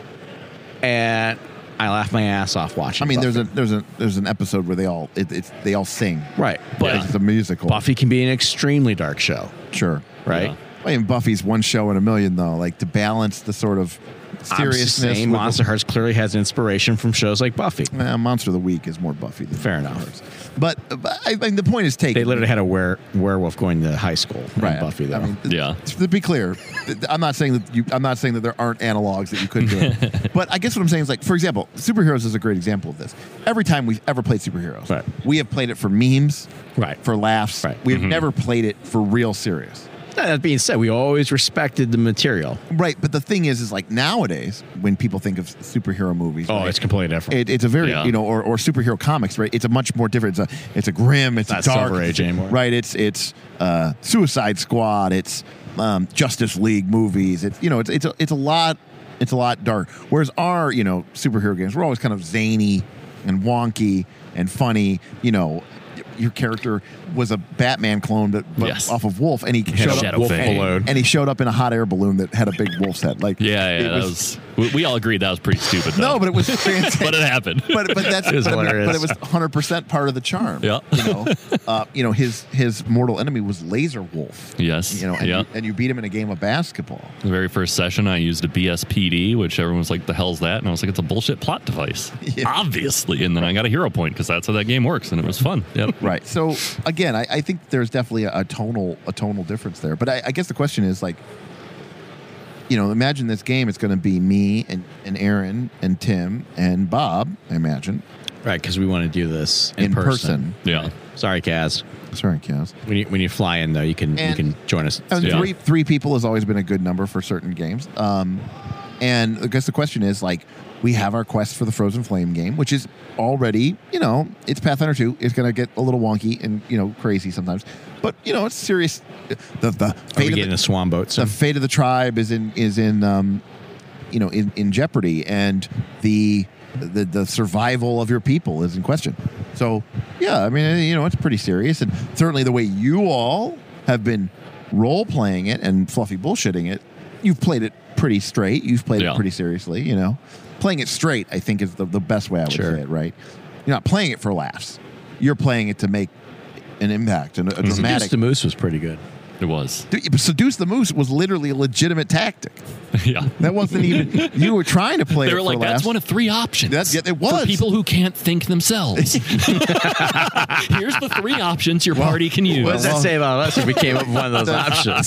[SPEAKER 2] Mm-hmm. And I laugh my ass off watching.
[SPEAKER 1] I mean,
[SPEAKER 2] Buffy.
[SPEAKER 1] there's a there's a there's an episode where they all it, it's they all sing.
[SPEAKER 2] Right. But
[SPEAKER 1] it's a musical.
[SPEAKER 2] Buffy can be an extremely dark show,
[SPEAKER 1] Sure,
[SPEAKER 2] right?
[SPEAKER 3] Yeah.
[SPEAKER 1] I mean, Buffy's one show in a million, though. Like to balance the sort of
[SPEAKER 2] I'm just
[SPEAKER 1] seriousness.
[SPEAKER 2] saying
[SPEAKER 1] with-
[SPEAKER 2] Monster Hearts clearly has inspiration from shows like Buffy.
[SPEAKER 1] Eh, Monster of the Week is more Buffy. Than
[SPEAKER 2] Fair
[SPEAKER 1] Monster
[SPEAKER 2] enough.
[SPEAKER 1] Hearts. But, but I think the point is taken.
[SPEAKER 2] They literally had a were- werewolf going to high school right.
[SPEAKER 1] right.
[SPEAKER 2] in Buffy, though.
[SPEAKER 1] I mean, th-
[SPEAKER 3] Yeah.
[SPEAKER 1] To be clear, th- I'm not saying that you. I'm not saying that there aren't analogs that you could do. but I guess what I'm saying is, like, for example, superheroes is a great example of this. Every time we've ever played superheroes,
[SPEAKER 2] Right.
[SPEAKER 1] we have played it for memes,
[SPEAKER 2] Right.
[SPEAKER 1] for laughs.
[SPEAKER 2] Right. Mm-hmm.
[SPEAKER 1] We've never played it for real serious.
[SPEAKER 2] that being said, we always respected the material.
[SPEAKER 1] Right. But the thing is, is like nowadays when people think of superhero movies,
[SPEAKER 2] Oh,
[SPEAKER 1] right,
[SPEAKER 2] it's completely different.
[SPEAKER 1] It, it's a very
[SPEAKER 3] Yeah.
[SPEAKER 1] you know or, or superhero comics right it's a much more different it's a it's a grim it's
[SPEAKER 2] Not
[SPEAKER 1] a dark
[SPEAKER 2] Silver Age anymore.
[SPEAKER 1] right it's it's uh, Suicide Squad it's um, Justice League movies it's you know it's it's a, it's a lot it's a lot dark whereas our you know superhero games were always kind of zany and wonky and funny you know y- your character was a Batman clone but, but
[SPEAKER 3] Yes.
[SPEAKER 1] off of Wolf and he showed
[SPEAKER 3] Shadow
[SPEAKER 1] up
[SPEAKER 3] Wolf Fang.
[SPEAKER 2] balloon.
[SPEAKER 1] and he showed up in a hot air balloon that had a big wolf's head like
[SPEAKER 3] Yeah, yeah,
[SPEAKER 1] it
[SPEAKER 3] that
[SPEAKER 1] was,
[SPEAKER 3] was- We, we all agreed that was pretty stupid. Though.
[SPEAKER 1] No, but it was fantastic.
[SPEAKER 3] but it happened.
[SPEAKER 1] but but that's
[SPEAKER 2] It was
[SPEAKER 1] but, it, but
[SPEAKER 2] hilarious.
[SPEAKER 1] it was 100 percent part of the charm.
[SPEAKER 3] Yeah.
[SPEAKER 1] you know, uh, you know his his mortal enemy was Laser Wolf.
[SPEAKER 3] yes.
[SPEAKER 1] You know, and,
[SPEAKER 3] yeah.
[SPEAKER 1] you, and you beat him in a game of basketball.
[SPEAKER 3] the very first session, I used a BSPD, which everyone was like, "The hell's that?" And I was like, "It's a bullshit plot device,
[SPEAKER 1] Yeah.
[SPEAKER 3] obviously." And then I got a hero point because that's how that game works, and it was fun. Yep.
[SPEAKER 1] Right. So again, I, I think there's definitely a, a tonal a tonal difference there. But I, I guess the question is like, you know, imagine this game. It's going to be me and, and Aaron and Tim and Bob. I imagine
[SPEAKER 2] Right, because we want to do this in,
[SPEAKER 1] in, person.
[SPEAKER 3] Yeah.
[SPEAKER 2] Sorry, Kaz.
[SPEAKER 1] Sorry, Kaz.
[SPEAKER 2] When you when you fly in though, you can
[SPEAKER 1] And-
[SPEAKER 2] you can join us.
[SPEAKER 1] And
[SPEAKER 3] Yeah.
[SPEAKER 1] three three people has always been a good number for certain games. Um, and I guess the question is like, we have our quest for the Frozen Flame game, which is already, you know, it's Pathfinder 2. It's going to get a little wonky and, you know, crazy sometimes. But, you know, it's serious. The, the
[SPEAKER 2] Are we
[SPEAKER 1] fate, of
[SPEAKER 2] getting
[SPEAKER 1] the,
[SPEAKER 2] a swan boat? So
[SPEAKER 1] the fate of the tribe is in, is in, um, you know, in, in jeopardy. And the, the, the survival of your people is in question. So, yeah, I mean, you know, it's pretty serious. And certainly the way you all have been role playing it and fluffy bullshitting it, you've played it pretty straight. You've played
[SPEAKER 3] Yeah.
[SPEAKER 1] it pretty seriously, you know. Playing it straight, I think, is the, the best way I would
[SPEAKER 2] Sure.
[SPEAKER 1] say it, right? You're not playing it for laughs. You're playing it to make an impact and a, a
[SPEAKER 2] Seduce
[SPEAKER 1] dramatic.
[SPEAKER 2] the Moose was pretty good.
[SPEAKER 3] It was.
[SPEAKER 1] Dude, Seduce the Moose was literally a legitimate tactic.
[SPEAKER 3] yeah.
[SPEAKER 1] That wasn't even, you were trying to play
[SPEAKER 3] They
[SPEAKER 1] it
[SPEAKER 3] were
[SPEAKER 1] for
[SPEAKER 3] like,
[SPEAKER 1] laughs.
[SPEAKER 3] "That's one of three options."
[SPEAKER 1] That's- yeah, it was.
[SPEAKER 3] for people who can't think themselves. Here's the three options your party can use.
[SPEAKER 2] What does that
[SPEAKER 1] Well-
[SPEAKER 2] say about us if we came up with one of those options?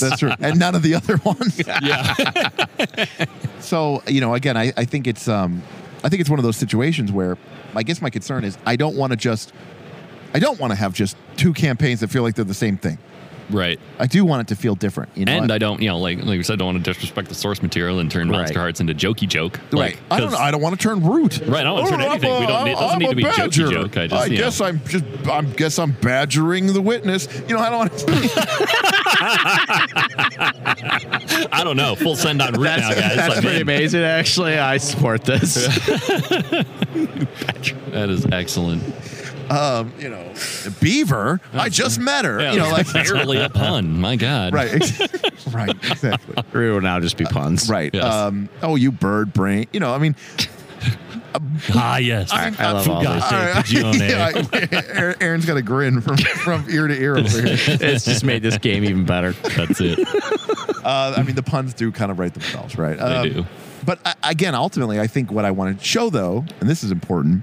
[SPEAKER 1] That's true. And none of the other ones.
[SPEAKER 3] yeah.
[SPEAKER 1] So you know, again, I, I think it's um, I think it's one of those situations where I guess my concern is I don't want to just I don't want to have just two campaigns that feel like they're the same thing.
[SPEAKER 3] Right.
[SPEAKER 1] I do want it to feel different. You know,
[SPEAKER 3] And I don't, you know, like like you said, I don't want to disrespect the source material and turn monster
[SPEAKER 2] Right.
[SPEAKER 3] hearts into jokey joke.
[SPEAKER 1] right.
[SPEAKER 3] Like,
[SPEAKER 1] I don't.
[SPEAKER 3] 'cause-
[SPEAKER 1] I don't want to turn root.
[SPEAKER 3] Right, I don't wanna turn anything. We don't need- it doesn't need to be jokey joke. I just, you know.
[SPEAKER 1] guess I'm just. I guess I'm badgering the witness. You know, I don't want to.
[SPEAKER 3] I don't know. Full send on route now, guys.
[SPEAKER 2] That's
[SPEAKER 3] I'm
[SPEAKER 2] pretty
[SPEAKER 3] in.
[SPEAKER 2] amazing, actually. I support this.
[SPEAKER 3] That is excellent.
[SPEAKER 1] um, you know, Beaver. I just met her.
[SPEAKER 3] Yeah,
[SPEAKER 1] you know, like
[SPEAKER 3] barely a pun. My God.
[SPEAKER 1] right, ex- right, exactly.
[SPEAKER 2] It will now just be puns.
[SPEAKER 1] Right.
[SPEAKER 3] Yes.
[SPEAKER 1] Um, oh, you bird brain. You know, I mean,
[SPEAKER 3] Ah, yes.
[SPEAKER 2] I love all
[SPEAKER 3] Fugate
[SPEAKER 2] this.
[SPEAKER 3] pigeone.
[SPEAKER 1] Yeah, I- Aaron's got a grin from, from ear to ear over here.
[SPEAKER 2] It's just made this game even better.
[SPEAKER 3] That's it.
[SPEAKER 1] Uh, I mean, the puns do kind of write themselves, right? Um,
[SPEAKER 3] do.
[SPEAKER 1] But I, again, ultimately, I think what I want to show, though, and this is important,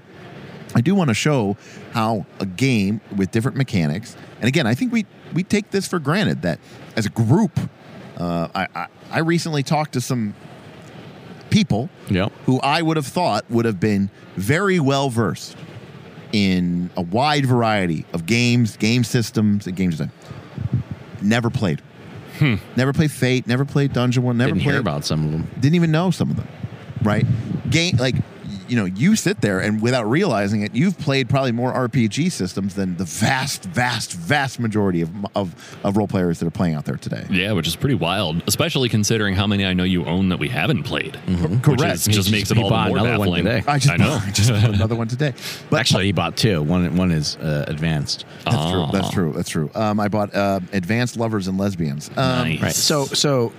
[SPEAKER 1] I do want to show how a game with different mechanics, and again, I think we we take this for granted that as a group, uh, I, I I recently talked to some people
[SPEAKER 2] Yep.
[SPEAKER 1] who I would have thought would have been very well versed in a wide variety of games, game systems, and game design. Never played. Never played Fate, never played Dungeon One, never
[SPEAKER 2] Didn't
[SPEAKER 1] played
[SPEAKER 2] hear about some of them.
[SPEAKER 1] didn't even know some of them. Right? Game like you know, you sit there and without realizing it, you've played probably more RPG systems than the vast, vast, vast majority of of, of role players that are playing out there today.
[SPEAKER 3] Yeah, which is pretty wild, especially considering how many I know you own that we haven't played. Which
[SPEAKER 1] Mm-hmm. Correct.
[SPEAKER 3] is,
[SPEAKER 2] You
[SPEAKER 3] just
[SPEAKER 2] just-
[SPEAKER 3] makes it
[SPEAKER 2] you
[SPEAKER 3] all the
[SPEAKER 2] bought
[SPEAKER 3] more
[SPEAKER 2] another one
[SPEAKER 3] baffling.
[SPEAKER 2] today.
[SPEAKER 1] I just
[SPEAKER 3] I know.
[SPEAKER 1] just bought another one today. But
[SPEAKER 2] Actually, he bought two. One one is uh, advanced.
[SPEAKER 1] That's true.
[SPEAKER 3] Ah.
[SPEAKER 1] That's true. That's true. Um, I bought uh, Advanced Lovers and Lesbians. Um,
[SPEAKER 3] Nice.
[SPEAKER 2] Right. So so,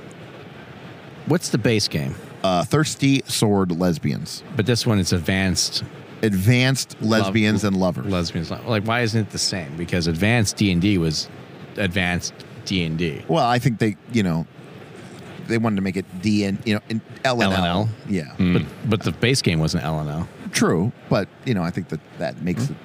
[SPEAKER 2] what's the base game?
[SPEAKER 1] uh, Thirsty Sword Lesbians.
[SPEAKER 2] But this one is advanced
[SPEAKER 1] Advanced Lesbians and Lovers.
[SPEAKER 2] lesbians. Like, why isn't it the same? Because advanced D and D was advanced D and D.
[SPEAKER 1] well, I think they, you know, they wanted to make it D and, you know, in L and L. Hmm.
[SPEAKER 2] LNL.
[SPEAKER 1] Yeah.
[SPEAKER 2] But but the base game wasn't L and L.
[SPEAKER 1] True. But, you know, I think that that makes it.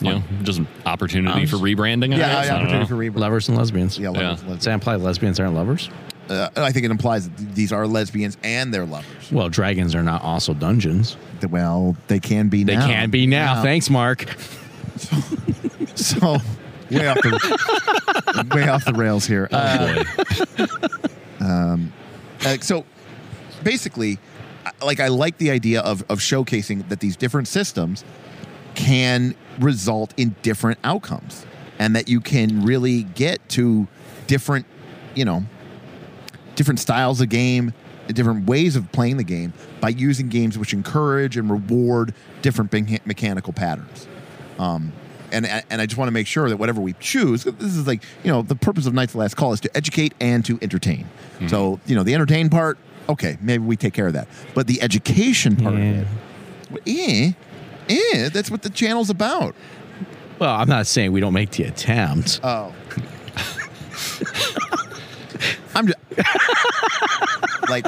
[SPEAKER 3] You know, just an opportunity
[SPEAKER 2] Um,
[SPEAKER 3] for rebranding. I
[SPEAKER 1] Hmm. Yeah,
[SPEAKER 3] guess. I don't
[SPEAKER 1] opportunity
[SPEAKER 3] know.
[SPEAKER 1] for rebirth.
[SPEAKER 2] Lovers and lesbians.
[SPEAKER 1] Yeah, lovers,
[SPEAKER 3] Yeah.
[SPEAKER 1] and
[SPEAKER 2] Does that
[SPEAKER 1] lesbians.
[SPEAKER 2] imply lesbians aren't lovers?
[SPEAKER 1] Uh, I think it implies that th- these are lesbians and they're lovers.
[SPEAKER 2] Well, dragons are not also dungeons.
[SPEAKER 1] Th- Well, they can be
[SPEAKER 2] They
[SPEAKER 1] now.
[SPEAKER 2] can be now. Thanks, Mark.
[SPEAKER 1] So, way off the, way off the rails here. Uh, Uh, so basically, I- like I like the idea of of showcasing that these different systems can result in different outcomes, and that you can really get to different, you know, different styles of game, different ways of playing the game by using games which encourage and reward different mecha- mechanical patterns. Um, and and I just want to make sure that whatever we choose, this is like you know the purpose of Knights of the Last Call is to educate and to entertain. So you know the entertain part, okay, maybe we take care of that, but the education part of it, eh, eh, that's what the channel's about.
[SPEAKER 2] Well, I'm not saying we don't make the attempt.
[SPEAKER 1] Oh. I'm just like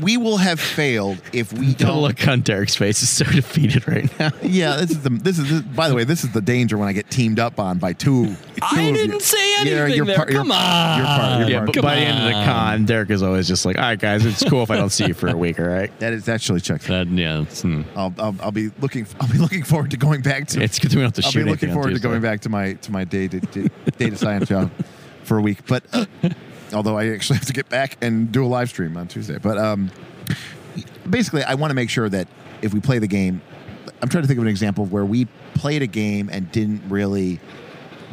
[SPEAKER 1] we will have failed if we
[SPEAKER 2] the
[SPEAKER 1] don't.
[SPEAKER 2] look on Derek's face is so defeated right now.
[SPEAKER 1] Yeah, this is the this is this, by the way this is the danger when I get teamed up on by two. two
[SPEAKER 3] I
[SPEAKER 1] of
[SPEAKER 3] didn't
[SPEAKER 1] you.
[SPEAKER 3] say
[SPEAKER 1] Yeah,
[SPEAKER 3] anything
[SPEAKER 1] you're
[SPEAKER 3] there.
[SPEAKER 1] part- you're-
[SPEAKER 3] Come on.
[SPEAKER 1] you're part- you're
[SPEAKER 2] Yeah,
[SPEAKER 1] part.
[SPEAKER 2] but by the end of the con, Derek is always just like, all right, guys, it's cool if I don't see you for a week, all right?
[SPEAKER 1] That is actually checked.
[SPEAKER 3] That, yeah, it's, mm.
[SPEAKER 1] I'll, I'll, I'll be looking I'll be looking forward to going back to
[SPEAKER 2] It's because we don't have to
[SPEAKER 1] I'll
[SPEAKER 2] shoot
[SPEAKER 1] be looking
[SPEAKER 2] anything on
[SPEAKER 1] forward to
[SPEAKER 2] Tuesday.
[SPEAKER 1] going back to my to my data da- data science job for a week. But uh, although I actually have to get back and do a live stream on Tuesday, but um, basically I want to make sure that if we play the game, I'm trying to think of an example of where we played a game and didn't really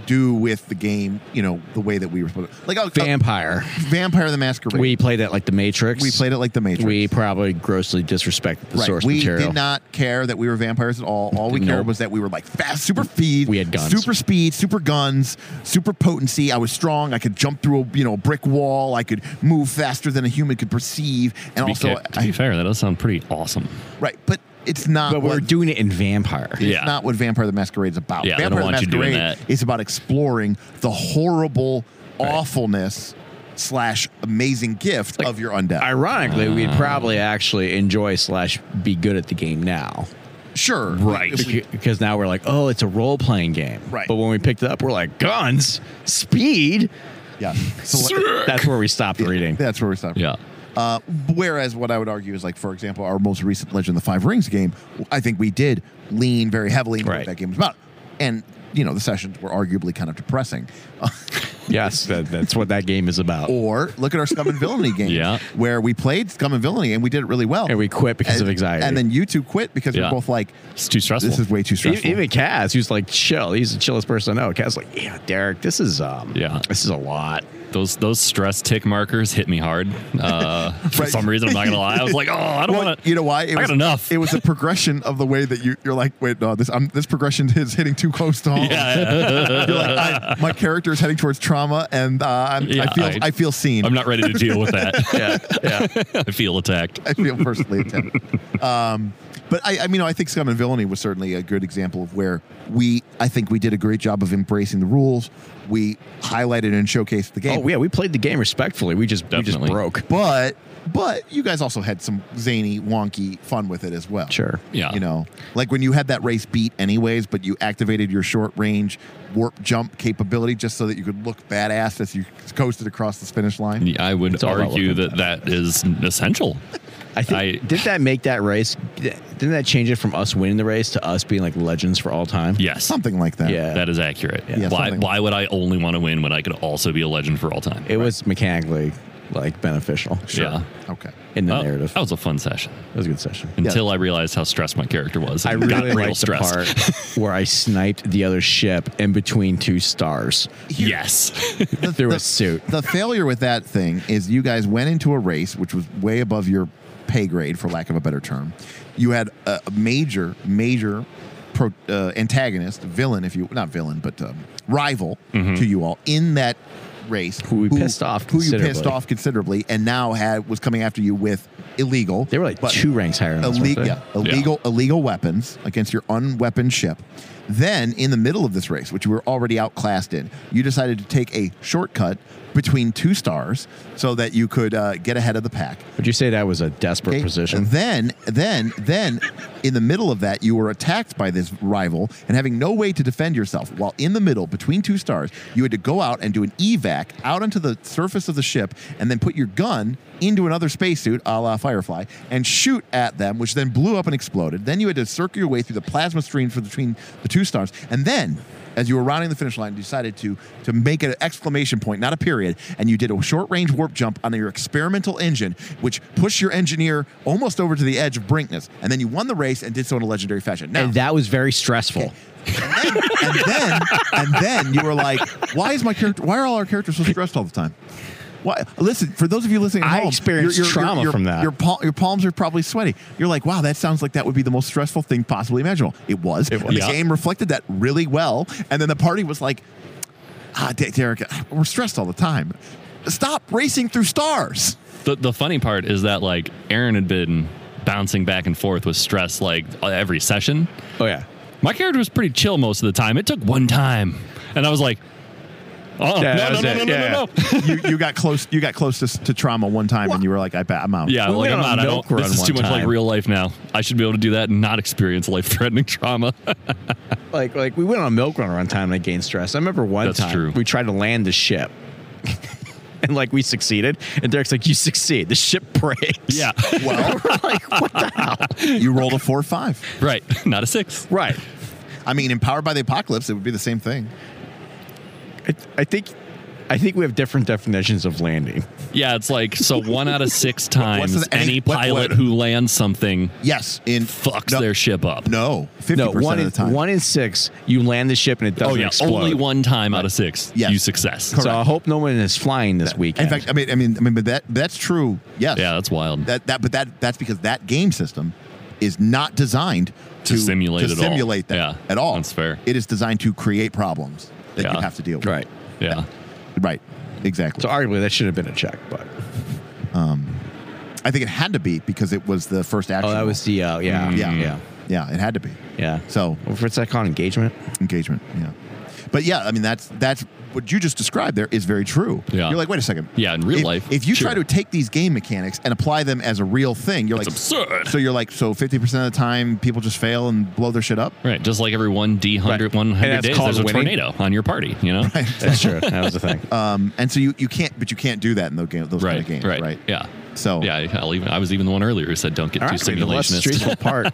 [SPEAKER 1] do with the game, you know, the way that we were supposed to. Like oh, oh,
[SPEAKER 2] Vampire.
[SPEAKER 1] Vampire the Masquerade.
[SPEAKER 2] We played it like the Matrix.
[SPEAKER 1] we played it like the Matrix.
[SPEAKER 2] We probably grossly disrespected the
[SPEAKER 1] Right.
[SPEAKER 2] source
[SPEAKER 1] we
[SPEAKER 2] material.
[SPEAKER 1] did not care that we were vampires at all. All we
[SPEAKER 2] Nope.
[SPEAKER 1] cared was that we were like fast, super speed.
[SPEAKER 2] We had guns.
[SPEAKER 1] Super speed, super guns, super potency. I was strong. I could jump through a you know brick wall. I could move faster than a human could perceive. And
[SPEAKER 3] Be
[SPEAKER 1] also,
[SPEAKER 3] ca- to be
[SPEAKER 1] I,
[SPEAKER 3] fair, that does sound pretty awesome.
[SPEAKER 1] right, but it's not.
[SPEAKER 2] but we're
[SPEAKER 1] what,
[SPEAKER 2] doing it in Vampire.
[SPEAKER 1] it's
[SPEAKER 3] Yeah.
[SPEAKER 1] not what Vampire the Masquerade is about.
[SPEAKER 3] Yeah, they don't
[SPEAKER 1] Vampire
[SPEAKER 3] want
[SPEAKER 1] the
[SPEAKER 3] you doing
[SPEAKER 1] Masquerade
[SPEAKER 3] that.
[SPEAKER 1] is about exploring the horrible awfulness slash amazing gift of your undead.
[SPEAKER 2] Ironically, we'd probably actually enjoy slash be good at the game now.
[SPEAKER 1] sure,
[SPEAKER 3] Right.
[SPEAKER 1] If we-
[SPEAKER 2] Beca- Because now we're like, oh, it's a role playing game.
[SPEAKER 1] Right.
[SPEAKER 2] But when we picked it up, we're like, guns, speed.
[SPEAKER 1] yeah. So
[SPEAKER 2] That's where we stopped reading.
[SPEAKER 1] that's where we stop.
[SPEAKER 3] Yeah.
[SPEAKER 1] Uh, whereas what I would argue is like, for example, our most recent Legend of the Five Rings game, I think we did lean very heavily into
[SPEAKER 2] Right.
[SPEAKER 1] what that game was about. And, you know, the sessions were arguably kind of depressing.
[SPEAKER 2] Yes, that, that's what that game is about. E-,
[SPEAKER 1] or look at our Scum and Villainy game,
[SPEAKER 3] Yeah.
[SPEAKER 1] where we played Scum and Villainy and we did it really well.
[SPEAKER 2] And we quit because
[SPEAKER 1] And-
[SPEAKER 2] of anxiety.
[SPEAKER 1] And then you two quit because
[SPEAKER 3] Yeah.
[SPEAKER 1] we're both like,
[SPEAKER 3] It's too stressful.
[SPEAKER 1] this is way too stressful.
[SPEAKER 2] E- Even Kaz, who's like chill, he's the chillest person I know. Kaz, like, yeah, Derek, this is um,
[SPEAKER 3] Yeah.
[SPEAKER 2] this is a lot.
[SPEAKER 3] Those those stress tick markers hit me hard. Uh, For
[SPEAKER 1] Right.
[SPEAKER 3] some reason, I'm not gonna lie. I was like, oh, I don't
[SPEAKER 1] Well,
[SPEAKER 3] want to.
[SPEAKER 1] you know why? It
[SPEAKER 3] I
[SPEAKER 1] was,
[SPEAKER 3] got enough.
[SPEAKER 1] It was a progression of the way that you, you're like, wait, no, this I'm, this progression is hitting too close to home.
[SPEAKER 3] yeah,
[SPEAKER 1] You're like, I, my character is heading towards trauma, and uh, I'm,
[SPEAKER 3] Yeah,
[SPEAKER 1] I feel
[SPEAKER 3] I-
[SPEAKER 1] I, feel seen.
[SPEAKER 3] I'm not ready to deal with that.
[SPEAKER 2] Yeah, yeah.
[SPEAKER 3] I feel attacked.
[SPEAKER 1] I feel personally attacked. Um, but I, I mean, I think Scum and Villainy was certainly a good example of where we, I think we did a great job of embracing the rules. We highlighted and showcased the game.
[SPEAKER 2] Oh yeah, we played the game respectfully. We just we
[SPEAKER 3] Definitely.
[SPEAKER 2] just broke.
[SPEAKER 1] But, but you guys also had some zany, wonky fun with it as well.
[SPEAKER 2] Sure.
[SPEAKER 3] Yeah.
[SPEAKER 1] You know, like when you had that race beat anyways, but you activated your short range warp jump capability just so that you could look badass as you coasted across this finish line.
[SPEAKER 3] Yeah, I would
[SPEAKER 2] It's all about
[SPEAKER 3] argue
[SPEAKER 2] looking
[SPEAKER 3] that that is essential.
[SPEAKER 2] I think
[SPEAKER 3] I-
[SPEAKER 2] did that make that race? Didn't that change it from us winning the race to us being like legends for all time?
[SPEAKER 3] Yes,
[SPEAKER 1] Something like that.
[SPEAKER 2] Yeah.
[SPEAKER 3] that is accurate.
[SPEAKER 1] Yeah,
[SPEAKER 3] why
[SPEAKER 1] something.
[SPEAKER 3] Why would I only want to win when I could also be a legend for all time?
[SPEAKER 2] It was mechanically like beneficial
[SPEAKER 3] Yeah,
[SPEAKER 1] Okay.
[SPEAKER 2] in the
[SPEAKER 3] Oh,
[SPEAKER 2] narrative.
[SPEAKER 3] that was a fun session
[SPEAKER 2] It was a good session.
[SPEAKER 3] until I realized how stressed my character was.
[SPEAKER 2] I
[SPEAKER 3] and got
[SPEAKER 2] really
[SPEAKER 3] real
[SPEAKER 2] liked the
[SPEAKER 3] stressed.
[SPEAKER 2] part where I sniped the other ship in between two stars
[SPEAKER 3] Yes,
[SPEAKER 2] through a suit.
[SPEAKER 1] the failure with that thing is you guys went into a race which was way above your pay grade for lack of a better term you had a a major major pro, uh, antagonist villain if you not villain but um, rival to you all in that race
[SPEAKER 2] Mm-hmm. Who we pissed off
[SPEAKER 1] who you pissed
[SPEAKER 2] considerably.
[SPEAKER 1] off considerably and now had was coming after you with illegal
[SPEAKER 2] They were like
[SPEAKER 1] but-
[SPEAKER 2] two ranks higher than us, weren't
[SPEAKER 1] illegal,
[SPEAKER 2] they?
[SPEAKER 1] yeah, illegal, illegal weapons against your unweaponed ship. Then, in the middle of this race, which you were already outclassed in, you decided to take a shortcut between two stars so that you could uh, get ahead of the pack.
[SPEAKER 2] Would you say that was a desperate
[SPEAKER 1] Okay?
[SPEAKER 2] position?
[SPEAKER 1] Then, then, then, in the middle of that, you were attacked by this rival and having no way to defend yourself. While in the middle, between two stars, you had to go out and do an evac out onto the surface of the ship and then put your gun into another spacesuit, a la Firefly, and shoot at them, which then blew up and exploded. Then you had to circle your way through the plasma stream for between the two stars, and then. As you were rounding the finish line, you decided to to make an exclamation point, not a period, and you did a short range warp jump on your experimental engine, which pushed your engineer almost over to the edge of brinkness, and then you won the race and did so in a legendary fashion. Now,
[SPEAKER 2] And that was very stressful.
[SPEAKER 1] and, and then and then you were like, why is my character? Why are all our characters so stressed all the time?
[SPEAKER 5] Why? Listen, for those of you listening, at
[SPEAKER 6] I
[SPEAKER 5] home,
[SPEAKER 6] experienced trauma
[SPEAKER 5] your-
[SPEAKER 6] from that.
[SPEAKER 5] Your, pal- your palms are probably sweaty. You're like, wow, that sounds like that would be the most stressful thing possibly imaginable. It was.
[SPEAKER 6] It was.
[SPEAKER 5] And the
[SPEAKER 3] Yeah.
[SPEAKER 5] game reflected that really well. And then the party was like, ah, De- Derek, we're stressed all the time. Stop racing through stars.
[SPEAKER 3] The, the funny part is that like Aaron had been bouncing back and forth with stress like every session.
[SPEAKER 2] Oh yeah.
[SPEAKER 3] My character was pretty chill most of the time. It took one time, and I was like, "Oh
[SPEAKER 6] Yeah, that
[SPEAKER 3] no, no,
[SPEAKER 6] was
[SPEAKER 3] no,
[SPEAKER 6] it.
[SPEAKER 3] no, no,
[SPEAKER 6] Yeah,
[SPEAKER 3] no, no!"
[SPEAKER 5] you, you got close. You got close to, to trauma one time, and you were like, I, bet I'm out.
[SPEAKER 3] Yeah,
[SPEAKER 2] We
[SPEAKER 3] like
[SPEAKER 2] went
[SPEAKER 3] I'm
[SPEAKER 2] on a
[SPEAKER 3] not. I
[SPEAKER 2] milk
[SPEAKER 3] don't.
[SPEAKER 2] run
[SPEAKER 3] This is too
[SPEAKER 2] one
[SPEAKER 3] much like
[SPEAKER 2] time.
[SPEAKER 3] real life now. I should be able to do that and not experience life-threatening trauma.
[SPEAKER 2] Like like we went on a milk run around time and I gained stress. I remember one
[SPEAKER 3] That's
[SPEAKER 2] time
[SPEAKER 3] true.
[SPEAKER 2] we tried to land the ship. and like we succeeded. And Derek's like, You succeed. The ship breaks.
[SPEAKER 3] yeah,
[SPEAKER 5] Well,
[SPEAKER 2] like what the hell?
[SPEAKER 5] you rolled a four or five.
[SPEAKER 3] right. Not a six.
[SPEAKER 2] Right.
[SPEAKER 1] I mean, empowered by the apocalypse, it would be the same thing.
[SPEAKER 2] I, I think I think we have different definitions of landing.
[SPEAKER 3] Yeah, it's like so one out of six times
[SPEAKER 1] what's the-
[SPEAKER 3] any,
[SPEAKER 1] any- what-
[SPEAKER 3] pilot
[SPEAKER 1] what-
[SPEAKER 3] who lands something
[SPEAKER 1] Yes, in
[SPEAKER 3] fucks
[SPEAKER 1] no,
[SPEAKER 3] their ship up.
[SPEAKER 1] No,
[SPEAKER 5] Fifty
[SPEAKER 2] No,
[SPEAKER 5] percent
[SPEAKER 2] one
[SPEAKER 5] of
[SPEAKER 2] in
[SPEAKER 5] the time.
[SPEAKER 2] one in six, you land the ship and it doesn't
[SPEAKER 3] oh yeah,
[SPEAKER 2] explode.
[SPEAKER 3] only one time out of six
[SPEAKER 1] Yes.
[SPEAKER 3] you success.
[SPEAKER 2] So I hope no one is flying this weekend.
[SPEAKER 1] in fact, I mean, I mean, I mean, but that that's true. Yes,
[SPEAKER 3] Yeah, that's wild.
[SPEAKER 1] That that, but that that's because that game system is not designed
[SPEAKER 3] To
[SPEAKER 1] to,
[SPEAKER 3] simulate
[SPEAKER 1] to
[SPEAKER 3] at all.
[SPEAKER 1] simulate that
[SPEAKER 3] Yeah,
[SPEAKER 1] at all.
[SPEAKER 3] that's fair.
[SPEAKER 1] It is designed to create problems that
[SPEAKER 3] Yeah.
[SPEAKER 1] you have to deal with.
[SPEAKER 2] right.
[SPEAKER 3] yeah.
[SPEAKER 1] right, exactly.
[SPEAKER 2] So arguably that should have been a check, but
[SPEAKER 1] I think it had to be because it was the first action.
[SPEAKER 2] oh, that
[SPEAKER 1] role.
[SPEAKER 2] was the uh, yeah,
[SPEAKER 3] Mm.
[SPEAKER 1] Yeah.
[SPEAKER 2] yeah,
[SPEAKER 1] yeah, it had to be.
[SPEAKER 2] yeah.
[SPEAKER 1] So
[SPEAKER 2] What's that called? Engagement.
[SPEAKER 1] engagement, yeah. But yeah, I mean, that's that's what you just described there is very true.
[SPEAKER 3] Yeah.
[SPEAKER 1] You're like, wait a second.
[SPEAKER 3] Yeah, in real
[SPEAKER 1] if,
[SPEAKER 3] life,
[SPEAKER 1] if you
[SPEAKER 3] sure.
[SPEAKER 1] try to take these game mechanics and apply them as a real thing, you're like,
[SPEAKER 3] It's absurd.
[SPEAKER 1] So you're like, so 50 percent of the time, people just fail and blow their shit up.
[SPEAKER 3] Right, just like every one D hundred
[SPEAKER 2] Right.
[SPEAKER 3] one
[SPEAKER 2] And
[SPEAKER 3] hundred
[SPEAKER 2] that's
[SPEAKER 3] days,
[SPEAKER 2] called
[SPEAKER 3] there's a
[SPEAKER 2] winning.
[SPEAKER 3] tornado on your party. You know,
[SPEAKER 2] That's true. That was the thing.
[SPEAKER 1] Um, and so you, you can't, but you can't do that in those, game, those kind of games, right?
[SPEAKER 3] Yeah.
[SPEAKER 1] So
[SPEAKER 3] Yeah, I- I'll even, I was even the one earlier who said don't get too
[SPEAKER 2] Ironically, the less
[SPEAKER 3] simulationist.
[SPEAKER 2] stressful part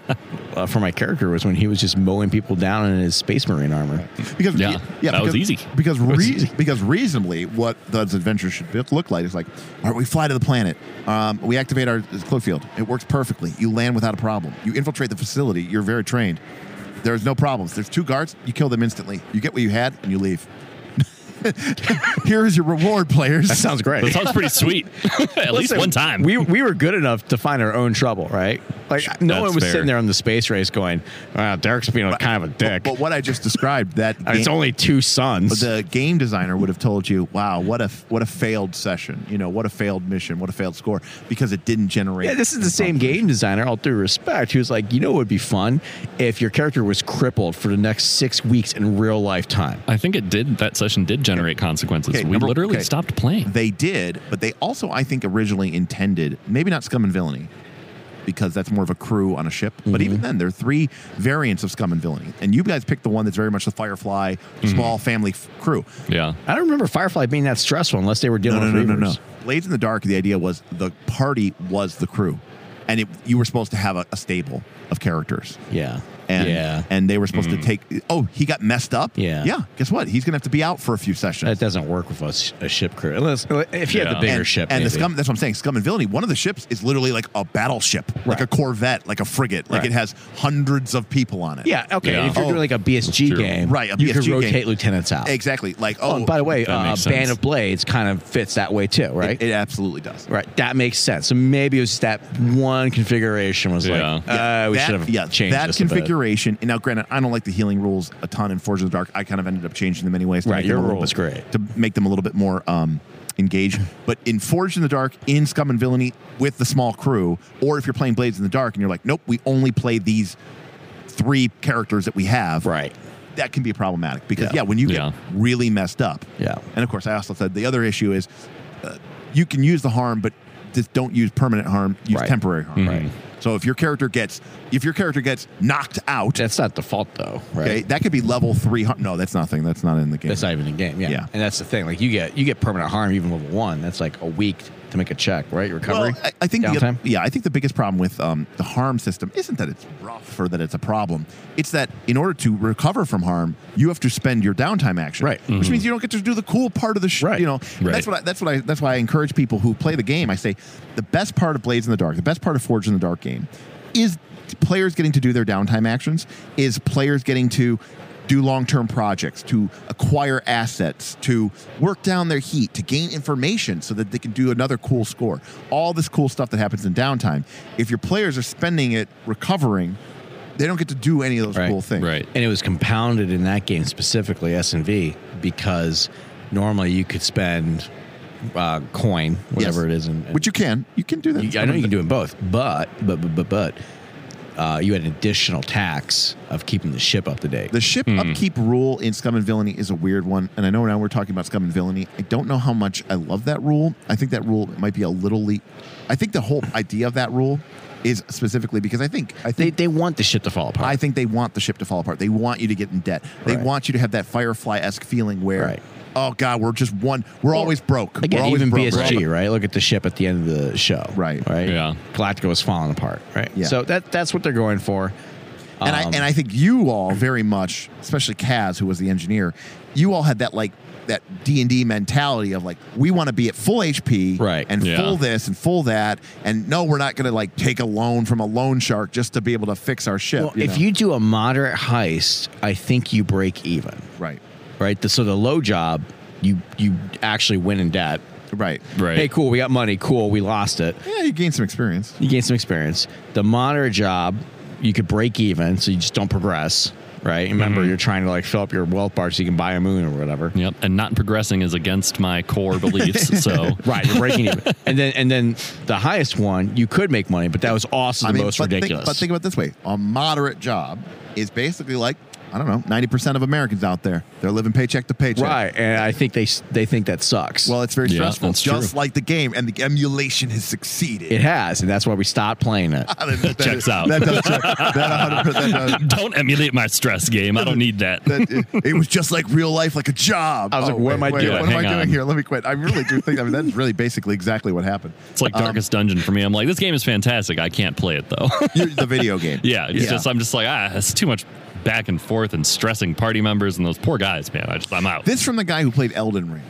[SPEAKER 2] uh, for my character was when he was just mowing people down in his space marine armor.
[SPEAKER 1] because
[SPEAKER 3] Yeah, that was
[SPEAKER 1] because-
[SPEAKER 3] easy.
[SPEAKER 1] Because
[SPEAKER 3] That was
[SPEAKER 1] rea-
[SPEAKER 3] easy.
[SPEAKER 1] because reasonably, what those adventures should be- look like is like, all right, we fly to the planet, um, we activate our cloak field, it works perfectly. You land without a problem. You infiltrate the facility. You're very trained. There's no problems. There's two guards. You kill them instantly. You get what you had, and you leave. Here is your reward, players.
[SPEAKER 2] That sounds great.
[SPEAKER 3] That sounds pretty sweet. At least
[SPEAKER 2] Listen,
[SPEAKER 3] one time.
[SPEAKER 2] We, we were good enough to find our own trouble, right? Like no
[SPEAKER 3] That's
[SPEAKER 2] one was
[SPEAKER 3] fair.
[SPEAKER 2] sitting there on the space race going, "Wow, Derek's being a kind of a dick."
[SPEAKER 1] But, but what I just described that
[SPEAKER 2] And it's
[SPEAKER 1] game-
[SPEAKER 2] only two sons.
[SPEAKER 1] the game designer would have told you, "Wow, what a what a failed session! You know, what a failed mission, what a failed score, because it didn't generate."
[SPEAKER 2] Yeah, this is the same game designer, all due respect, who's like, you know, it would be fun if your character was crippled for the next six weeks in real life time.
[SPEAKER 3] I think it did. That session did generate consequences.
[SPEAKER 1] Okay,
[SPEAKER 3] we
[SPEAKER 1] number-
[SPEAKER 3] literally
[SPEAKER 1] okay.
[SPEAKER 3] stopped playing.
[SPEAKER 1] They did, but they also, I think, originally intended maybe not scum and villainy, because that's more of a crew on a ship.
[SPEAKER 2] Mm-hmm.
[SPEAKER 1] But even then, there are three variants of scum and villainy, and you guys picked the one that's very much the Firefly
[SPEAKER 2] Mm-hmm.
[SPEAKER 1] small family f- crew.
[SPEAKER 3] Yeah.
[SPEAKER 2] I don't remember Firefly being that stressful unless they were dealing with Reavers.
[SPEAKER 1] Blades in the Dark. The idea was the party was the crew, and it, you were supposed to have a, a stable of characters.
[SPEAKER 2] Yeah.
[SPEAKER 1] and
[SPEAKER 2] yeah. Mm.
[SPEAKER 1] and they were supposed to take oh he got messed up
[SPEAKER 2] Yeah.
[SPEAKER 1] yeah guess what he's gonna have to be out for a few sessions
[SPEAKER 2] that doesn't work with us, a ship crew. Unless if you had
[SPEAKER 3] Yeah.
[SPEAKER 2] the bigger
[SPEAKER 1] and,
[SPEAKER 2] ship.
[SPEAKER 1] and the
[SPEAKER 2] maybe.
[SPEAKER 1] scum that's what i'm saying scum and villainy one of the ships is literally like a battleship like
[SPEAKER 2] Right.
[SPEAKER 1] a corvette like a frigate like
[SPEAKER 2] Right.
[SPEAKER 1] it has hundreds of people on it
[SPEAKER 2] Yeah, okay.
[SPEAKER 3] Yeah.
[SPEAKER 2] If you're
[SPEAKER 1] Oh.
[SPEAKER 2] doing like a BSG
[SPEAKER 3] Sure.
[SPEAKER 2] game,
[SPEAKER 1] Right, a
[SPEAKER 2] you could
[SPEAKER 1] BSG game.
[SPEAKER 2] rotate lieutenants out.
[SPEAKER 1] exactly like
[SPEAKER 2] Oh,
[SPEAKER 1] oh
[SPEAKER 2] and by the way,
[SPEAKER 3] that
[SPEAKER 2] uh,
[SPEAKER 3] makes sense.
[SPEAKER 2] Band of Blades kind of fits that way too, right?
[SPEAKER 1] it, it absolutely does
[SPEAKER 2] Right, that makes sense. So maybe it was just that one configuration was
[SPEAKER 3] Yeah.
[SPEAKER 2] like, uh, we
[SPEAKER 1] that,
[SPEAKER 2] should have
[SPEAKER 1] yeah,
[SPEAKER 2] changed
[SPEAKER 1] that
[SPEAKER 2] this a bit.
[SPEAKER 1] configuration. And now, granted, I don't like the healing rules a ton in Forge of the Dark. I kind of ended up changing them anyways. to
[SPEAKER 2] Right,
[SPEAKER 1] make them
[SPEAKER 2] your
[SPEAKER 1] a little
[SPEAKER 2] rule was
[SPEAKER 1] bit-
[SPEAKER 2] great.
[SPEAKER 1] to make them a little bit more um, engaged. But in Forge in the Dark, in Scum and Villainy, with the small crew, or if you're playing Blades in the Dark and you're like, nope, we only play these three characters that we have.
[SPEAKER 2] Right.
[SPEAKER 1] That can be problematic because yeah, when you get
[SPEAKER 3] Yeah.
[SPEAKER 1] really messed up.
[SPEAKER 2] Yeah.
[SPEAKER 1] And of course, I also said the other issue is uh, you can use the harm, but just don't use permanent harm. Use
[SPEAKER 2] Right. Mm-hmm.
[SPEAKER 1] temporary harm.
[SPEAKER 2] Right.
[SPEAKER 1] So if your character gets if your character gets knocked out,
[SPEAKER 2] That's not default though, right?
[SPEAKER 1] okay, that could be level three hundred. No, that's nothing. That's not in the game.
[SPEAKER 2] That's not even a game. Yeah.
[SPEAKER 1] Yeah.
[SPEAKER 2] And that's the thing. Like you get you get permanent harm even level one. That's like a week to make a check, right? Your recovery.
[SPEAKER 1] well, I, I think the,
[SPEAKER 2] Downtime?
[SPEAKER 1] other- yeah, I think the biggest problem with um, the harm system isn't that it's rough or that it's a problem. It's that in order to recover from harm, you have to spend your downtime action,
[SPEAKER 2] Right. Mm-hmm.
[SPEAKER 1] Which means you don't get to do the cool part of the show.
[SPEAKER 2] Right.
[SPEAKER 1] You know, And
[SPEAKER 3] Right.
[SPEAKER 1] that's what I, that's what I that's why I encourage people who play the game. I say the best part of Blades in the Dark, the best part of Forge in the Dark game, is players getting to do their downtime actions. Is players getting to do long term projects, to acquire assets, to work down their heat, to gain information so that they can do another cool score. All this cool stuff that happens in downtime. If your players are spending it recovering, they don't get to do any of those
[SPEAKER 2] Right.
[SPEAKER 1] cool things.
[SPEAKER 3] Right.
[SPEAKER 2] and it was compounded in that game specifically S and V because normally you could spend uh, coin whatever it is and, and
[SPEAKER 1] Which you can. You can do that.
[SPEAKER 2] You- I know you can do them both, but but but but, but uh, you had an additional tax of keeping the ship up to date.
[SPEAKER 1] The ship upkeep rule in Scum and Villainy is a weird one, and I know now we're talking about Scum and Villainy. I don't know how much I love that rule. I think that rule might be a little. Le- I think the whole idea of that rule is specifically because I think I
[SPEAKER 2] they
[SPEAKER 1] think
[SPEAKER 2] they want the ship to fall apart.
[SPEAKER 1] I think they want the ship to fall apart. They want you to get in debt. They
[SPEAKER 2] Right.
[SPEAKER 1] want you to have that Firefly esque feeling where,
[SPEAKER 2] Right.
[SPEAKER 1] oh god, we're just one. We're always broke. we're
[SPEAKER 2] Again,
[SPEAKER 1] always
[SPEAKER 2] even
[SPEAKER 1] broke.
[SPEAKER 2] BSG, right? Look at the ship at the end of the show,
[SPEAKER 1] Right.
[SPEAKER 2] Right?
[SPEAKER 3] Yeah.
[SPEAKER 2] Galactica was falling apart, right?
[SPEAKER 1] Yeah.
[SPEAKER 2] So that that's what they're going for.
[SPEAKER 1] And I
[SPEAKER 2] Um,
[SPEAKER 1] and I think you all very much, especially Kaz, who was the engineer, you all had that like that D and D mentality of like we want to be at full HP,
[SPEAKER 2] Right.
[SPEAKER 1] and
[SPEAKER 3] Yeah.
[SPEAKER 1] full this and full that, and no, we're not going to like take a loan from a loan shark just to be able to fix our ship.
[SPEAKER 2] well, if
[SPEAKER 1] know?
[SPEAKER 2] you do a moderate heist, I think you break even,
[SPEAKER 1] right,
[SPEAKER 2] right? The, so the low job, you you actually win in debt.
[SPEAKER 1] right,
[SPEAKER 3] Right.
[SPEAKER 2] Hey, cool, we got money. Cool, we lost it.
[SPEAKER 1] yeah, you gain some experience.
[SPEAKER 2] you gain some experience. The monitor job, you could break even, so you just don't progress, right? Remember,
[SPEAKER 1] Mm-hmm.
[SPEAKER 2] you're trying to like fill up your wealth bar so you can buy a moon or whatever.
[SPEAKER 3] Yep. And not progressing is against my core beliefs. so
[SPEAKER 2] Right, you're breaking even, and then and then the highest one you could make money, but that was also the most
[SPEAKER 1] but
[SPEAKER 2] ridiculous.
[SPEAKER 1] Think, but think about it this way: a moderate job is basically like I don't know, ninety percent of Americans out there they're living paycheck to paycheck.
[SPEAKER 2] right, and I think they s- they think that sucks.
[SPEAKER 1] Well, it's very
[SPEAKER 3] Yeah,
[SPEAKER 1] stressful,
[SPEAKER 3] that's
[SPEAKER 1] just
[SPEAKER 3] true.
[SPEAKER 1] like the game, and the emulation has succeeded.
[SPEAKER 2] it has, and that's why we stopped playing it.
[SPEAKER 1] that
[SPEAKER 3] Checks out.
[SPEAKER 1] That does check. That 100%. That does.
[SPEAKER 3] don't emulate my stress game. I don't need that.
[SPEAKER 1] That, it, it was just like real life, like a job. Oh,
[SPEAKER 2] I was like, what am I doing?
[SPEAKER 3] Yeah,
[SPEAKER 1] What am I
[SPEAKER 3] hang
[SPEAKER 1] doing
[SPEAKER 3] on.
[SPEAKER 1] here? Let me quit. I really do think. I mean, that's really basically exactly what happened. Um,
[SPEAKER 3] It's
[SPEAKER 2] um
[SPEAKER 3] like Darkest Dungeon for me. I'm like, this game is fantastic. I can't play it though.
[SPEAKER 1] You- the video game.
[SPEAKER 3] yeah. It's
[SPEAKER 1] Yeah.
[SPEAKER 3] just I'm just like, ah, it's too much back and forth and stressing party members and those poor guys, man. I just I'm out.
[SPEAKER 1] This from the guy who played Elden Ring.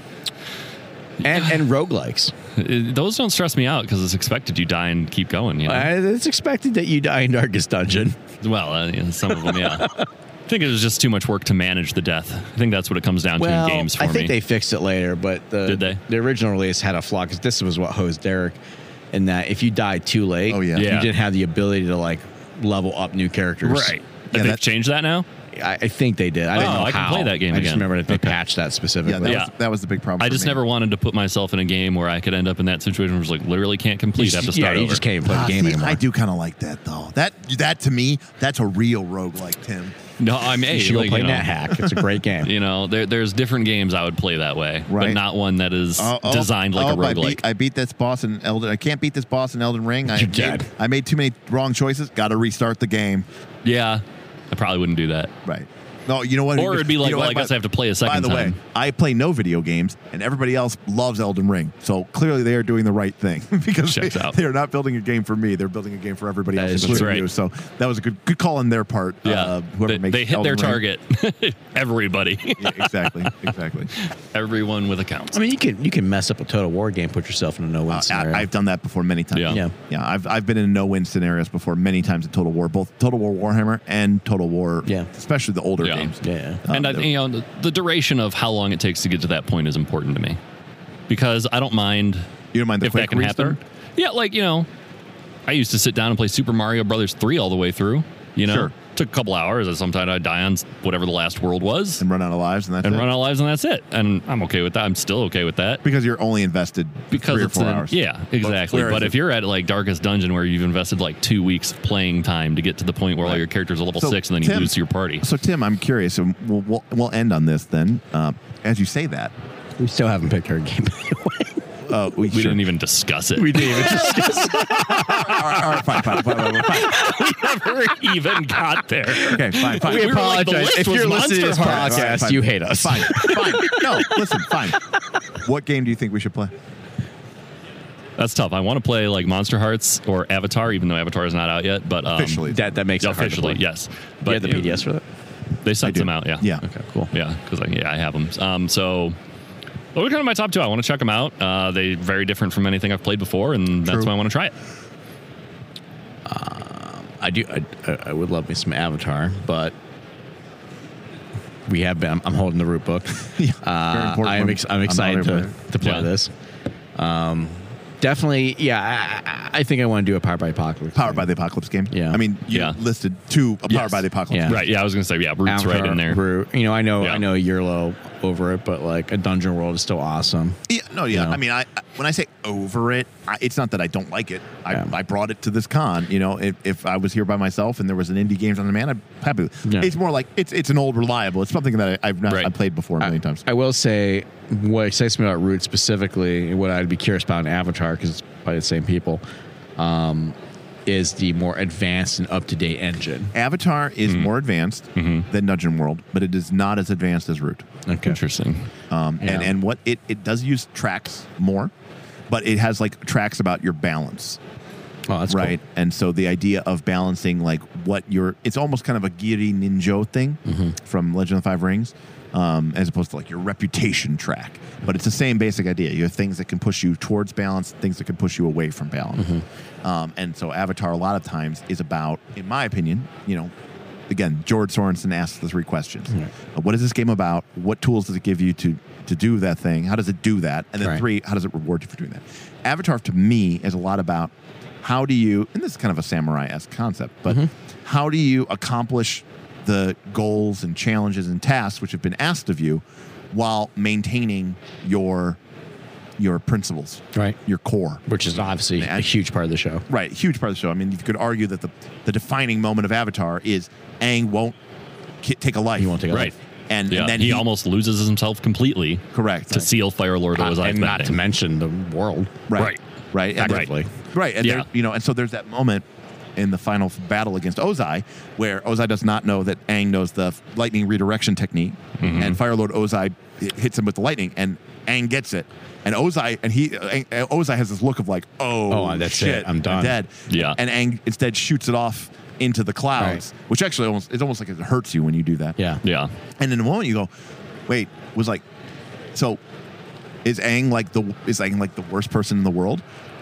[SPEAKER 2] and and roguelikes,
[SPEAKER 3] Uh, Those don't stress me out because it's expected you die and keep going. You know?
[SPEAKER 2] Uh, it's expected that you die in Darkest Dungeon.
[SPEAKER 3] Well, uh, yeah, some of them, yeah. I think it was just too much work to manage the death. I think that's what it comes down
[SPEAKER 2] well,
[SPEAKER 3] to in games for
[SPEAKER 2] I
[SPEAKER 3] me.
[SPEAKER 2] think they fixed it later, but the
[SPEAKER 3] Did they?
[SPEAKER 2] the original release had a flaw because this was what hosed Derek, in that if you died too late,
[SPEAKER 1] Oh, yeah.
[SPEAKER 3] Yeah.
[SPEAKER 2] you didn't have the ability to like level up new characters.
[SPEAKER 3] right.
[SPEAKER 1] Yeah,
[SPEAKER 3] Have they
[SPEAKER 1] that-
[SPEAKER 3] changed that now?
[SPEAKER 2] I, I think they did. I didn't
[SPEAKER 3] Oh,
[SPEAKER 2] know
[SPEAKER 3] I can
[SPEAKER 2] how.
[SPEAKER 3] play that game
[SPEAKER 2] I just
[SPEAKER 3] again.
[SPEAKER 2] remember that they
[SPEAKER 3] Okay.
[SPEAKER 2] patched that
[SPEAKER 1] Yeah,
[SPEAKER 2] specifically.
[SPEAKER 1] that,
[SPEAKER 3] Yeah.
[SPEAKER 1] Was, that was the big problem.
[SPEAKER 3] I
[SPEAKER 1] for
[SPEAKER 3] just
[SPEAKER 1] me.
[SPEAKER 3] never wanted to put myself in a game where I could end up in that situation where it's like literally can't
[SPEAKER 2] you,
[SPEAKER 3] complete. I have to
[SPEAKER 2] just,
[SPEAKER 3] start
[SPEAKER 2] yeah, you
[SPEAKER 3] over.
[SPEAKER 2] just can't even play
[SPEAKER 1] Ah,
[SPEAKER 2] the game
[SPEAKER 1] see,
[SPEAKER 2] anymore.
[SPEAKER 1] I do kind of like that though. That that to me, that's a real roguelike, Tim.
[SPEAKER 3] No, I'm
[SPEAKER 2] You
[SPEAKER 3] a
[SPEAKER 2] should go
[SPEAKER 3] like,
[SPEAKER 2] play
[SPEAKER 3] you know,
[SPEAKER 2] Net Hack. It's a great game.
[SPEAKER 3] You know, there, there's different games I would play that way,
[SPEAKER 1] Right.
[SPEAKER 3] but not one that is
[SPEAKER 2] Uh,
[SPEAKER 1] Oh, oh,
[SPEAKER 3] designed like a
[SPEAKER 1] oh, I
[SPEAKER 3] roguelike.
[SPEAKER 1] beat, I beat this boss in Elden. I can't beat this boss in Elden Ring. I
[SPEAKER 2] You're
[SPEAKER 1] made,
[SPEAKER 2] dead.
[SPEAKER 1] I made too many wrong choices. Got to restart the game.
[SPEAKER 3] yeah, I probably wouldn't do that.
[SPEAKER 1] Right. No, you know what?
[SPEAKER 3] Or it'd be like,
[SPEAKER 1] you know
[SPEAKER 3] well,
[SPEAKER 1] what?
[SPEAKER 3] I guess I have to play a second
[SPEAKER 1] By the
[SPEAKER 3] time.
[SPEAKER 1] way, I play no video games, and everybody else loves Elden Ring. So clearly, they are doing the right thing because they,
[SPEAKER 3] Checks out.
[SPEAKER 1] they are not building a game for me; they're building a game for everybody
[SPEAKER 2] That
[SPEAKER 1] else,
[SPEAKER 2] is
[SPEAKER 1] including
[SPEAKER 3] true.
[SPEAKER 1] you. So that was a good good call on their part.
[SPEAKER 3] Yeah,
[SPEAKER 1] uh, whoever
[SPEAKER 3] they,
[SPEAKER 1] makes
[SPEAKER 3] they hit
[SPEAKER 1] Elden
[SPEAKER 3] their
[SPEAKER 1] Ring.
[SPEAKER 3] target. Everybody,
[SPEAKER 1] Yeah, exactly, exactly. Uh,
[SPEAKER 3] everyone with accounts.
[SPEAKER 2] I mean, you can you can mess up a total war game, put yourself in a no win
[SPEAKER 1] Uh,
[SPEAKER 2] scenario.
[SPEAKER 1] I, I've done that before many times.
[SPEAKER 3] Yeah.
[SPEAKER 2] Yeah.
[SPEAKER 1] yeah. I've I've been in no-win scenarios before many times in Total War, both Total War Warhammer and Total War,
[SPEAKER 2] Yeah.
[SPEAKER 1] especially the older
[SPEAKER 3] Yeah.
[SPEAKER 1] games.
[SPEAKER 2] yeah.
[SPEAKER 1] Um,
[SPEAKER 3] and I,
[SPEAKER 1] the-
[SPEAKER 3] you know, the, the duration of how long it takes to get to that point is important to me because I don't mind
[SPEAKER 1] You don't mind the
[SPEAKER 3] if
[SPEAKER 1] quick
[SPEAKER 3] that can
[SPEAKER 1] restart?
[SPEAKER 3] happen. Yeah, like you know, I used to sit down and play Super Mario Brothers three all the way through. You know,
[SPEAKER 1] Sure.
[SPEAKER 3] took a couple hours. and Sometimes I'd die on s- whatever the last world was
[SPEAKER 1] and run out of lives, and that's
[SPEAKER 3] and
[SPEAKER 1] it.
[SPEAKER 3] run out of lives, and that's it. And I'm okay with that. I'm still okay with that.
[SPEAKER 1] because you're only invested
[SPEAKER 3] Because
[SPEAKER 1] three or
[SPEAKER 3] it's
[SPEAKER 1] four
[SPEAKER 3] an-
[SPEAKER 1] hours.
[SPEAKER 3] yeah, exactly.
[SPEAKER 1] whereas
[SPEAKER 3] But
[SPEAKER 1] if-
[SPEAKER 3] if you're at like Darkest Dungeon where you've invested like two weeks of playing time to get to the point where all
[SPEAKER 1] Right.
[SPEAKER 3] your characters are level
[SPEAKER 1] So,
[SPEAKER 3] six and then you
[SPEAKER 1] Tim-
[SPEAKER 3] lose to your party,
[SPEAKER 1] So, Tim, I'm curious, and we'll, we'll, we'll end on this then. Uh, as you say that,
[SPEAKER 2] We still haven't picked our game.
[SPEAKER 1] uh, we,
[SPEAKER 3] we didn't even discuss it.
[SPEAKER 2] didn't even
[SPEAKER 1] all right, all right, fine, fine, fine, fine, fine.
[SPEAKER 3] never even got there.
[SPEAKER 1] Okay, fine, fine.
[SPEAKER 2] we
[SPEAKER 3] were like, the
[SPEAKER 2] apologize
[SPEAKER 3] list
[SPEAKER 2] if
[SPEAKER 3] was
[SPEAKER 2] you're listening to this
[SPEAKER 3] Monster Heart.
[SPEAKER 2] podcast.
[SPEAKER 1] All right, fine.
[SPEAKER 2] you hate us.
[SPEAKER 1] Fine, fine. No, listen, fine. What game do you think we should play?
[SPEAKER 3] That's tough. I want to play like Monster Hearts or Avatar, even though Avatar is not out yet. But um,
[SPEAKER 1] Officially.
[SPEAKER 2] That that makes
[SPEAKER 3] yeah,
[SPEAKER 2] it hard to
[SPEAKER 3] officially,
[SPEAKER 2] play.
[SPEAKER 3] yes.
[SPEAKER 2] You have the PDS for that.
[SPEAKER 3] They
[SPEAKER 1] I
[SPEAKER 3] sent
[SPEAKER 1] do.
[SPEAKER 3] them out. Yeah.
[SPEAKER 1] Yeah.
[SPEAKER 2] Okay, cool.
[SPEAKER 3] Yeah. Because like, yeah, I have them. Um, so those are kind of my top two. I want to check them out. Uh, they very different from anything I've played before, and that's
[SPEAKER 1] True.
[SPEAKER 3] why I want to try it.
[SPEAKER 2] I do. I, I- I would love me some Avatar, but we have been. I'm, I'm holding the root book. uh,
[SPEAKER 1] important
[SPEAKER 2] I'm,
[SPEAKER 1] one.
[SPEAKER 2] ex-
[SPEAKER 1] I'm
[SPEAKER 2] I'm
[SPEAKER 1] not
[SPEAKER 2] excited to,
[SPEAKER 1] everybody.
[SPEAKER 2] to play
[SPEAKER 3] Yeah.
[SPEAKER 2] this. Um, definitely, yeah. I- I, I think I want to do a Power by Apocalypse.
[SPEAKER 1] Powered by the Apocalypse game.
[SPEAKER 2] Yeah.
[SPEAKER 1] I mean, you
[SPEAKER 3] Yeah.
[SPEAKER 1] listed two uh, Powered
[SPEAKER 3] Yes.
[SPEAKER 1] by the Apocalypse.
[SPEAKER 2] Yeah.
[SPEAKER 1] games.
[SPEAKER 3] Right. Yeah, I was gonna say yeah. Roots
[SPEAKER 2] Alpha
[SPEAKER 3] right in there.
[SPEAKER 2] Root. You know, I know,
[SPEAKER 3] Yeah.
[SPEAKER 2] I know, Yurlo over it, but like a Dungeon World is still awesome.
[SPEAKER 1] Yeah, no, yeah.
[SPEAKER 2] You know?
[SPEAKER 1] I mean, I, I when I say over it, I, it's not that I don't like it. I,
[SPEAKER 2] Yeah.
[SPEAKER 1] I brought it to this con. You know, if, if I was here by myself and there was an indie games on demand, I'm happy. with it.
[SPEAKER 2] Yeah.
[SPEAKER 1] It's more like it's it's an old reliable. It's something that I, I've not
[SPEAKER 3] Right.
[SPEAKER 1] I've played before a million times.
[SPEAKER 2] I will say what excites me about Root specifically, and what I'd be curious about in Avatar because it's by the same people, um, is the more advanced and up to date engine.
[SPEAKER 1] Avatar is more advanced than Dungeon World, but it is not as advanced as Root.
[SPEAKER 2] Okay.
[SPEAKER 3] Interesting.
[SPEAKER 1] Um, and,
[SPEAKER 2] Yeah.
[SPEAKER 1] and what it, it does use tracks more, but it has like tracks about your balance.
[SPEAKER 2] Oh, that's
[SPEAKER 1] right. And so the idea of balancing like what your it's almost kind of a Giri Ninjo thing
[SPEAKER 2] Mm-hmm.
[SPEAKER 1] from Legend of the Five Rings, um, as opposed to like your reputation track. But it's the same basic idea. You have things that can push you towards balance, things that can push you away from balance.
[SPEAKER 2] Mm-hmm.
[SPEAKER 1] Um, and so Avatar a lot of times is about, in my opinion, you know, again, George Sorensen asks the three questions. Uh, What is this game about? What tools does it give you to to do that thing? How does it do that? And then
[SPEAKER 2] Right.
[SPEAKER 1] three, how does it reward you for doing that? Avatar to me is a lot about how do you and this is kind of a samurai esque concept, but
[SPEAKER 2] Mm-hmm.
[SPEAKER 1] how do you accomplish the goals and challenges and tasks which have been asked of you while maintaining your your principles,
[SPEAKER 2] cool. Right.
[SPEAKER 1] your core.
[SPEAKER 2] Which is obviously
[SPEAKER 1] Yeah.
[SPEAKER 2] a huge part of the show.
[SPEAKER 1] Right, huge part of the show. I mean, you could argue that the, the defining moment of Avatar is Aang won't ki- take a life.
[SPEAKER 2] He won't take a
[SPEAKER 3] Right.
[SPEAKER 2] life.
[SPEAKER 1] And,
[SPEAKER 3] Yeah.
[SPEAKER 1] and then
[SPEAKER 3] he, almost loses himself completely
[SPEAKER 1] correct
[SPEAKER 3] to seal Fire Lord
[SPEAKER 2] Uh,
[SPEAKER 3] was I
[SPEAKER 2] and not to mention the world.
[SPEAKER 1] right, right, and
[SPEAKER 3] Right.
[SPEAKER 2] Actively.
[SPEAKER 1] right, and
[SPEAKER 3] Yeah.
[SPEAKER 1] there, you know, and so there's that moment in the final f- battle against Ozai where Ozai does not know that Aang knows the f- lightning redirection technique,
[SPEAKER 2] Mm-hmm.
[SPEAKER 1] and Firelord Ozai h- hits him with the lightning, and Aang gets it. And Ozai and he uh, Aang, Ozai has this look of like, oh,
[SPEAKER 2] Oh, that's
[SPEAKER 1] shit,
[SPEAKER 2] it. I'm done.
[SPEAKER 1] dead.
[SPEAKER 3] Yeah.
[SPEAKER 1] and Aang instead shoots it off into the clouds, which actually almost it's almost like it hurts you when you do that.
[SPEAKER 2] Yeah.
[SPEAKER 3] Yeah.
[SPEAKER 1] And in the moment you go, wait, was like, so is Aang like the is Aang like the worst person in the world?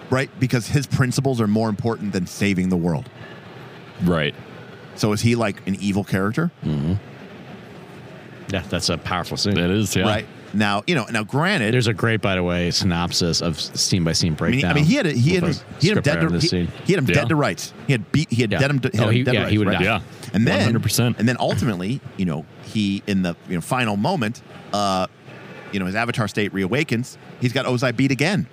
[SPEAKER 1] Right? Because his principles are more important than saving the world.
[SPEAKER 3] Right.
[SPEAKER 1] So is he like an evil character?
[SPEAKER 2] Yeah, that's a powerful scene.
[SPEAKER 3] It is. Yeah.
[SPEAKER 1] Right. Now, you know, now granted,
[SPEAKER 2] There's a great, by the way, synopsis of scene by
[SPEAKER 1] I
[SPEAKER 2] scene
[SPEAKER 1] mean,
[SPEAKER 2] breakdown.
[SPEAKER 1] I mean, he had a, he had
[SPEAKER 2] With
[SPEAKER 1] him,
[SPEAKER 2] a
[SPEAKER 1] he had him
[SPEAKER 2] script
[SPEAKER 1] dead
[SPEAKER 2] writer
[SPEAKER 1] to
[SPEAKER 2] of this
[SPEAKER 1] he,
[SPEAKER 2] scene.
[SPEAKER 1] he had him
[SPEAKER 3] Yeah.
[SPEAKER 1] dead to rights. He had beat he had
[SPEAKER 2] Yeah.
[SPEAKER 1] dead him to, he had
[SPEAKER 2] Oh,
[SPEAKER 1] him
[SPEAKER 2] he-
[SPEAKER 1] dead to
[SPEAKER 2] yeah,
[SPEAKER 1] rights.
[SPEAKER 2] he would
[SPEAKER 1] right?
[SPEAKER 2] die.
[SPEAKER 3] Yeah.
[SPEAKER 1] And then
[SPEAKER 3] 100%.
[SPEAKER 1] And then ultimately, you know, he in the you know final moment, uh, you know, his avatar state reawakens. He's got Ozai beat again.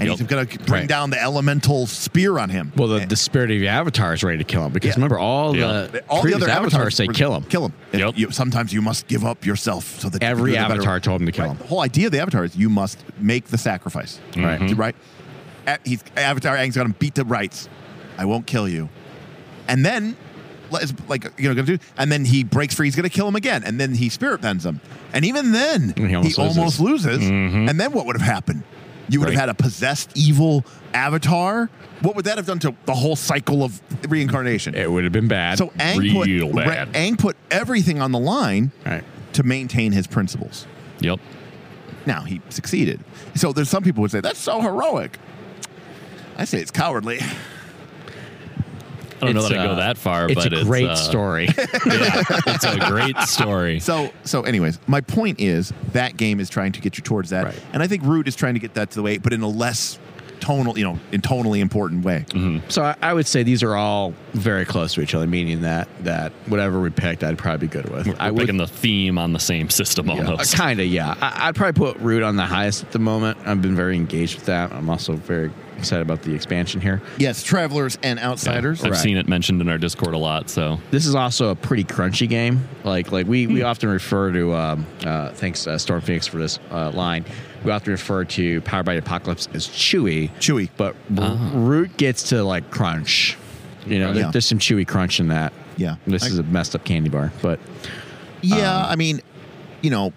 [SPEAKER 1] And
[SPEAKER 3] Yep.
[SPEAKER 1] he's going to bring
[SPEAKER 2] Right.
[SPEAKER 1] down the elemental spear on him.
[SPEAKER 2] Well, the,
[SPEAKER 1] And-
[SPEAKER 2] the spirit of the avatar is ready to kill him because
[SPEAKER 1] Yeah.
[SPEAKER 2] remember all
[SPEAKER 3] Yeah.
[SPEAKER 2] the
[SPEAKER 1] all the
[SPEAKER 2] previous
[SPEAKER 1] other
[SPEAKER 2] avatars,
[SPEAKER 1] avatars
[SPEAKER 2] say
[SPEAKER 1] were-
[SPEAKER 2] kill him.
[SPEAKER 1] Kill him. And
[SPEAKER 3] Yep.
[SPEAKER 1] you- sometimes you must give up yourself so that you can
[SPEAKER 2] Every
[SPEAKER 1] do the better-
[SPEAKER 2] avatar told him to kill
[SPEAKER 1] Right.
[SPEAKER 2] him.
[SPEAKER 1] The whole idea of the avatar is you must make the sacrifice.
[SPEAKER 2] Right. Mhm.
[SPEAKER 1] Right. A- He's Avatar Aang's got him beat to rights. I won't kill you. And then, like it's like, you know, gonna do. And then he breaks free. He's gonna kill him again. And then he spirit bends him. And even then,
[SPEAKER 2] And he
[SPEAKER 1] he
[SPEAKER 2] almost
[SPEAKER 1] almost
[SPEAKER 2] loses.
[SPEAKER 1] loses. And then what would have happened? You would
[SPEAKER 3] Right.
[SPEAKER 1] have had a possessed evil avatar. What would that have done to the whole cycle of reincarnation?
[SPEAKER 2] It would have been bad.
[SPEAKER 1] So Aang
[SPEAKER 3] Real
[SPEAKER 1] put
[SPEAKER 3] bad.
[SPEAKER 1] Re- Aang put everything on the line
[SPEAKER 2] right.
[SPEAKER 1] to maintain his principles.
[SPEAKER 3] Yep.
[SPEAKER 1] Now he succeeded. So there's some people who would say that's so heroic. I say it's cowardly.
[SPEAKER 3] I don't know
[SPEAKER 2] It's,
[SPEAKER 3] that I go
[SPEAKER 2] uh,
[SPEAKER 3] that far,
[SPEAKER 2] It's
[SPEAKER 3] but
[SPEAKER 2] a great
[SPEAKER 3] it's, uh,
[SPEAKER 2] story.
[SPEAKER 3] yeah, it's a great story.
[SPEAKER 1] So so anyways, my point is that game is trying to get you towards that,
[SPEAKER 2] Right.
[SPEAKER 1] and I think Root is trying to get that to the way, but in a less tonal, you know, in tonally important way.
[SPEAKER 2] so I, I would say these are all very close to each other, meaning that that whatever we picked, I'd probably be good with. I
[SPEAKER 3] We're
[SPEAKER 2] would
[SPEAKER 3] picking the theme on the same system almost.
[SPEAKER 2] kind of, yeah. I, I'd probably put Root on the highest at the moment. I've been very engaged with that. I'm also very excited about the expansion here.
[SPEAKER 1] Yes, travelers and outsiders.
[SPEAKER 3] I've seen it mentioned in our Discord a lot. So
[SPEAKER 2] This is also a pretty crunchy game. Like like we, we often refer to um, uh, thanks uh, Storm Phoenix for this uh, line. We often refer to Powered by the Apocalypse as chewy,
[SPEAKER 1] Chewy.
[SPEAKER 2] but Root gets to like crunch. You know, there-
[SPEAKER 1] Yeah.
[SPEAKER 2] there's some chewy crunch in that.
[SPEAKER 1] Yeah.
[SPEAKER 2] this
[SPEAKER 1] I-
[SPEAKER 2] is um, a messed up candy bar, but
[SPEAKER 1] Yeah, I mean, you know,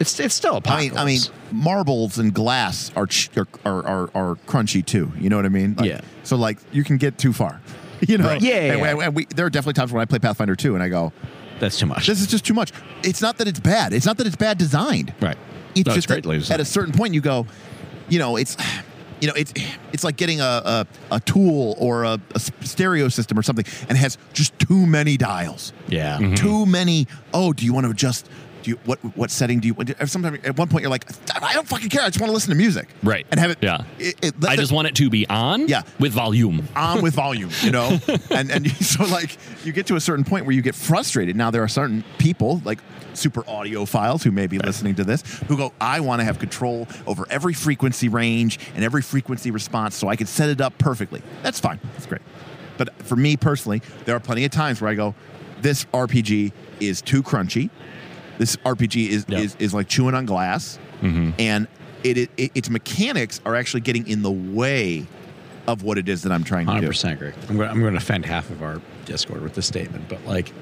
[SPEAKER 2] it's it's still
[SPEAKER 1] I mean,
[SPEAKER 2] apocalypse.
[SPEAKER 1] I mean, marbles and glass are ch- are, are are are crunchy too. You know what I mean? Like,
[SPEAKER 2] Yeah.
[SPEAKER 1] So like, you can get too far. You know?
[SPEAKER 2] Right. Yeah,
[SPEAKER 1] And,
[SPEAKER 2] yeah.
[SPEAKER 1] and- and we, there are definitely times when I play Pathfinder 2 and I go,
[SPEAKER 2] that's too much.
[SPEAKER 1] this is just too much. It's not that it's bad. It's not that it's bad designed.
[SPEAKER 2] right.
[SPEAKER 1] It's
[SPEAKER 2] No,
[SPEAKER 1] just
[SPEAKER 2] great
[SPEAKER 1] that
[SPEAKER 2] ladies.
[SPEAKER 1] at a certain point you go, you know, it's you know, it's it's like getting a a, a tool or a, a s- stereo system or something, and has just too many dials, Mm-hmm.
[SPEAKER 2] Yeah. Mm-hmm.
[SPEAKER 1] too many. Oh, do you want to adjust? Do you what what setting do you? want to- Sometimes at one point you're like, I don't fucking care. I just want to listen to music,
[SPEAKER 3] Right.
[SPEAKER 1] And have it.
[SPEAKER 3] Yeah.
[SPEAKER 1] It, it,
[SPEAKER 3] I
[SPEAKER 1] let the-
[SPEAKER 3] just want it to be on
[SPEAKER 1] Yeah.
[SPEAKER 3] with volume.
[SPEAKER 1] on with volume, you know? and and so like you get to a certain point where you get frustrated. Now there are certain people like super audiophiles who may be listening to this who go, I want to have control over every frequency range and every frequency response so I can set it up perfectly. That's fine. That's great. But for me personally, there are plenty of times where I go, this RPG is too crunchy. This RPG is
[SPEAKER 2] Yeah.
[SPEAKER 1] is, is like chewing on glass, and it, it, its mechanics are actually getting in the way of what it is that I'm trying to
[SPEAKER 2] Hundred
[SPEAKER 1] do.
[SPEAKER 2] percent, Greg. I'm going, I'm going to offend half of our Discord with this statement, but like,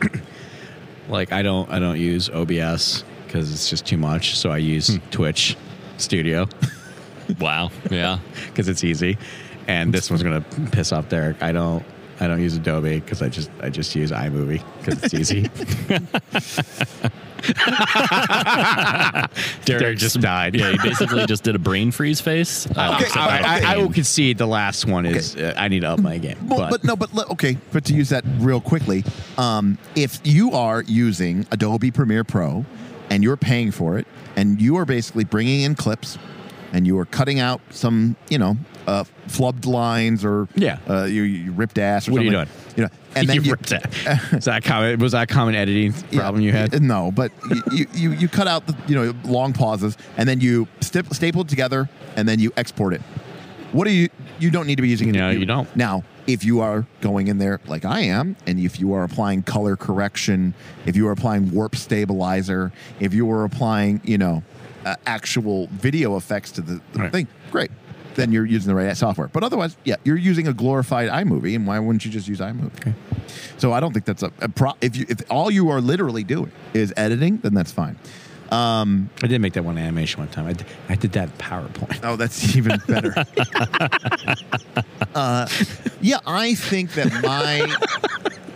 [SPEAKER 2] like I don't I don't use OBS because it's just too much. So I use
[SPEAKER 1] Hmm.
[SPEAKER 2] Twitch Studio
[SPEAKER 3] Wow. Yeah.
[SPEAKER 2] because it's easy. And this one's going to piss off Derek. I don't I don't use Adobe because I just I just use iMovie because it's easy. Derek just died.
[SPEAKER 3] Yeah. He basically just did a brain freeze face. I
[SPEAKER 1] Okay,
[SPEAKER 3] accept
[SPEAKER 2] All right,
[SPEAKER 3] that.
[SPEAKER 2] I, I will concede the last one is uh, I need to up my game.
[SPEAKER 1] Well, but, no, but le- okay. But to use that real quickly, um, if you are using Adobe Premiere Pro and you're paying for it, and you are basically bringing in clips, and you are cutting out some, you know, uh, flubbed lines or
[SPEAKER 2] Yeah.
[SPEAKER 1] uh, you, you ripped ass. Or
[SPEAKER 2] What are you
[SPEAKER 1] something.
[SPEAKER 2] doing?
[SPEAKER 1] You know, and then
[SPEAKER 2] you
[SPEAKER 1] you-
[SPEAKER 2] ripped it. Is that common, was that a common editing
[SPEAKER 1] Yeah,
[SPEAKER 2] problem you had?
[SPEAKER 1] y- No, but y- you, you you cut out the you know long pauses and then you stip, staple it together and then you export it. What do you you don't need to be using?
[SPEAKER 2] No,
[SPEAKER 1] Adobe.
[SPEAKER 2] you don't.
[SPEAKER 1] Now, if you are going in there like I am, and if you are applying color correction, if you are applying warp stabilizer, if you are applying you know uh, actual video effects to the, the
[SPEAKER 2] Right.
[SPEAKER 1] thing, great. Then you're using the right software. But otherwise, yeah, you're using a glorified iMovie, and why wouldn't you just use iMovie? So I don't think that's a, a pro. If you if all you are literally doing is editing, then that's fine. Um,
[SPEAKER 2] I did make that one animation one time. I did, I did that in PowerPoint.
[SPEAKER 1] oh, that's even better. uh, yeah, I think that my,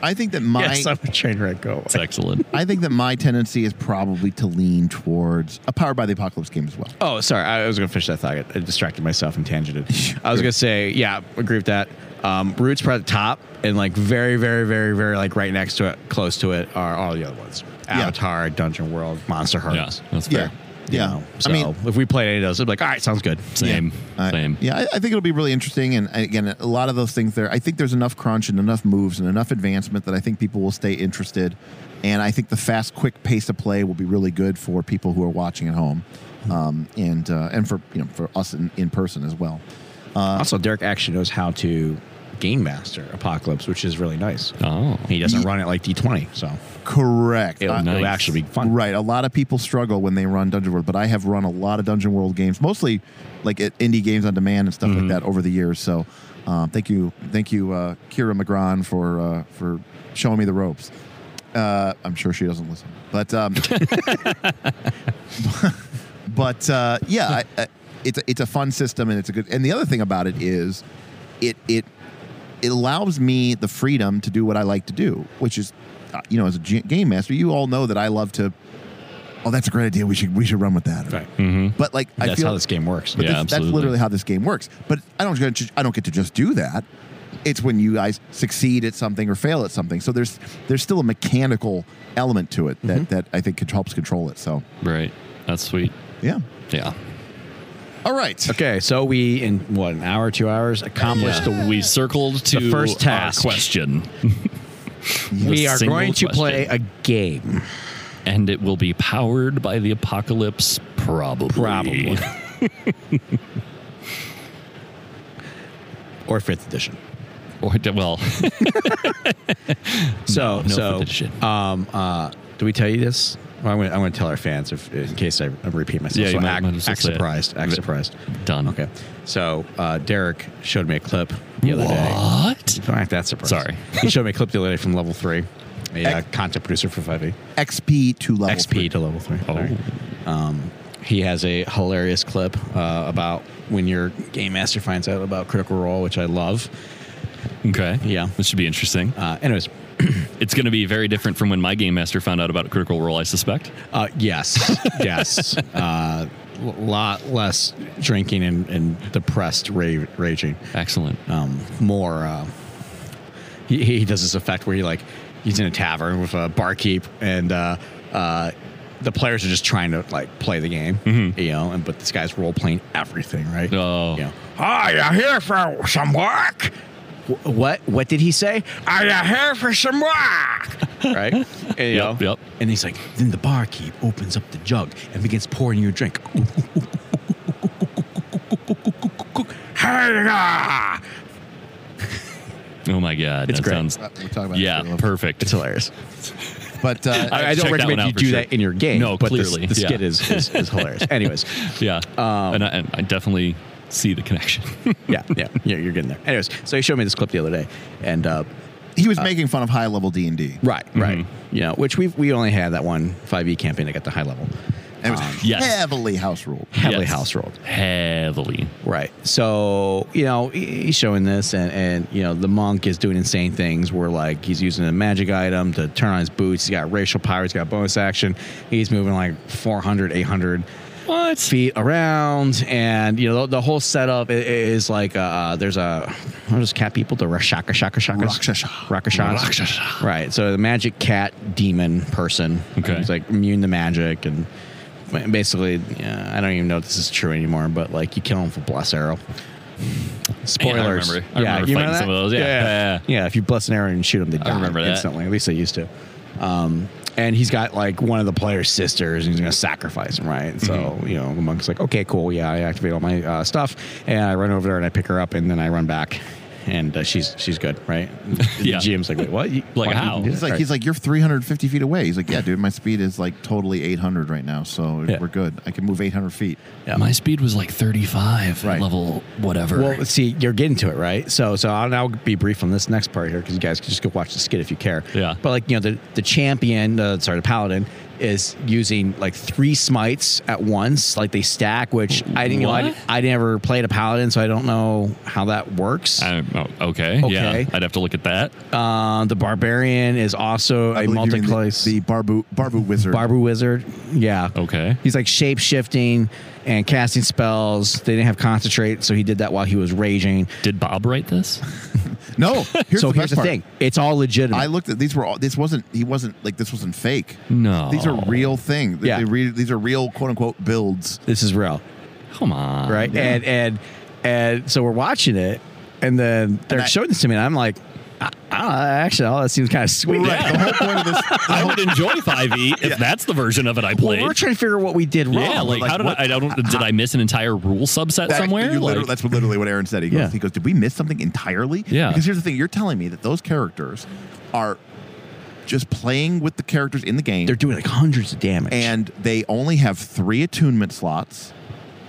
[SPEAKER 1] I think that my,
[SPEAKER 2] yes, I'm a train wreck. Go. away.
[SPEAKER 3] It's excellent.
[SPEAKER 1] I think that my tendency is probably to lean towards a Powered by the Apocalypse game as well.
[SPEAKER 2] Oh, sorry. I was going to finish that thought. I I distracted myself and tangented. I was going to say, yeah, agree with that. Um, Roots probably at the top, and like very, very, very, very, like right next to it, close to it, are all the other ones:
[SPEAKER 1] Yeah.
[SPEAKER 2] Avatar, Dungeon World, Monster Hearts.
[SPEAKER 3] Yeah. That's
[SPEAKER 1] Yeah,
[SPEAKER 3] fair.
[SPEAKER 2] You
[SPEAKER 1] yeah.
[SPEAKER 2] know, So
[SPEAKER 1] I mean,
[SPEAKER 2] if we played any of those, I'd be like, all right, sounds good.
[SPEAKER 3] Same.
[SPEAKER 1] I-
[SPEAKER 3] Same.
[SPEAKER 1] yeah, I, I think it'll be really interesting. And I- again, a lot of those things there, I think there's enough crunch and enough moves and enough advancement that I think people will stay interested. And I think the fast, quick pace of play will be really good for people who are watching at home, um, and uh, and for you know for us in, in person as well.
[SPEAKER 2] also, Derek actually knows how to game master Apocalypse, which is really nice.
[SPEAKER 3] Oh.
[SPEAKER 2] He doesn't run it like D20, so
[SPEAKER 1] Correct.
[SPEAKER 2] it'll,
[SPEAKER 1] Uh,
[SPEAKER 2] it'll
[SPEAKER 3] nice.
[SPEAKER 2] actually be fun.
[SPEAKER 1] Right. A lot of people struggle when they run Dungeon World, but I have run a lot of Dungeon World games, mostly like at indie games on demand and stuff
[SPEAKER 2] Mm-hmm.
[SPEAKER 1] like that over the years. So, uh, thank you, thank you, uh, Kira McGran for uh, for showing me the ropes. Uh, I'm sure she doesn't listen, but um, but uh, yeah, I, I, it's a, it's a fun system and it's a good. And the other thing about it is, it it it allows me the freedom to do what I like to do, which is, uh, you know, as a g- game master, you all know that I love to. Oh, that's a great idea. We should we should run with that.
[SPEAKER 2] Right.
[SPEAKER 3] Mm-hmm.
[SPEAKER 1] But like I
[SPEAKER 2] That's
[SPEAKER 1] feel
[SPEAKER 2] how this game works.
[SPEAKER 1] but
[SPEAKER 3] Yeah,
[SPEAKER 1] this- that's
[SPEAKER 3] absolutely.
[SPEAKER 1] literally how this game works. But I don't get to, I don't get to just do that. It's when you guys succeed at something or fail at something. So there's there's still a mechanical element to it that that I think could- helps control it. So
[SPEAKER 3] Right. That's sweet.
[SPEAKER 1] yeah.
[SPEAKER 3] Yeah.
[SPEAKER 1] All right.
[SPEAKER 2] Okay, so we in what an hour, two hours accomplished the
[SPEAKER 3] We circled to
[SPEAKER 2] The first
[SPEAKER 3] our
[SPEAKER 2] task.
[SPEAKER 3] question,
[SPEAKER 2] We
[SPEAKER 3] A
[SPEAKER 2] are
[SPEAKER 3] single
[SPEAKER 2] going to
[SPEAKER 3] question.
[SPEAKER 2] play a game,
[SPEAKER 3] and it will be powered by the apocalypse, probably.
[SPEAKER 2] probably, or fifth edition.
[SPEAKER 3] Or well,
[SPEAKER 2] So,
[SPEAKER 3] no
[SPEAKER 2] so,
[SPEAKER 3] fifth edition.
[SPEAKER 2] um, uh, do we tell you this? Well, I'm going to tell our fans if, in case I, I repeat myself.
[SPEAKER 3] Yeah,
[SPEAKER 2] so
[SPEAKER 3] you might-
[SPEAKER 2] act,
[SPEAKER 3] might as well
[SPEAKER 2] act
[SPEAKER 3] say it.
[SPEAKER 2] surprised. Act
[SPEAKER 3] Vi-
[SPEAKER 2] surprised.
[SPEAKER 3] done.
[SPEAKER 2] Okay. So uh, Derek showed me a clip the other day.
[SPEAKER 3] what?
[SPEAKER 2] Don't act that surprised.
[SPEAKER 3] Sorry.
[SPEAKER 2] he showed me a clip the other day from level three. A uh, content producer for 5e.
[SPEAKER 1] XP to level.
[SPEAKER 2] XP
[SPEAKER 1] three.
[SPEAKER 2] to level three.
[SPEAKER 3] Oh.
[SPEAKER 2] Sorry. Um, he has a hilarious clip uh, about when your game master finds out about Critical Role, which I love.
[SPEAKER 3] Okay.
[SPEAKER 2] Yeah.
[SPEAKER 3] This should be interesting.
[SPEAKER 2] Uh, anyways,
[SPEAKER 3] It's going to be very different from when my game master found out about Critical Role, I suspect.
[SPEAKER 2] uh, yes, yes. Uh, l- lot less drinking and, and depressed rave, raging.
[SPEAKER 3] Excellent.
[SPEAKER 2] Um, more, uh, he, he does this effect where he like he's in a tavern with a barkeep and uh, uh, the players are just trying to like play the game,
[SPEAKER 3] Mm-hmm.
[SPEAKER 2] you know. And but this guy's role playing everything, right?
[SPEAKER 3] Oh.
[SPEAKER 2] you know, are you here for some work? Wh- What what did he say? Are you here for some work? right? And, you
[SPEAKER 3] Yep,
[SPEAKER 2] know,
[SPEAKER 3] yep.
[SPEAKER 2] And he's like, then the barkeep opens up the jug and begins pouring you a drink. it's
[SPEAKER 3] Oh my god,
[SPEAKER 2] It's
[SPEAKER 3] that
[SPEAKER 2] great.
[SPEAKER 3] sounds.
[SPEAKER 1] Uh, we're talking about
[SPEAKER 3] Yeah,
[SPEAKER 1] this.
[SPEAKER 3] perfect.
[SPEAKER 2] hilarious.
[SPEAKER 1] But uh,
[SPEAKER 3] I-
[SPEAKER 2] I,
[SPEAKER 3] I
[SPEAKER 2] don't
[SPEAKER 3] checked that one
[SPEAKER 2] recommend
[SPEAKER 3] out
[SPEAKER 2] you
[SPEAKER 3] for
[SPEAKER 2] do
[SPEAKER 3] sure.
[SPEAKER 2] that in your game.
[SPEAKER 3] No,
[SPEAKER 2] but the s-
[SPEAKER 3] clearly,
[SPEAKER 2] the
[SPEAKER 3] yeah.
[SPEAKER 2] skit is, is is hilarious. Anyways,
[SPEAKER 3] Yeah,
[SPEAKER 2] Um,
[SPEAKER 3] and, I, and I definitely see the connection.
[SPEAKER 2] yeah, yeah, yeah, you're getting there. Anyways, so he showed me this clip the other day, and uh,
[SPEAKER 1] he was making fun of high level D and D.
[SPEAKER 2] right,
[SPEAKER 3] Mm-hmm.
[SPEAKER 2] right, you know, which we we only had that one 5e campaign that got the high level,
[SPEAKER 1] It was
[SPEAKER 2] Um,
[SPEAKER 3] yes.
[SPEAKER 1] heavily house ruled.
[SPEAKER 2] heavily
[SPEAKER 3] Yes.
[SPEAKER 2] house rolled.
[SPEAKER 3] Heavily.
[SPEAKER 2] Right. So, you know, he- he's showing this, and, and, you know, the monk is doing insane things where, like, he's using a magic item to turn on his boots. He's got racial power. He's got bonus action. He's moving like 400, 800
[SPEAKER 3] What?
[SPEAKER 2] feet around. And, you know, the, the whole setup i- i- is like uh, there's a, what is cat people? The shaka shaka shaka.
[SPEAKER 1] Rakshasa.
[SPEAKER 2] Rakshasa.
[SPEAKER 3] Rakshasa.
[SPEAKER 2] Right. So the magic cat demon person.
[SPEAKER 3] Okay.
[SPEAKER 2] He's like immune to magic and basically, yeah, I don't even know if this is true anymore, but like you kill him with a bless arrow. Spoilers.
[SPEAKER 3] I remember- I remember
[SPEAKER 2] you
[SPEAKER 3] fighting
[SPEAKER 2] that?
[SPEAKER 3] some of those. Yeah.
[SPEAKER 2] Yeah.
[SPEAKER 3] Yeah.
[SPEAKER 2] Yeah, if you bless an arrow and shoot him, they die
[SPEAKER 3] remember that.
[SPEAKER 2] instantly. At least they used to. Um, and he's got like one of the player's sisters, and he's going to sacrifice him, right? So
[SPEAKER 3] Mm-hmm.
[SPEAKER 2] you know, the monk's like, "Okay, cool, yeah." I activate all my uh, stuff, and I run over there and I pick her up, and then I run back, and uh, she's she's good, right?
[SPEAKER 3] Yeah.
[SPEAKER 2] The GM's like, "Wait, what? You-
[SPEAKER 3] Like,
[SPEAKER 2] why did you
[SPEAKER 3] how?
[SPEAKER 2] do
[SPEAKER 1] He's
[SPEAKER 2] that?"
[SPEAKER 1] like,
[SPEAKER 2] Right.
[SPEAKER 1] he's like, you're 350 feet away. He's like, yeah, dude, my speed is like totally 800 right now, so
[SPEAKER 2] Yeah.
[SPEAKER 1] we're good. I can move 800 feet.
[SPEAKER 3] My speed was like 35
[SPEAKER 1] Right.
[SPEAKER 3] at level whatever.
[SPEAKER 2] Well, see, you're getting to it, right? So, so I'll now be brief on this next part here because you guys can just go watch the skit if you care.
[SPEAKER 3] Yeah.
[SPEAKER 2] But like you know, the the champion, uh, sorry, the paladin is using like three smites at once, like they stack. Which I didn't, you know, I,
[SPEAKER 3] What?
[SPEAKER 2] I never played a paladin, so I don't know how that works.
[SPEAKER 3] I, oh, okay.
[SPEAKER 2] Okay.
[SPEAKER 3] Yeah. I'd have to look at that.
[SPEAKER 2] Uh, the barbarian is also
[SPEAKER 1] believe
[SPEAKER 2] a
[SPEAKER 1] you mean the-
[SPEAKER 2] multi-class
[SPEAKER 1] The, Barbu Barbu wizard.
[SPEAKER 2] barber wizard. Yeah.
[SPEAKER 3] Okay.
[SPEAKER 2] He's like shape shifting and casting spells. They didn't have concentrate, so he did that while he was raging.
[SPEAKER 3] Did Bob write this?
[SPEAKER 1] No, here's
[SPEAKER 2] so
[SPEAKER 1] the
[SPEAKER 2] here's
[SPEAKER 1] best
[SPEAKER 2] the
[SPEAKER 1] part.
[SPEAKER 2] thing: it's all legitimate.
[SPEAKER 1] I looked at these were all. This wasn't. He wasn't like this wasn't fake.
[SPEAKER 3] No.
[SPEAKER 1] These are real thing. They-
[SPEAKER 2] Yeah.
[SPEAKER 1] they re- these are real quote unquote builds.
[SPEAKER 2] this is real.
[SPEAKER 3] Come on.
[SPEAKER 2] right? And and and so we're watching it, and then they're
[SPEAKER 1] I-
[SPEAKER 2] showing this to me, and I'm like, I, I don't know, actually, oh, that seems kind of sweet.
[SPEAKER 3] Yeah.
[SPEAKER 1] The whole point of this. the
[SPEAKER 3] I
[SPEAKER 1] whole-
[SPEAKER 3] would enjoy 5e if that's the version of it I
[SPEAKER 2] Well,
[SPEAKER 3] played.
[SPEAKER 2] we're trying to figure out what we did wrong.
[SPEAKER 3] yeah, like,
[SPEAKER 1] like,
[SPEAKER 3] how did
[SPEAKER 1] what-
[SPEAKER 3] I, I don't did I miss an entire rule subset
[SPEAKER 1] that-
[SPEAKER 3] somewhere?
[SPEAKER 1] you
[SPEAKER 3] Like-
[SPEAKER 1] literally- that's what- literally what Aaron said. He goes,
[SPEAKER 2] Yeah.
[SPEAKER 1] he goes, did we miss something entirely?
[SPEAKER 3] Yeah.
[SPEAKER 1] Because here's the thing: you're telling me that those characters are just playing with the characters in the game,
[SPEAKER 2] they're doing like hundreds of damage,
[SPEAKER 1] and they only have three attunement slots,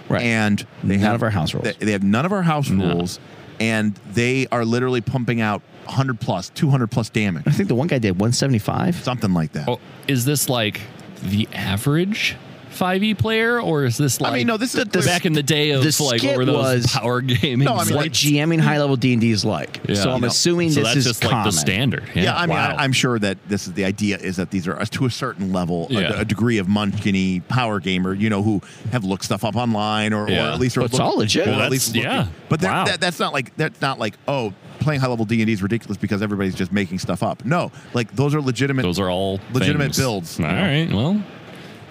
[SPEAKER 2] right?
[SPEAKER 1] and they
[SPEAKER 2] None
[SPEAKER 1] have
[SPEAKER 2] of our house rules.
[SPEAKER 1] They, they have none of our house
[SPEAKER 3] No.
[SPEAKER 1] rules, and they are literally pumping out 100 plus, 200 plus damage,
[SPEAKER 2] I think the one guy did 175.
[SPEAKER 1] something like that.
[SPEAKER 3] Oh, is this like the average 5e player, or is this like
[SPEAKER 1] I mean, no, this is
[SPEAKER 3] the- back in the day of
[SPEAKER 2] the
[SPEAKER 3] like
[SPEAKER 2] skit
[SPEAKER 3] what were those
[SPEAKER 2] was-
[SPEAKER 3] power gaming?
[SPEAKER 1] No, I mean,
[SPEAKER 2] What
[SPEAKER 3] sites?
[SPEAKER 2] GMing high level D and D is like.
[SPEAKER 3] Yeah.
[SPEAKER 2] So I'm
[SPEAKER 3] You know,
[SPEAKER 2] assuming
[SPEAKER 3] so
[SPEAKER 2] this
[SPEAKER 3] that's
[SPEAKER 2] is
[SPEAKER 3] just
[SPEAKER 2] common.
[SPEAKER 3] like the standard. Yeah,
[SPEAKER 1] Yeah, I mean,
[SPEAKER 3] wow.
[SPEAKER 1] I, I'm sure that this is the idea is that these are uh, to a certain level, a-
[SPEAKER 3] Yeah.
[SPEAKER 1] a, degree of munchkiny power gamer, you know, who have looked stuff up online or, or
[SPEAKER 3] Yeah.
[SPEAKER 1] at least are
[SPEAKER 2] But it's all legit.
[SPEAKER 1] or
[SPEAKER 2] Well,
[SPEAKER 1] at least
[SPEAKER 3] that's- yeah.
[SPEAKER 1] looking. But they're-
[SPEAKER 3] Wow.
[SPEAKER 1] that, that's not like that's not like oh, playing high level D and D is ridiculous because everybody's just making stuff up. No, like those are legitimate.
[SPEAKER 3] those are all
[SPEAKER 1] legitimate
[SPEAKER 3] things.
[SPEAKER 1] builds.
[SPEAKER 3] All right, well,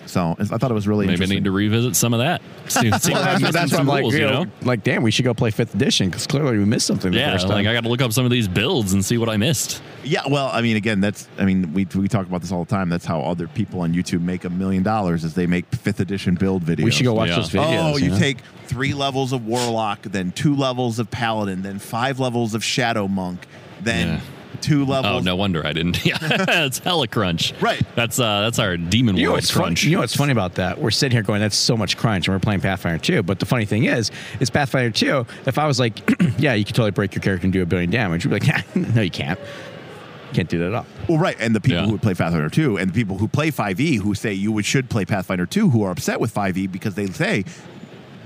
[SPEAKER 1] so I thought it was really
[SPEAKER 3] maybe I
[SPEAKER 1] interesting.
[SPEAKER 3] need to revisit some of that. See, see if I'm
[SPEAKER 2] That's,
[SPEAKER 3] missing
[SPEAKER 2] that's what
[SPEAKER 3] some
[SPEAKER 2] I'm like,
[SPEAKER 3] rules,
[SPEAKER 2] you
[SPEAKER 3] you
[SPEAKER 2] know,
[SPEAKER 3] know?
[SPEAKER 2] like, damn, we should go play fifth edition because clearly we missed something. the
[SPEAKER 3] Yeah,
[SPEAKER 2] first time.
[SPEAKER 3] like I got to look up some of these builds and see what I missed.
[SPEAKER 1] yeah, well, I mean, again, that's I mean, we we talk about this all the time. That's how other people on YouTube make a million dollars is they make fifth edition build videos.
[SPEAKER 2] we should go watch
[SPEAKER 3] Yeah.
[SPEAKER 2] those videos.
[SPEAKER 1] oh, you
[SPEAKER 2] know?
[SPEAKER 1] take three levels of warlock, then two levels of paladin, then five levels of shadow monk, then two
[SPEAKER 3] Oh,
[SPEAKER 1] levels.
[SPEAKER 3] no wonder I didn't. Yeah, it's hella crunch.
[SPEAKER 1] Right.
[SPEAKER 3] That's uh, that's our demon
[SPEAKER 2] You know,
[SPEAKER 3] world
[SPEAKER 2] what's funny,
[SPEAKER 3] crunch.
[SPEAKER 2] you know what's funny about that? We're sitting here going, that's so much crunch, and we're playing Pathfinder 2. But the funny thing is, is Pathfinder 2, if I was like, yeah, you could totally break your character and do a billion damage, you'd be like, no, you can't. You can't do that at all.
[SPEAKER 1] Well, right, and the people
[SPEAKER 3] Yeah.
[SPEAKER 1] who play Pathfinder two, and the people who play five e, who say you would should play Pathfinder two, who are upset with five e because they say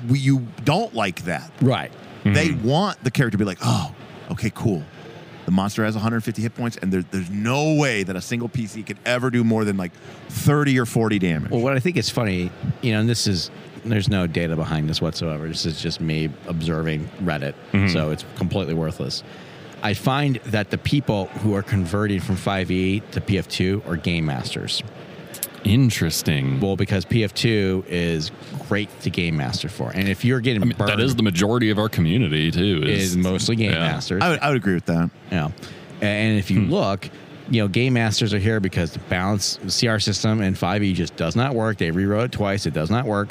[SPEAKER 1] we, you don't like that.
[SPEAKER 2] Right.
[SPEAKER 1] They want the character to be like, oh, okay, cool. The monster has 150 hit points, and there, there's no way that a single PC could ever do more than like 30 or 40 damage.
[SPEAKER 2] Well, what I think is funny, you know, and this is There's no data behind this whatsoever. This is just me observing Reddit, so it's completely worthless. I find that the people who are converting from 5e to PF2 are game masters.
[SPEAKER 3] Interesting.
[SPEAKER 2] Well, because PF2 is great to game master for, and if you're getting
[SPEAKER 3] I mean,
[SPEAKER 2] burned,
[SPEAKER 3] that is the majority of our community too.
[SPEAKER 2] is mostly game
[SPEAKER 3] yeah.
[SPEAKER 2] masters.
[SPEAKER 7] I would, I would agree with that.
[SPEAKER 2] Yeah. And if you look, you know, game masters are here because the balance CR system and 5e just does not work. They rewrote it twice, it does not work.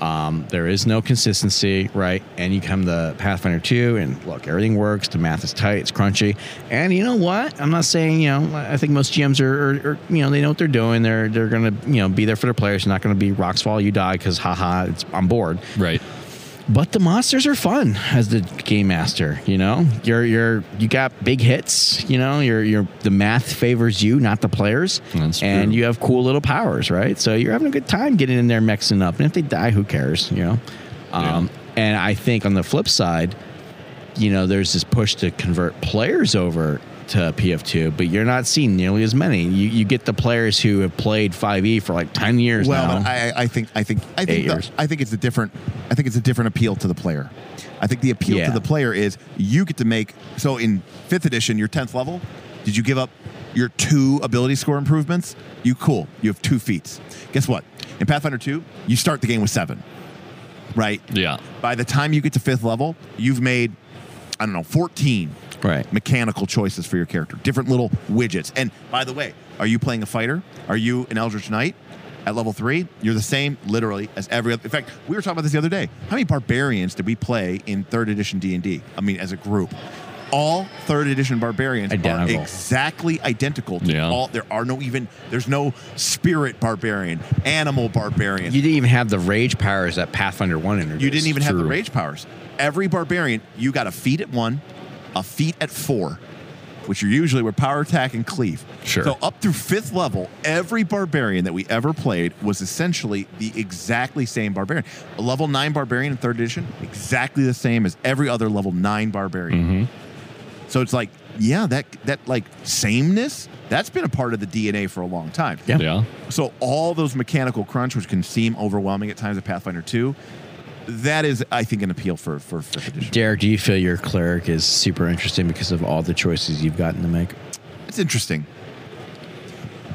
[SPEAKER 2] Um, there is no consistency, right? And you come to Pathfinder 2, and look, everything works. The math is tight, it's crunchy. And you know what? I'm not saying, you know, I think most GMs are, are, are you know, they know what they're doing. They're they're going to, you know, be there for their players. They're not going to be rocks fall, you die, because haha, it's, I'm bored
[SPEAKER 3] right.
[SPEAKER 2] but the monsters are fun as the game master you know you're you're you got big hits you know you're you're the math favors you not the players
[SPEAKER 3] That's
[SPEAKER 2] and
[SPEAKER 3] true.
[SPEAKER 2] you have cool little powers right so you're having a good time getting in there mixing up and if they die who cares you know um, and i think on the flip side you know, there's this push to convert players over to PF2, but you're not seeing nearly as many. You, you get the players who have played 5e for like 10 years
[SPEAKER 1] Well,
[SPEAKER 2] now.
[SPEAKER 1] but I, I- I think I think I
[SPEAKER 2] Eight
[SPEAKER 1] think the,
[SPEAKER 2] years.
[SPEAKER 1] I think it's a different I think it's a different appeal to the player. I think the appeal
[SPEAKER 2] Yeah.
[SPEAKER 1] to the player is you get to make so in fifth edition, your tenth level, did you give up your two ability score improvements? You cool. You have two feats. Guess what? In Pathfinder 2, you start the game with seven. Right?
[SPEAKER 3] Yeah.
[SPEAKER 1] By the time you get to fifth level, you've made I don't know, fourteen
[SPEAKER 2] right.
[SPEAKER 1] mechanical choices for your character, different little widgets. And by the way, are you playing a fighter? Are you an Eldritch Knight? At level three, you're the same literally as every other. In fact, we were talking about this the other day. How many barbarians did we play in third edition D and D? I mean, as a group, all third edition barbarians
[SPEAKER 2] Identical.
[SPEAKER 1] are exactly identical. To
[SPEAKER 3] Yeah.
[SPEAKER 1] all there are no even there's no spirit barbarian, animal barbarian.
[SPEAKER 2] You didn't even have the rage powers that Pathfinder One introduced.
[SPEAKER 1] You didn't even have the
[SPEAKER 3] True.
[SPEAKER 1] rage powers. Every barbarian, you got a feat at one, a feat at four, which are usually were power attack and cleave.
[SPEAKER 3] Sure.
[SPEAKER 1] So up through fifth level, every barbarian that we ever played was essentially the exactly same barbarian. A level nine barbarian in third edition, exactly the same as every other level nine barbarian.
[SPEAKER 3] Mm-hmm.
[SPEAKER 1] So it's like, yeah, that that like sameness, that's been a part of the DNA for a long time.
[SPEAKER 2] Yeah.
[SPEAKER 3] Yeah.
[SPEAKER 1] So all those mechanical crunch, which can seem overwhelming at times at Pathfinder 2, that is, I think, an appeal for for fifth edition.
[SPEAKER 2] Derek, do you feel your cleric is super interesting because of all the choices you've gotten to make?
[SPEAKER 1] It's interesting.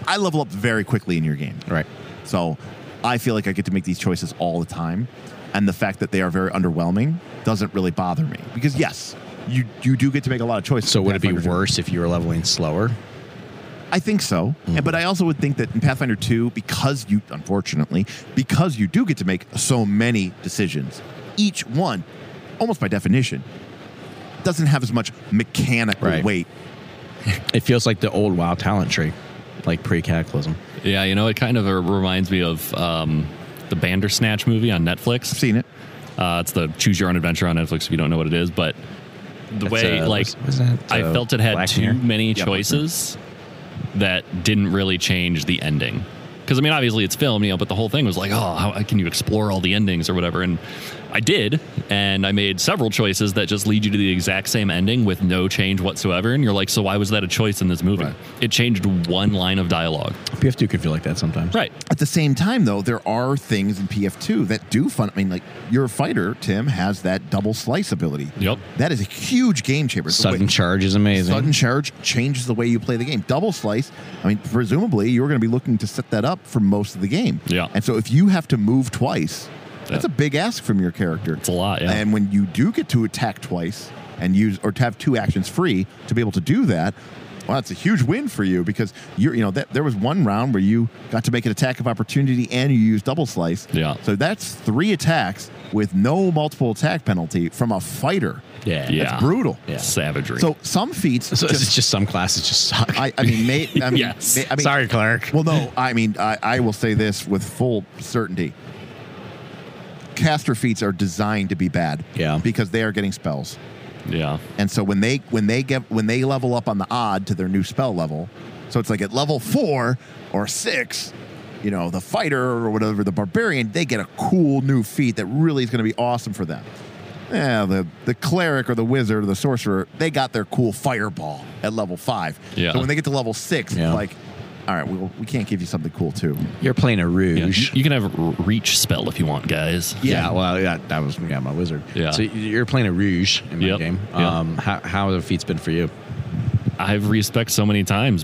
[SPEAKER 1] I level up very quickly in your game,
[SPEAKER 2] Right.
[SPEAKER 1] so I feel like I get to make these choices all the time, and the fact that they are very underwhelming doesn't really bother me because yes, you you do get to make a lot of choices.
[SPEAKER 2] So
[SPEAKER 1] in
[SPEAKER 2] would it be
[SPEAKER 1] Pathfinder 2.
[SPEAKER 2] worse if you were leveling slower?
[SPEAKER 1] I think so.
[SPEAKER 2] Mm-hmm.
[SPEAKER 1] And- But I also would think that in Pathfinder 2, because you, unfortunately, because you do get to make so many decisions, each one, almost by definition, doesn't have as much mechanical
[SPEAKER 2] Right.
[SPEAKER 1] weight.
[SPEAKER 2] It feels like the old WoW talent tree, like pre-cataclysm.
[SPEAKER 3] Yeah. You know, it kind of uh, reminds me of um, the Bandersnatch movie on Netflix.
[SPEAKER 1] Seen it.
[SPEAKER 3] Uh, it's the Choose Your Own Adventure on Netflix. If you don't know what it is, but the
[SPEAKER 2] That's,
[SPEAKER 3] way
[SPEAKER 2] uh,
[SPEAKER 3] like
[SPEAKER 2] was- was that,
[SPEAKER 3] I
[SPEAKER 2] uh,
[SPEAKER 3] felt it had
[SPEAKER 2] Black
[SPEAKER 3] too
[SPEAKER 2] Mirror?
[SPEAKER 3] many
[SPEAKER 1] Yeah, Black Mirror.
[SPEAKER 3] choices that didn't really change the ending. Because I mean, obviously it's film, you know, but the whole thing was like, oh, how can you explore all the endings or whatever? And I did, and I made several choices that just lead you to the exact same ending with no change whatsoever. And you're like, so why was that a choice in this movie? It changed one line of dialogue.
[SPEAKER 2] PF2 can feel like that sometimes.
[SPEAKER 3] Right.
[SPEAKER 1] At the same time, though, there are things in PF2 that do fun. I mean, like your fighter, Tim, has that double slice ability.
[SPEAKER 3] Yep.
[SPEAKER 1] That is a huge game changer. The way-
[SPEAKER 2] Sudden charge is amazing.
[SPEAKER 1] Sudden charge changes the way you play the game. Double slice, I mean, presumably you're going to be looking to set that up for most of the game.
[SPEAKER 3] Yeah.
[SPEAKER 1] And so if you have to move twice, that's
[SPEAKER 3] Yeah.
[SPEAKER 1] a big ask from your character.
[SPEAKER 3] It's a lot, yeah.
[SPEAKER 1] And when you do get to attack twice and use or to have two actions free to be able to do that, well, that's a huge win for you because you're, you know, that, there was one round where you got to make an attack of opportunity and you used double slice.
[SPEAKER 3] Yeah.
[SPEAKER 1] So that's three attacks with no multiple attack penalty from a fighter.
[SPEAKER 2] Yeah.
[SPEAKER 3] Yeah.
[SPEAKER 1] That's brutal.
[SPEAKER 2] Yeah.
[SPEAKER 3] Savagery.
[SPEAKER 1] So some feats
[SPEAKER 2] So
[SPEAKER 1] just-
[SPEAKER 2] it's just some classes just suck.
[SPEAKER 1] I, I mean, may, I mean,
[SPEAKER 3] Yes.
[SPEAKER 1] may- I mean,
[SPEAKER 2] Sorry, cleric.
[SPEAKER 1] Well, no, I mean, I, I will say this with full certainty. Caster feats are designed to be bad,
[SPEAKER 2] Yeah.
[SPEAKER 1] because they are getting spells,
[SPEAKER 3] yeah.
[SPEAKER 1] and so when they when they get when they level up on the odd to their new spell level, so it's like at level four or six, you know, the fighter or whatever the barbarian, they get a cool new feat that really is going to be awesome for them. Yeah, the the cleric or the wizard or the sorcerer, they got their cool fireball at level five.
[SPEAKER 3] Yeah.
[SPEAKER 1] So when they get to level six,
[SPEAKER 2] Yeah.
[SPEAKER 1] it's like,
[SPEAKER 8] All right, well, we can't give you something cool too.
[SPEAKER 2] You're playing a
[SPEAKER 3] Yeah,
[SPEAKER 2] rouge.
[SPEAKER 3] you can have a reach spell if you want, guys.
[SPEAKER 2] Yeah, well, yeah, that was yeah, my wizard.
[SPEAKER 3] Yeah.
[SPEAKER 2] So you're playing a rouge in my
[SPEAKER 3] Yep,
[SPEAKER 2] game.
[SPEAKER 3] yep.
[SPEAKER 2] Um, how, how have the feats been for you?
[SPEAKER 3] I've respec so many times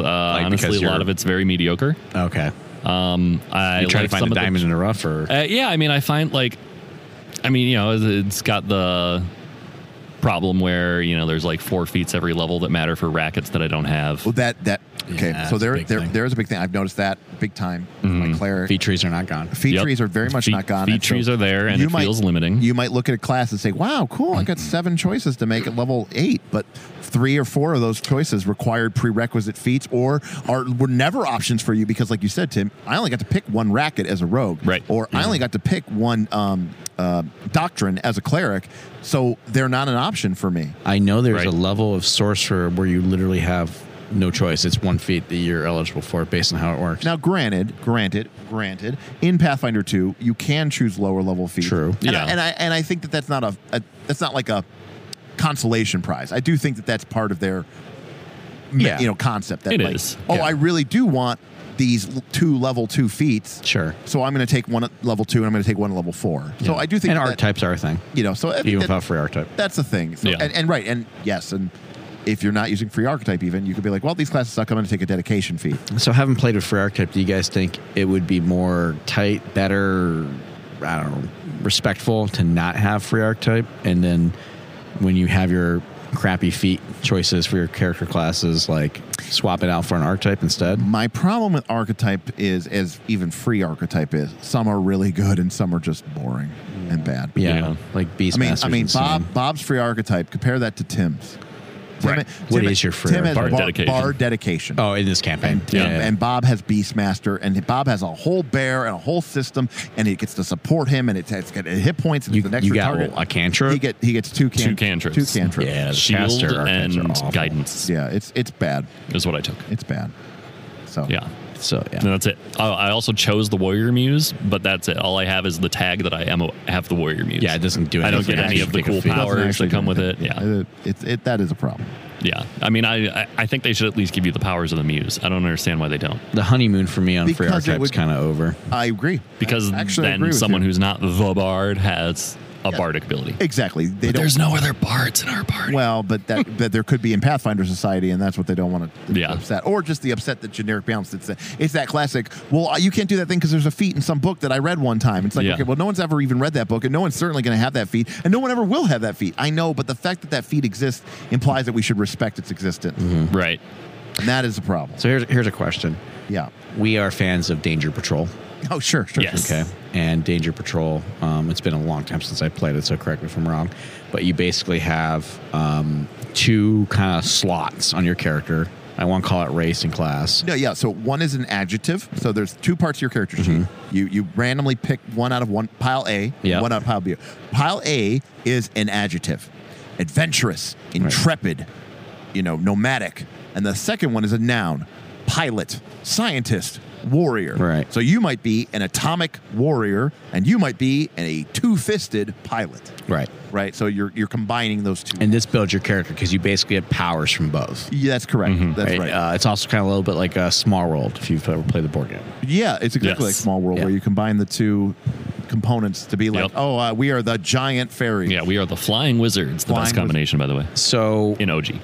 [SPEAKER 3] uh, honestly,
[SPEAKER 2] because
[SPEAKER 3] a lot
[SPEAKER 2] you're-
[SPEAKER 3] of it's very mediocre.
[SPEAKER 2] Okay.
[SPEAKER 3] Um, I
[SPEAKER 2] You try to
[SPEAKER 3] like
[SPEAKER 2] find
[SPEAKER 3] some
[SPEAKER 2] the
[SPEAKER 3] of
[SPEAKER 2] diamond in the rough, or
[SPEAKER 3] Uh, yeah, I mean, I find like, I mean, you know, it's- it's got the problem where you know there's like four feats every level that matter for rackets that I don't have.
[SPEAKER 1] Well, that that okay.
[SPEAKER 2] Yeah,
[SPEAKER 1] so
[SPEAKER 2] that's a
[SPEAKER 1] there
[SPEAKER 2] big
[SPEAKER 1] there
[SPEAKER 2] thing. Mm-hmm.
[SPEAKER 1] there is a big thing. I've noticed that big time. My cleric
[SPEAKER 2] feat trees are not gone.
[SPEAKER 1] feet
[SPEAKER 3] Yep.
[SPEAKER 1] trees are very much
[SPEAKER 3] Feat-
[SPEAKER 1] not gone.
[SPEAKER 3] feat
[SPEAKER 1] And so
[SPEAKER 3] trees are there, and
[SPEAKER 1] you
[SPEAKER 3] it
[SPEAKER 1] might-
[SPEAKER 3] feels limiting. Mm.
[SPEAKER 1] You might look at a class and say, "Wow, cool! I got seven choices to make at level eight, but three or four of those choices required prerequisite feats or are were never options for you because, like you said, Tim, I only got to pick one racket as a rogue,
[SPEAKER 3] Right. Mm-hmm.
[SPEAKER 1] Or I only got to pick one um, uh, doctrine as a cleric, so they're not an option for me.
[SPEAKER 2] I know there's
[SPEAKER 3] Right.
[SPEAKER 2] a level of sorcerer where you literally have no choice. It's one feat that you're eligible for based on how it works.
[SPEAKER 1] Now, granted, granted, granted, in Pathfinder 2, you can choose lower level feats.
[SPEAKER 2] True.
[SPEAKER 1] And,
[SPEAKER 3] Yeah.
[SPEAKER 1] I, and I and I think that that's not a, a that's not like a consolation prize. I do think that that's part of their me-
[SPEAKER 2] Yeah.
[SPEAKER 1] you know concept. That
[SPEAKER 3] It
[SPEAKER 1] like,
[SPEAKER 3] is.
[SPEAKER 1] Oh,
[SPEAKER 2] Yeah.
[SPEAKER 1] I really do want these l- two level two feats.
[SPEAKER 2] Sure.
[SPEAKER 1] So I'm going to take one at level two, and I'm going to take one at level four. So I do think
[SPEAKER 2] And
[SPEAKER 1] that,
[SPEAKER 2] archetypes are a thing,
[SPEAKER 1] You know, so I think
[SPEAKER 2] even
[SPEAKER 1] that-
[SPEAKER 2] without free archetype.
[SPEAKER 1] that's the thing. So,
[SPEAKER 3] Yeah.
[SPEAKER 1] and, and right, and yes, and if you're not using free archetype, even you could be like, well, these classes suck. I'm going to take a dedication fee.
[SPEAKER 2] So, having played with free archetype, do you guys think it would be more tight, better, I don't know, respectful to not have free archetype? And then when you have your crappy feat choices for your character classes, like swap it out for an archetype instead?
[SPEAKER 1] My problem with archetype is, as even free archetype is, some are really good and some are just boring and bad.
[SPEAKER 2] Yeah.
[SPEAKER 3] Yeah.
[SPEAKER 2] Like
[SPEAKER 1] I mean,
[SPEAKER 2] Beastmaster's
[SPEAKER 1] I mean,
[SPEAKER 2] insane.
[SPEAKER 1] Bob, Bob's free archetype. Compare that to Tim's. Tim,
[SPEAKER 3] Right.
[SPEAKER 2] What is your free
[SPEAKER 1] Tim has bar,
[SPEAKER 3] archetype? Bard dedication.
[SPEAKER 1] bar dedication.
[SPEAKER 2] Oh, in this campaign.
[SPEAKER 1] And, and Bob has Beastmaster, and Bob has a whole bear and a whole system, and it gets to support him, and it's, it's got hit points, and
[SPEAKER 2] You,
[SPEAKER 1] it's an
[SPEAKER 2] you
[SPEAKER 1] extra
[SPEAKER 2] got
[SPEAKER 1] target.
[SPEAKER 2] a cantrip?
[SPEAKER 1] he get he gets two, can-
[SPEAKER 3] Two cantrips.
[SPEAKER 1] Two cantrips.
[SPEAKER 2] Yeah, the
[SPEAKER 3] Shield
[SPEAKER 2] caster archetypes are
[SPEAKER 3] and
[SPEAKER 2] awful.
[SPEAKER 3] guidance
[SPEAKER 1] yeah. It's it's bad.
[SPEAKER 3] is what I took.
[SPEAKER 1] It's bad. So
[SPEAKER 3] Yeah.
[SPEAKER 2] So yeah.
[SPEAKER 3] And that's it. I, I also chose the warrior muse, but that's it. All I have is the tag that I am a, have the warrior muse.
[SPEAKER 2] Yeah, it doesn't do
[SPEAKER 3] I don't
[SPEAKER 2] anything.
[SPEAKER 3] get any of the
[SPEAKER 2] Take a
[SPEAKER 3] cool
[SPEAKER 2] feat.
[SPEAKER 3] powers
[SPEAKER 1] Doesn't
[SPEAKER 3] that come with
[SPEAKER 1] actually
[SPEAKER 3] it.
[SPEAKER 1] do
[SPEAKER 3] Yeah,
[SPEAKER 1] anything. It, it, it that is a problem.
[SPEAKER 3] yeah. I mean, I I- I think they should at least give you the powers of the muse. I don't understand why they don't.
[SPEAKER 2] The honeymoon for me on free
[SPEAKER 1] Because it
[SPEAKER 2] archetype is
[SPEAKER 1] would-
[SPEAKER 2] kind of over.
[SPEAKER 1] I agree
[SPEAKER 3] because
[SPEAKER 1] I
[SPEAKER 3] then someone
[SPEAKER 1] you.
[SPEAKER 3] who's not the bard has a bardic ability.
[SPEAKER 1] exactly they don't.
[SPEAKER 3] There's no other bards in our party.
[SPEAKER 1] well, but that, that there could be in Pathfinder Society, and that's what they don't want to
[SPEAKER 3] Yeah.
[SPEAKER 1] upset, or just the upset the generic balance. It's that it's that classic. Well, uh, you can't do that thing because there's a feat in some book that I read one time. It's like
[SPEAKER 3] Yeah.
[SPEAKER 1] okay, well, no one's ever even read that book, and no one's certainly going to have that feat, and no one ever will have that feat. I know, but the fact that that feat exists implies that we should respect its existence,
[SPEAKER 3] Mm, right.
[SPEAKER 1] and that is a problem.
[SPEAKER 2] So here's here's a question.
[SPEAKER 1] yeah.
[SPEAKER 2] We are fans of Danger Patrol.
[SPEAKER 1] Oh, sure, sure.
[SPEAKER 3] Yes.
[SPEAKER 1] sure.
[SPEAKER 2] Okay. And Danger Patrol, um, it's been a long time since I played it, so correct me if I'm wrong. But you basically have um, two kind of slots on your character. I won't call it race and class.
[SPEAKER 1] No, yeah. So one is an adjective. So there's two parts of your character sheet. You you randomly pick one out of one pile A,
[SPEAKER 2] Mm-hmm. Yeah.
[SPEAKER 1] one out of pile B. Pile A is an adjective, adventurous, intrepid, you know, nomadic. And the second one is a noun, pilot, scientist, warrior.
[SPEAKER 2] Right.
[SPEAKER 1] So you might be an atomic warrior, and you might be a two-fisted pilot.
[SPEAKER 2] Right.
[SPEAKER 1] Right. So you're you're combining those two.
[SPEAKER 2] And this builds your character because you basically have powers from both.
[SPEAKER 1] yeah, that's correct. That's right.
[SPEAKER 2] Uh, it's also kind of a little bit like a small world if you've ever played the board game.
[SPEAKER 1] Yeah, it's exactly like
[SPEAKER 3] Yes.
[SPEAKER 1] Small World
[SPEAKER 2] Yeah.
[SPEAKER 1] where you combine the two components to be like,
[SPEAKER 3] Yep.
[SPEAKER 1] oh, uh, we are the giant fairy.
[SPEAKER 3] Yeah, we are the flying wizards. The
[SPEAKER 1] Flying
[SPEAKER 3] best combination, by the way,
[SPEAKER 2] So
[SPEAKER 3] in OG.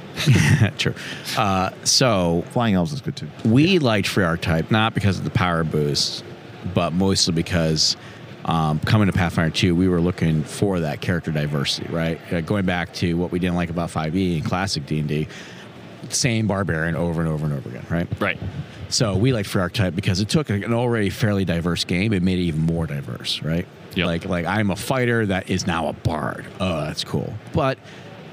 [SPEAKER 2] true. Uh, so
[SPEAKER 1] Flying elves is good too.
[SPEAKER 2] we liked free archetype not because of the power boost, but mostly because um, coming to Pathfinder 2, we were looking for that character diversity, right? Uh, going back to what we didn't like about 5e and classic D&D, same barbarian over and over and over again, right?
[SPEAKER 3] Right.
[SPEAKER 2] So we liked Free Archetype because it took an already fairly diverse game and made it even more diverse, right?
[SPEAKER 3] Yep.
[SPEAKER 2] Like like I'm a fighter that is now a bard. Oh, that's cool. But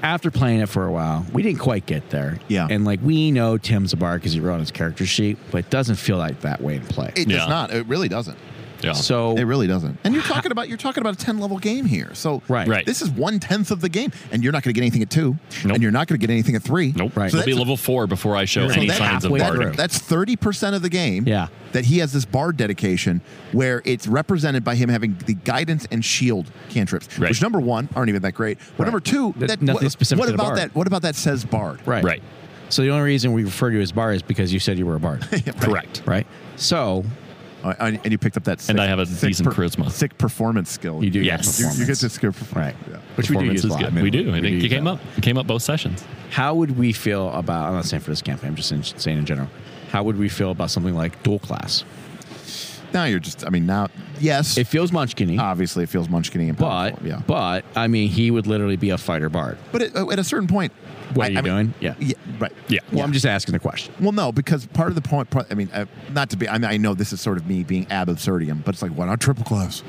[SPEAKER 2] after playing it for a while, we didn't quite get there.
[SPEAKER 1] Yeah.
[SPEAKER 2] And like we know Tim's a bard because he wrote on his character sheet, but it doesn't feel like that way in play.
[SPEAKER 1] It
[SPEAKER 3] Yeah.
[SPEAKER 1] does not. It really doesn't.
[SPEAKER 3] Yeah.
[SPEAKER 2] so
[SPEAKER 1] It really doesn't. And you're talking about you're talking about a ten level game here. So
[SPEAKER 2] Right.
[SPEAKER 3] Right.
[SPEAKER 1] this is one tenth of the game, and you're not going to get anything at two,
[SPEAKER 3] Nope.
[SPEAKER 1] and you're not going to get anything at three.
[SPEAKER 3] nope.
[SPEAKER 2] Right.
[SPEAKER 3] Right.
[SPEAKER 1] So
[SPEAKER 3] It'll be
[SPEAKER 1] that's-
[SPEAKER 3] level four before I show
[SPEAKER 2] So
[SPEAKER 3] any
[SPEAKER 2] that's
[SPEAKER 3] signs of
[SPEAKER 2] halfway
[SPEAKER 3] barding.
[SPEAKER 2] through.
[SPEAKER 1] That's thirty percent of the game.
[SPEAKER 2] Yeah.
[SPEAKER 1] That he has this bard dedication, where it's represented by him having the guidance and shield cantrips,
[SPEAKER 3] Right.
[SPEAKER 1] which number one aren't even that great. But number two,
[SPEAKER 2] That-
[SPEAKER 1] that
[SPEAKER 2] nothing
[SPEAKER 1] what,
[SPEAKER 2] specific
[SPEAKER 1] what
[SPEAKER 2] to the
[SPEAKER 1] about
[SPEAKER 2] bard.
[SPEAKER 1] that? What about that says bard?
[SPEAKER 2] right.
[SPEAKER 3] Right.
[SPEAKER 2] So the only reason we refer to you as Bard is because you said you were a Bard,
[SPEAKER 3] Correct.
[SPEAKER 2] right? So
[SPEAKER 1] Uh, and, and you picked up that. Sick,
[SPEAKER 3] And I have a
[SPEAKER 1] sick
[SPEAKER 3] decent charisma.
[SPEAKER 1] Sick performance skill.
[SPEAKER 2] you do
[SPEAKER 1] You,
[SPEAKER 2] get
[SPEAKER 3] Yes.
[SPEAKER 1] you
[SPEAKER 2] performance.
[SPEAKER 1] get to skill performance.
[SPEAKER 2] Right.
[SPEAKER 1] Yeah.
[SPEAKER 2] which we do
[SPEAKER 3] Performance
[SPEAKER 2] use a
[SPEAKER 3] is
[SPEAKER 2] lot.
[SPEAKER 3] good.
[SPEAKER 2] man.
[SPEAKER 3] We do. I think
[SPEAKER 2] use
[SPEAKER 3] you came
[SPEAKER 2] that.
[SPEAKER 3] up. It came up both sessions.
[SPEAKER 2] How would we feel about? I'm not saying for this campaign. I'm just in- saying in general. How would we feel about something like dual class?
[SPEAKER 1] Now you're just. I mean, now yes.
[SPEAKER 2] It feels munchkin
[SPEAKER 1] obviously, it feels munchkin and powerful.
[SPEAKER 2] but
[SPEAKER 1] Ah, yeah.
[SPEAKER 2] but I mean, he would literally be a fighter bard.
[SPEAKER 1] But at, at a certain point,
[SPEAKER 2] What
[SPEAKER 1] I-
[SPEAKER 2] are you
[SPEAKER 1] I mean-
[SPEAKER 2] doing? Yeah.
[SPEAKER 1] Yeah, right.
[SPEAKER 3] Yeah.
[SPEAKER 2] Well, I'm just asking the question.
[SPEAKER 1] Well, no, because part of the point. Part, I mean, uh, not to be. I mean, I know this is sort of me being ab absurdum, but it's like, why not triple class?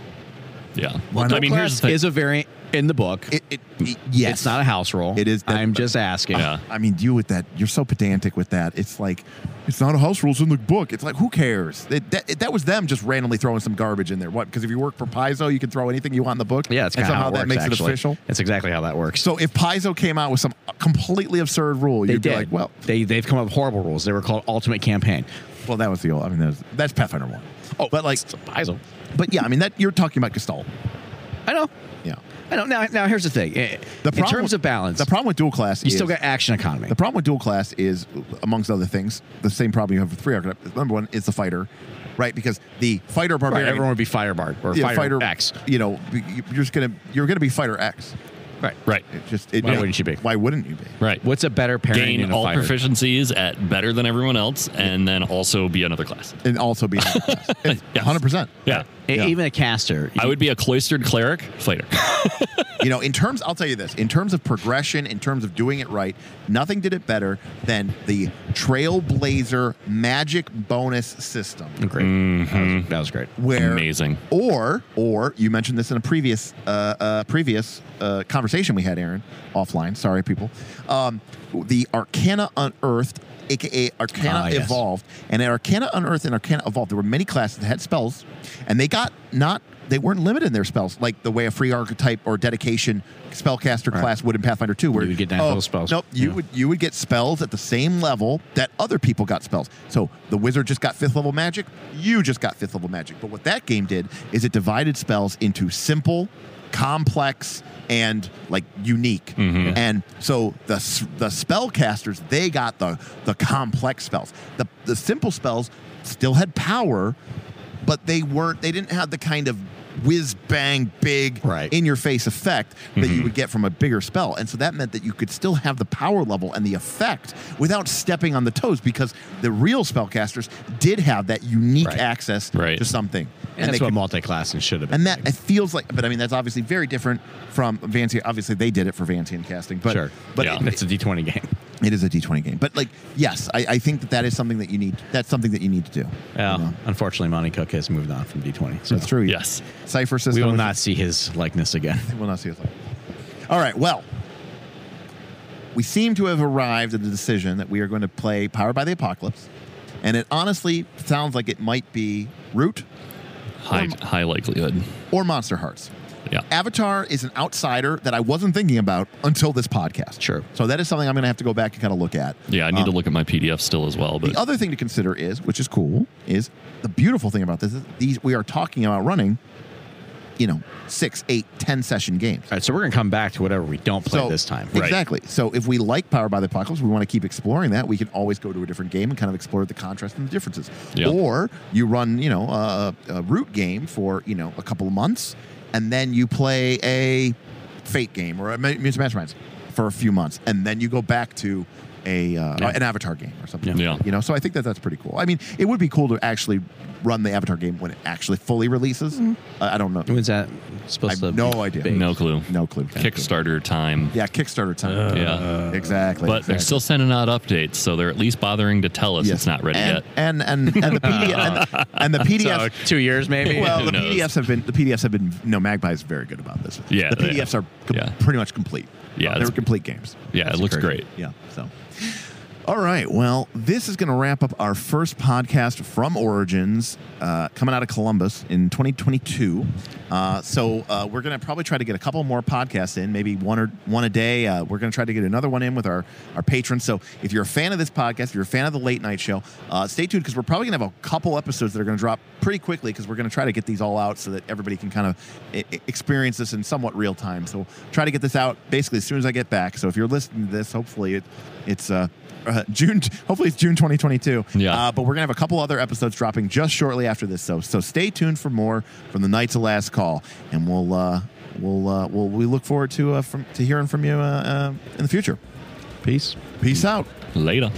[SPEAKER 3] Yeah.
[SPEAKER 1] Why not?
[SPEAKER 3] I mean, here's the thing.
[SPEAKER 2] Is a variant in the book.
[SPEAKER 1] It, it, it- yes,
[SPEAKER 2] It's not a house roll.
[SPEAKER 1] It is that-
[SPEAKER 2] I'm just asking.
[SPEAKER 3] Yeah.
[SPEAKER 1] I mean, you with that, you're so pedantic with that. It's like, it's not a house rules in the book. It's like, who cares? It, that, it- that was them just randomly throwing some garbage in there. What? Because if you work for Paizo, you can throw anything you want in the book.
[SPEAKER 2] Yeah, it's
[SPEAKER 1] and
[SPEAKER 2] kind of
[SPEAKER 1] somehow
[SPEAKER 2] how it
[SPEAKER 1] that
[SPEAKER 2] works,
[SPEAKER 1] makes
[SPEAKER 2] actually.
[SPEAKER 1] it official.
[SPEAKER 2] That's exactly how that works.
[SPEAKER 1] So if Paizo came out with some uh, completely absurd rule,
[SPEAKER 2] they
[SPEAKER 1] you'd
[SPEAKER 2] did.
[SPEAKER 1] be like, well,
[SPEAKER 2] they they've come up with horrible rules. They were called Ultimate Campaign.
[SPEAKER 1] well, that was the old. I mean, that was, that's Pathfinder one. Oh, but like,
[SPEAKER 2] It's a puzzle.
[SPEAKER 1] but yeah, I mean, that you're talking about Gestalt.
[SPEAKER 2] I know.
[SPEAKER 1] Yeah.
[SPEAKER 2] I know. Now, now here's the thing. Eh,
[SPEAKER 1] The
[SPEAKER 2] in terms of balance,
[SPEAKER 1] the problem with dual class,
[SPEAKER 2] you
[SPEAKER 1] is,
[SPEAKER 2] still got action economy.
[SPEAKER 1] The problem with dual class is, amongst other things, the same problem you have with three archetypes. Number one is the fighter, right? Because the fighter
[SPEAKER 2] Right,
[SPEAKER 1] barbarian,
[SPEAKER 2] everyone would be fire bard or
[SPEAKER 1] yeah,
[SPEAKER 2] fire, X.
[SPEAKER 1] You know, you- you're just gonna you're gonna be fighter X.
[SPEAKER 2] Right.
[SPEAKER 3] right.
[SPEAKER 1] It just it,
[SPEAKER 2] Why
[SPEAKER 1] yeah.
[SPEAKER 2] wouldn't you be?
[SPEAKER 1] Why wouldn't you be?
[SPEAKER 3] Right.
[SPEAKER 2] What's a better pairing
[SPEAKER 3] gain
[SPEAKER 2] than a
[SPEAKER 3] all
[SPEAKER 2] fighter?
[SPEAKER 3] proficiencies at better than everyone else, and then also be another class.
[SPEAKER 1] And also be hundred percent.
[SPEAKER 3] Yeah.
[SPEAKER 2] E-
[SPEAKER 1] Yeah.
[SPEAKER 2] Even a caster.
[SPEAKER 3] I would be a cloistered cleric fighter.
[SPEAKER 1] You know, in terms, I'll tell you this: in terms of progression, in terms of doing it right, nothing did it better than the Trailblazer Magic bonus system.
[SPEAKER 2] Great. That, was, Mm-hmm. that was great.
[SPEAKER 1] Where
[SPEAKER 3] Amazing.
[SPEAKER 1] Or, or you mentioned this in a previous, uh, uh, previous uh, conversation we had, Aaron, offline. Sorry, people. Um, the Arcana Unearthed, aka Arcana
[SPEAKER 2] Ah, yes.
[SPEAKER 1] Evolved, and at Arcana Unearthed and Arcana Evolved, there were many classes that had spells, and they got not. They weren't limited in their spells, like the way a free archetype or dedication spellcaster class would in Pathfinder 2, where
[SPEAKER 2] You would get nine total spells.
[SPEAKER 1] Oh, Nope, you
[SPEAKER 2] Yeah.
[SPEAKER 1] would you would get spells at the same level that other people got spells. So the wizard just got fifth level magic, you just got fifth level magic. But what that game did is it divided spells into simple, complex, and like unique.
[SPEAKER 2] Mm-hmm.
[SPEAKER 1] And so the s- the spellcasters they got the the complex spells. The the simple spells still had power, but they weren't they didn't have the kind of whiz bang big
[SPEAKER 2] Right.
[SPEAKER 1] in your face effect that you
[SPEAKER 2] Mm-hmm.
[SPEAKER 1] would get from a bigger spell and so that meant that you could still have the power level and the effect without stepping on the toes because the real spellcasters did have that unique
[SPEAKER 2] Right.
[SPEAKER 1] access
[SPEAKER 3] Right.
[SPEAKER 1] to something
[SPEAKER 2] And,
[SPEAKER 1] they
[SPEAKER 2] that's what
[SPEAKER 1] could-
[SPEAKER 2] multi-classing should have been.
[SPEAKER 1] and that it feels like but i mean that's obviously very different from vantian obviously they did it for vantian casting but
[SPEAKER 2] sure.
[SPEAKER 1] but
[SPEAKER 3] Yeah.
[SPEAKER 1] it-
[SPEAKER 2] it's a D20 game.
[SPEAKER 1] it is a d20 game but like yes I, I think that that is something that you need that's something that you need to do
[SPEAKER 2] Yeah.
[SPEAKER 1] You know?
[SPEAKER 2] Unfortunately, Monty Cook has moved on from D20. So
[SPEAKER 1] Uh-huh. that's true
[SPEAKER 3] Yes.
[SPEAKER 1] cipher system
[SPEAKER 2] We will
[SPEAKER 1] is-
[SPEAKER 2] not see his likeness again.
[SPEAKER 1] we will not see it later. All right. Well, we seem to have arrived at the decision that we are going to play Powered by the Apocalypse, and it honestly sounds like it might be Root
[SPEAKER 3] High high likelihood.
[SPEAKER 1] or Monster Hearts.
[SPEAKER 3] Yeah.
[SPEAKER 1] Avatar is an outsider that I wasn't thinking about until this podcast.
[SPEAKER 2] Sure.
[SPEAKER 1] So that is something I'm going to have to go back and kind of look at.
[SPEAKER 3] Yeah, I need
[SPEAKER 1] Um,
[SPEAKER 3] to look at my PDF still as well, but
[SPEAKER 1] The other thing to consider is, which is cool, is the beautiful thing about this is these we are talking about running, you know, six, eight, ten session games.
[SPEAKER 2] All right, so we're gonna come back to whatever we don't play this time.
[SPEAKER 3] Right.
[SPEAKER 1] Exactly. So if we like Power by the Apocalypse, we want to keep exploring that. We can always go to a different game and kind of explore the contrast and the differences.
[SPEAKER 3] Yeah.
[SPEAKER 1] Or you run, you know, a, a root game for you know a couple of months, and then you play a Fate game or a Ma- Mutants and Masterminds for a few months, and then you go back to a uh,
[SPEAKER 2] Yeah.
[SPEAKER 1] an Avatar game or something.
[SPEAKER 3] Yeah. Yeah.
[SPEAKER 1] You know, so I think that that's pretty cool. I mean, it would be cool to actually run the Avatar game when it actually fully releases. Uh, I don't know.
[SPEAKER 2] When's that supposed
[SPEAKER 1] I
[SPEAKER 2] to?
[SPEAKER 1] have no
[SPEAKER 2] be
[SPEAKER 1] idea.
[SPEAKER 2] big?
[SPEAKER 3] no clue.
[SPEAKER 1] No clue.
[SPEAKER 3] Kickstarter time.
[SPEAKER 1] Yeah, Kickstarter time. Uh,
[SPEAKER 3] yeah.
[SPEAKER 1] exactly.
[SPEAKER 3] But they're
[SPEAKER 1] exactly.
[SPEAKER 3] still sending out updates, so they're at least bothering to tell us it's not ready
[SPEAKER 1] and,
[SPEAKER 3] yet.
[SPEAKER 1] And and and the PDF and the, and the
[SPEAKER 2] So
[SPEAKER 1] PDF.
[SPEAKER 2] two years maybe.
[SPEAKER 1] well,
[SPEAKER 3] who
[SPEAKER 1] the
[SPEAKER 3] knows?
[SPEAKER 1] PDFs have been the PDFs have been no Magpie is very good about this.
[SPEAKER 3] Yeah,
[SPEAKER 1] the
[SPEAKER 3] they
[SPEAKER 1] PDFs are com-
[SPEAKER 3] Yeah.
[SPEAKER 1] pretty much complete.
[SPEAKER 3] Yeah,
[SPEAKER 1] they're
[SPEAKER 3] that's-
[SPEAKER 1] complete games.
[SPEAKER 3] Yeah, it looks great.
[SPEAKER 1] Yeah, so. All right. Well, this is going to wrap up our first podcast from Origins, uh, coming out of Columbus in 2022. Uh, so uh, we're going to probably try to get a couple more podcasts in, maybe one or one a day. Uh, we're going to try to get another one in with our our patrons. So if you're a fan of this podcast, if you're a fan of the late night show, uh, stay tuned because we're probably going to have a couple episodes that are going to drop pretty quickly because we're going to try to get these all out so that everybody can kind of e- e- experience this in somewhat real time. So try to get this out basically as soon as I get back. So if you're listening to this, hopefully it it's uh, uh, uh, June. Hopefully, it's June 2022.
[SPEAKER 3] Yeah.
[SPEAKER 1] Uh, but we're gonna have a couple other episodes dropping just shortly after this. So so stay tuned for more from the Knights of Last Call, and we'll uh, we'll uh, we'll we look forward to uh, from to hearing from you uh, uh, in the future.
[SPEAKER 2] Peace.
[SPEAKER 1] Peace out.
[SPEAKER 3] Later.